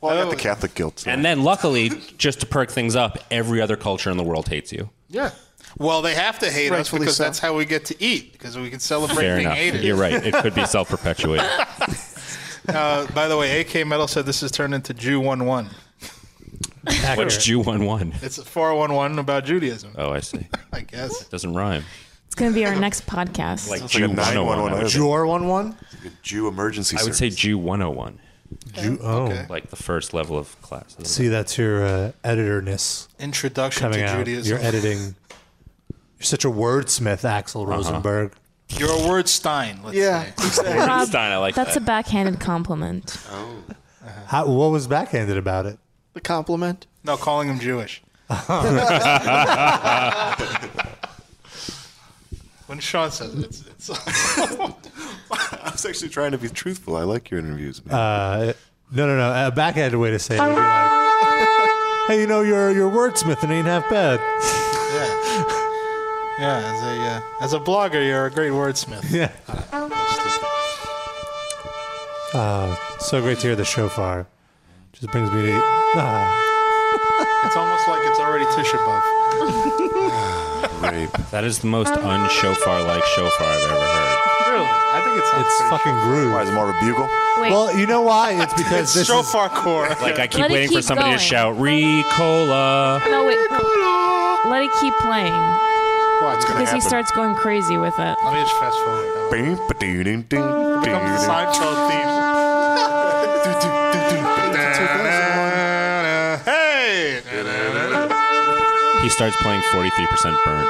C: Well, I got the Catholic guilt.
G: And then luckily, just to perk things up, every other culture in the world hates you.
E: Yeah. Well, they have to hate us
G: Rightfully
E: because
G: so.
E: that's how we get to eat because we can celebrate
G: Fair
E: being
G: enough.
E: hated.
G: You're right. It could be self-perpetuating.
E: uh, by the way, AK Metal said this has turned into Jew one one.
G: What's Jew one one?
E: It's a four one one about Judaism,
G: Oh, I see.
E: I guess.
G: Doesn't rhyme.
F: It's going to be our next podcast.
G: Like
C: like a
G: Jew 101.
C: 911.
G: Jew
B: one one.
C: Jew emergency.
G: I would say Jew 101.
B: Jew. Oh,
G: Like the first level of class.
B: see, that's your uh, editorness.
E: Introduction
B: coming
E: to
B: out.
E: Judaism.
B: You're editing. You're such a wordsmith, Axel Rosenberg.
E: You're a word Stein. Let's
D: yeah.
F: Rob,
G: Stein, I like
F: that's
G: that.
F: a backhanded compliment.
E: Oh.
B: How, what was backhanded about it?
D: The compliment.
E: No, calling him Jewish. when Sean says it, it's, it's
C: I was actually trying to be truthful. I like your interviews. Man.
B: Uh, no, no, no. A backhanded way to say it would be like, "Hey, you know, you're you're wordsmithing ain't half bad."
E: Yeah, as a uh, as a blogger, you're a great wordsmith.
B: Yeah. Uh, so great to hear the shofar. Just brings me to. Ah.
E: It's almost like it's already Tisha B'av.
G: That is the most unshofar like shofar I've ever heard.
E: really? I think it's
B: It's fucking groove. Why
C: is it more of a bugle?
F: Wait.
B: Well, you know why? It's because
E: It's
B: this is
E: shofar core.
G: Like I keep
F: Let it
G: waiting for
F: keep
G: somebody to
F: going.
G: shout Ricola.
F: No, wait. Let it keep playing
E: What's
C: gonna
F: because he
C: happen?
F: starts going crazy with it.
E: Let me just fast forward.
C: Bing, ba-ding, ding, ding,
E: Becomes the
C: ding.
E: Seinfeld theme. Hey!
G: He starts playing 43% burn.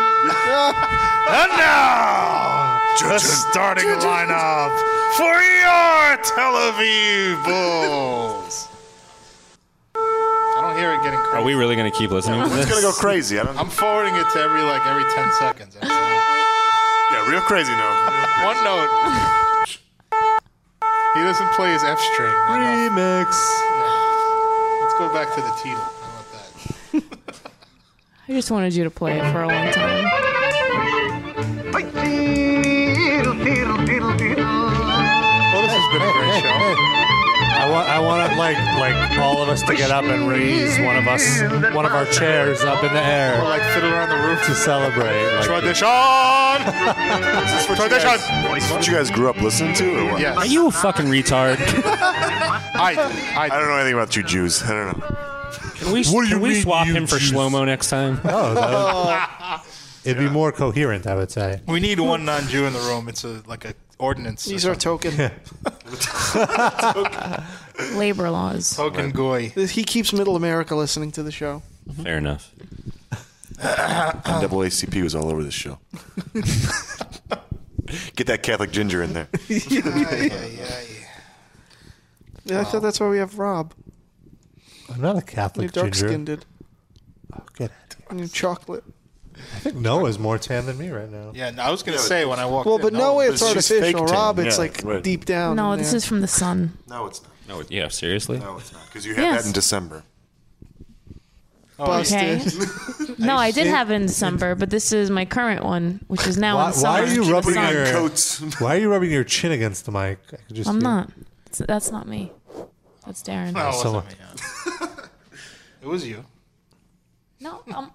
L: And now, the starting lineup for your Tel Aviv Bulls.
E: I don't hear it getting
G: Are we really going to keep listening to this?
C: It's gonna go crazy. I don't.
E: I'm forwarding it to every like every ten seconds.
C: Yeah, real crazy now.
E: One note. He doesn't play his F string.
B: Remix.
E: Let's go back to the Teetle.
F: I just wanted you to play it for a long time.
E: Well, this has been a great show.
B: I I want, I want like, like all of us to get up and raise one of us, one of our chairs up in the air,
E: like fiddle around the roof
B: to celebrate. Like,
E: Tradition.
C: this is for What you guys grew up listening to, or what?
E: Yes.
G: Are you a fucking retard?
E: I, I,
C: don't know anything about you Jews. I don't know.
G: Can we, can we swap him for Shlomo next time?
B: Oh, it'd be more coherent, I would say.
E: We need one non-Jew in the room. It's a like a ordinance.
D: These are token.
F: Labor laws.
E: Token goy.
D: He keeps Middle America listening to the show.
G: Mm-hmm. Fair enough.
C: NAACP was all over this show. Get that Catholic ginger in there.
D: Yeah, I thought that's why we have Rob.
B: I'm not a Catholic
D: You're dark
B: ginger.
D: skinned.
B: Oh, good.
D: And you're chocolate.
B: I think Noah's more tan than me right now.
E: Yeah, no, I was gonna say when I walked.
D: Well,
E: in,
D: but no way it's
E: she's
D: artificial,
E: fake tan.
D: Rob. It's
E: Yeah,
D: like
E: right.
D: deep down.
F: No,
D: in
F: this
D: there.
F: is from the sun.
C: No, it's not.
G: No, yeah, seriously?
C: No, it's not. Because you
F: had Yes. that in
C: December.
F: Okay. no, I did have it in December, but this is my current one, which is now
B: Why,
F: in
B: why
F: summer.
B: are you rubbing
F: Sun.
B: your Why are you rubbing your chin against the mic? I could just
F: I'm
B: hear-
F: not. It's- That's not me. That's Darren.
E: No, it wasn't
B: Someone-
E: me, yeah. it was you.
F: No, um,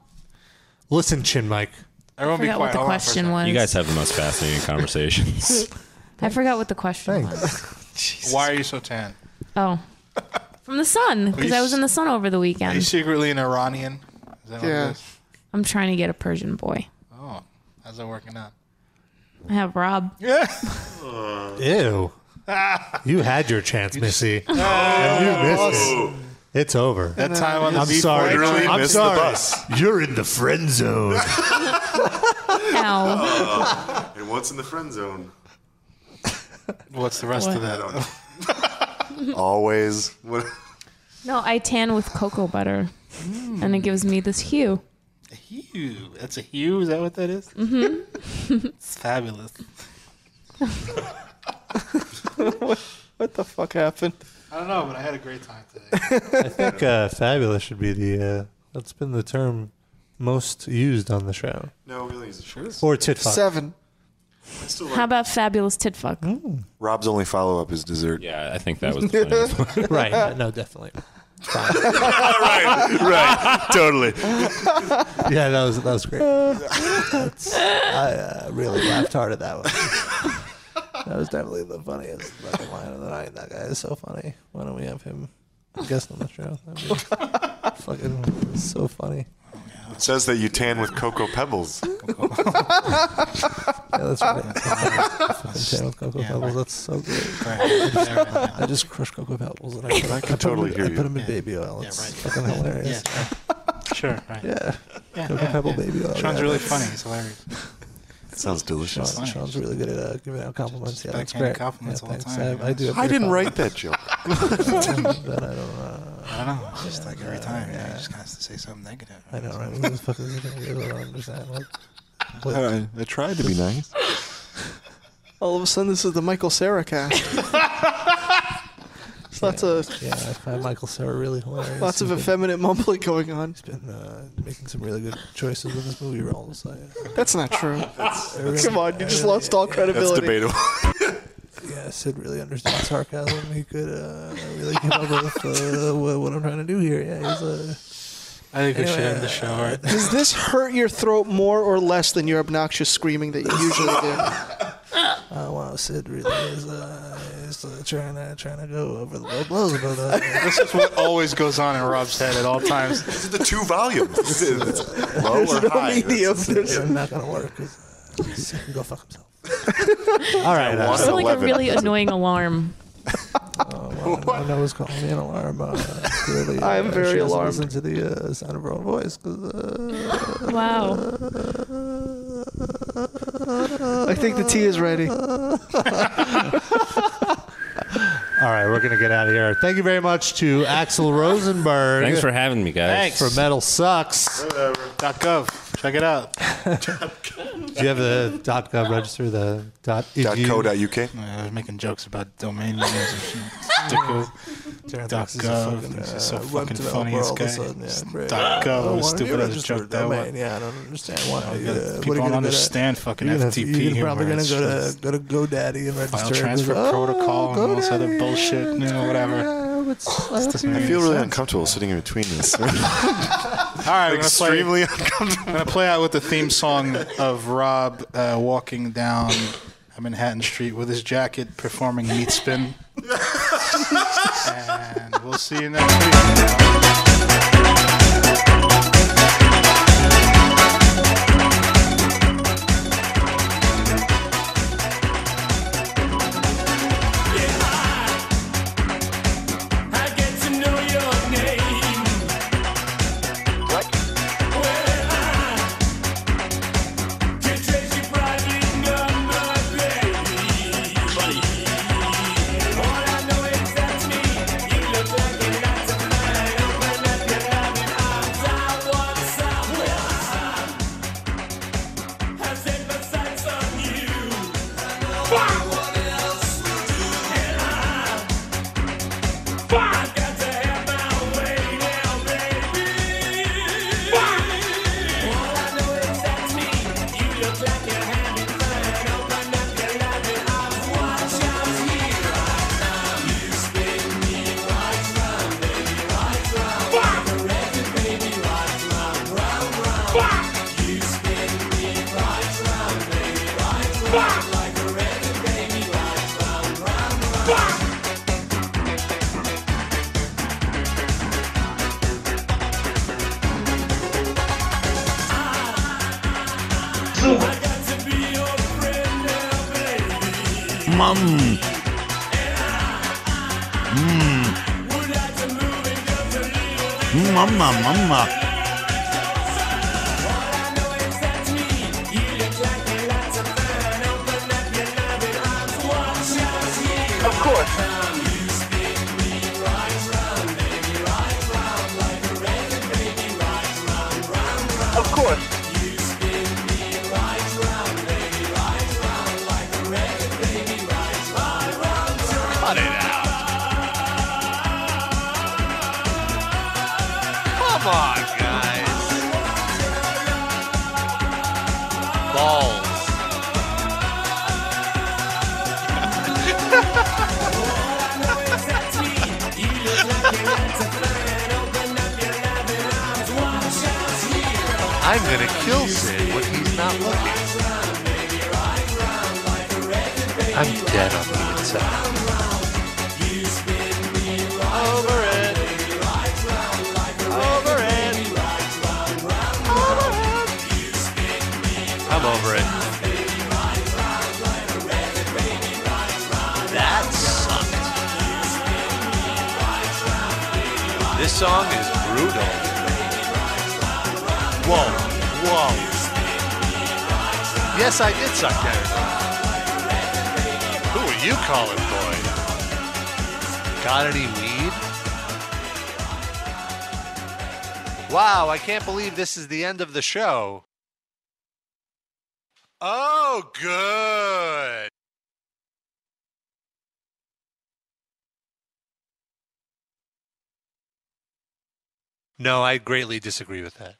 B: Listen, chin mic.
E: Everyone
F: I forgot what the question was.
G: You guys have the most fascinating conversations.
F: I forgot what the question was.
E: Why are you so tan?
F: Oh, from the sun because I was in the sun over the
E: Are you
F: weekend.
E: secretly an Iranian? Is that what
F: Yeah.
E: it is?
F: I'm trying to get a Persian boy.
E: Oh, how's that working out?
F: I have Rob.
E: Yeah.
B: Oh. Ew. you had your chance, Missy. And you missed it. It's over.
E: Oh. That time on the
B: I'm
E: B4
B: sorry.
E: train.
B: I'm
E: Missed the
B: sorry.
E: bus.
B: You're in the friend zone.
C: Oh, and what's in the friend zone?
E: What's the rest of
C: I
E: that?
C: don't know. Always. What?
F: No, I tan with cocoa butter,
E: Mm.
F: and it gives me this hue.
E: Hue. That's a hue. Is that what that is?
F: Mm-hmm.
E: It's fabulous.
D: What the fuck happened?
E: I don't know, but I had a great time today.
B: I think uh, fabulous should be the. Uh, that's been the term most used on the show.
C: No, really, is it true?
B: Or tit fuck.
D: Seven.
F: How about fabulous tit fuck?
C: Rob's only follow up is dessert.
G: Yeah, I think that
F: was the funniest one. Right,
B: No, definitely.
C: right. Right. Totally.
B: Yeah, that was that was great. That's- I uh, really laughed hard at that one. That was definitely the funniest fucking line of the night. That guy is so funny. Why don't we have him guest on the show? That'd be fucking so funny.
C: It says that you tan with cocoa pebbles.
B: Yeah, that's right. Fucking channel Cocoa Pebbles. That's so good. I just crush Cocoa Pebbles and I put,
C: I
B: I
C: can
B: put
C: totally
B: them,
C: hear
B: I
C: you.
B: put them in baby oil. It's fucking hilarious.
E: Sure. Right.
B: Yeah.
E: Yeah,
B: Cocoa
E: yeah,
B: Pebble
E: yeah.
B: baby oil.
E: Sean's
B: yeah,
E: really
B: that's-
E: funny. He's hilarious.
C: Sounds delicious.
B: Sean, Sean's really good at uh, giving out compliments. yeah, that's
E: backhanded
B: great.
E: compliments
B: yeah,
E: all the
B: thanks.
E: time,
B: I, I do.
C: I didn't write that joke.
B: but I don't. Uh,
E: I don't know. It's just like every time, yeah, he just has to say something negative.
B: I know, right? Who the fuck is gonna give it? I don't understand. What, what-
C: I, I tried to be nice.
D: All of a sudden, this is the Michael Sarah cast. There's lots of
B: yeah, I find Michael Cera really hilarious.
D: lots of
B: He's been-
D: effeminate mumbling going on.
B: been uh, making some really good choices with his movie roles. I, uh,
D: That's not true.
B: that's-
D: Come on, you just lost all credibility.
B: yeah, Sid really understands sarcasm. He could uh, really keep up with uh, what, what I'm trying to do here. Yeah, he's uh,
E: I think we should
B: Anyway, uh,
E: end the show. Right?
D: Does this hurt your throat more or less than your obnoxious screaming that you usually do?
B: uh, wow, Sid really is uh, is uh, trying to trying to go over the low blows, but uh,
E: this is what always goes on in Rob's head at all times.
C: This is the two volumes. This is low
D: There's
C: or
D: no
C: high.
D: medium.
C: That's-
D: There's-
B: it's not gonna work. 'cause, uh, Sid can go fuck himself. All right,
C: uh,
F: I sound like a
C: 11.
F: really annoying alarm.
B: Oh, well, I know it's calling me an alarm. Uh, clearly, uh,
D: I'm very
B: she doesn't
D: alarmed.
B: Listen to the uh, sound of her own voice. 'cause, uh,
F: Wow.
D: I think the tea is ready.
B: All right, we're gonna get out of here. Thank you very much to Axel Rosenberg
G: Thanks for having me, guys.
E: Thanks.
B: for Metal Sucks.
E: .gov. Check it out.
B: Do you have the dot .gov register? The dot
C: Dot co. Dot uk.
E: I was making jokes about domain names and shit. Dicko. Dot
B: This is a
E: gov.
B: fucking,
E: This
B: uh,
E: is so
B: web
E: fucking
B: developer
E: funny. This
B: all of a
E: guy.
B: sudden, yeah,
E: It's
B: great.
E: Dot
B: Oh, why
E: gov.
B: don't you
E: Stupid as a
B: register
E: joke
B: the
E: that
B: domain?
E: one.
B: Yeah, I don't understand why.
E: Oh,
B: you,
E: yeah,
B: uh,
E: people
B: what are you
E: don't
B: gonna do
E: understand
B: that?
E: fucking
B: you're gonna-
E: FTP
B: You're
E: humor.
B: probably gonna
E: It's
B: go to
E: just
B: go to GoDaddy and register.
E: File
B: it, 'cause,
E: transfer
B: oh,
E: protocol and all this other bullshit. You know, whatever.
P: don't. It's, I don't see
C: I feel
P: any
C: really
P: sense.
C: uncomfortable sitting in between this.
E: All right, I'm gonna
C: Extremely
E: play, I'm gonna play out with the theme song of Rob uh, walking down uh, Manhattan Street with his jacket, performing meat spin. and we'll see you next week.
M: I get to know your name. What? Well, I can trace your private number, baby. Buddy. All I know is that's me. You look like a night of mine. Open up your loving arms. I want some. Well, I set my sights on you. Fuck! What else will do? And I Fuck! Got to have my way now, baby. All I know is that's me. You look like you're having fun. Open up your loving arms. Watch out here. You spin me right round, baby, right round. Fuck! The record, baby, right round, round, round. Fuck! You spin me right round, baby, right round. Like a record, baby, right round, round, round. Fuck!
Q: Mum. Mm. Mmm. Mama, mama.
M: Of course. Of course. Cut it out.
O: Come on, guys. Balls. I'm gonna kill Sid when he's not looking. I'm dead on the inside.
M: Over it. Over it.
O: I'm over it. That sucked. This song is brutal. Whoa, whoa. Yes, I did suck that. Who are you calling boy? Got any weed? Wow, I can't believe this is the end of the show. Oh, good. No, I greatly disagree with that.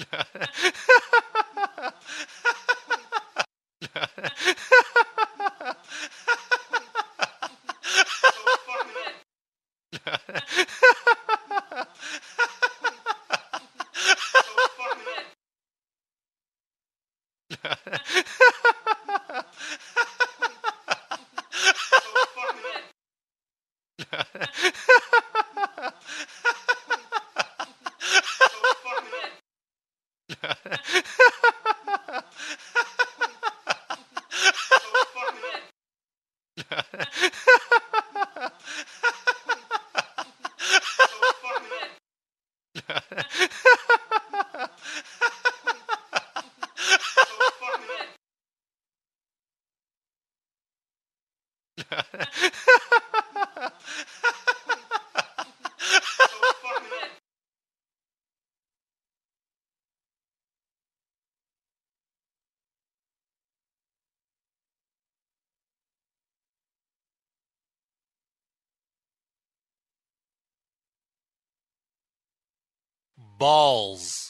O: Balls.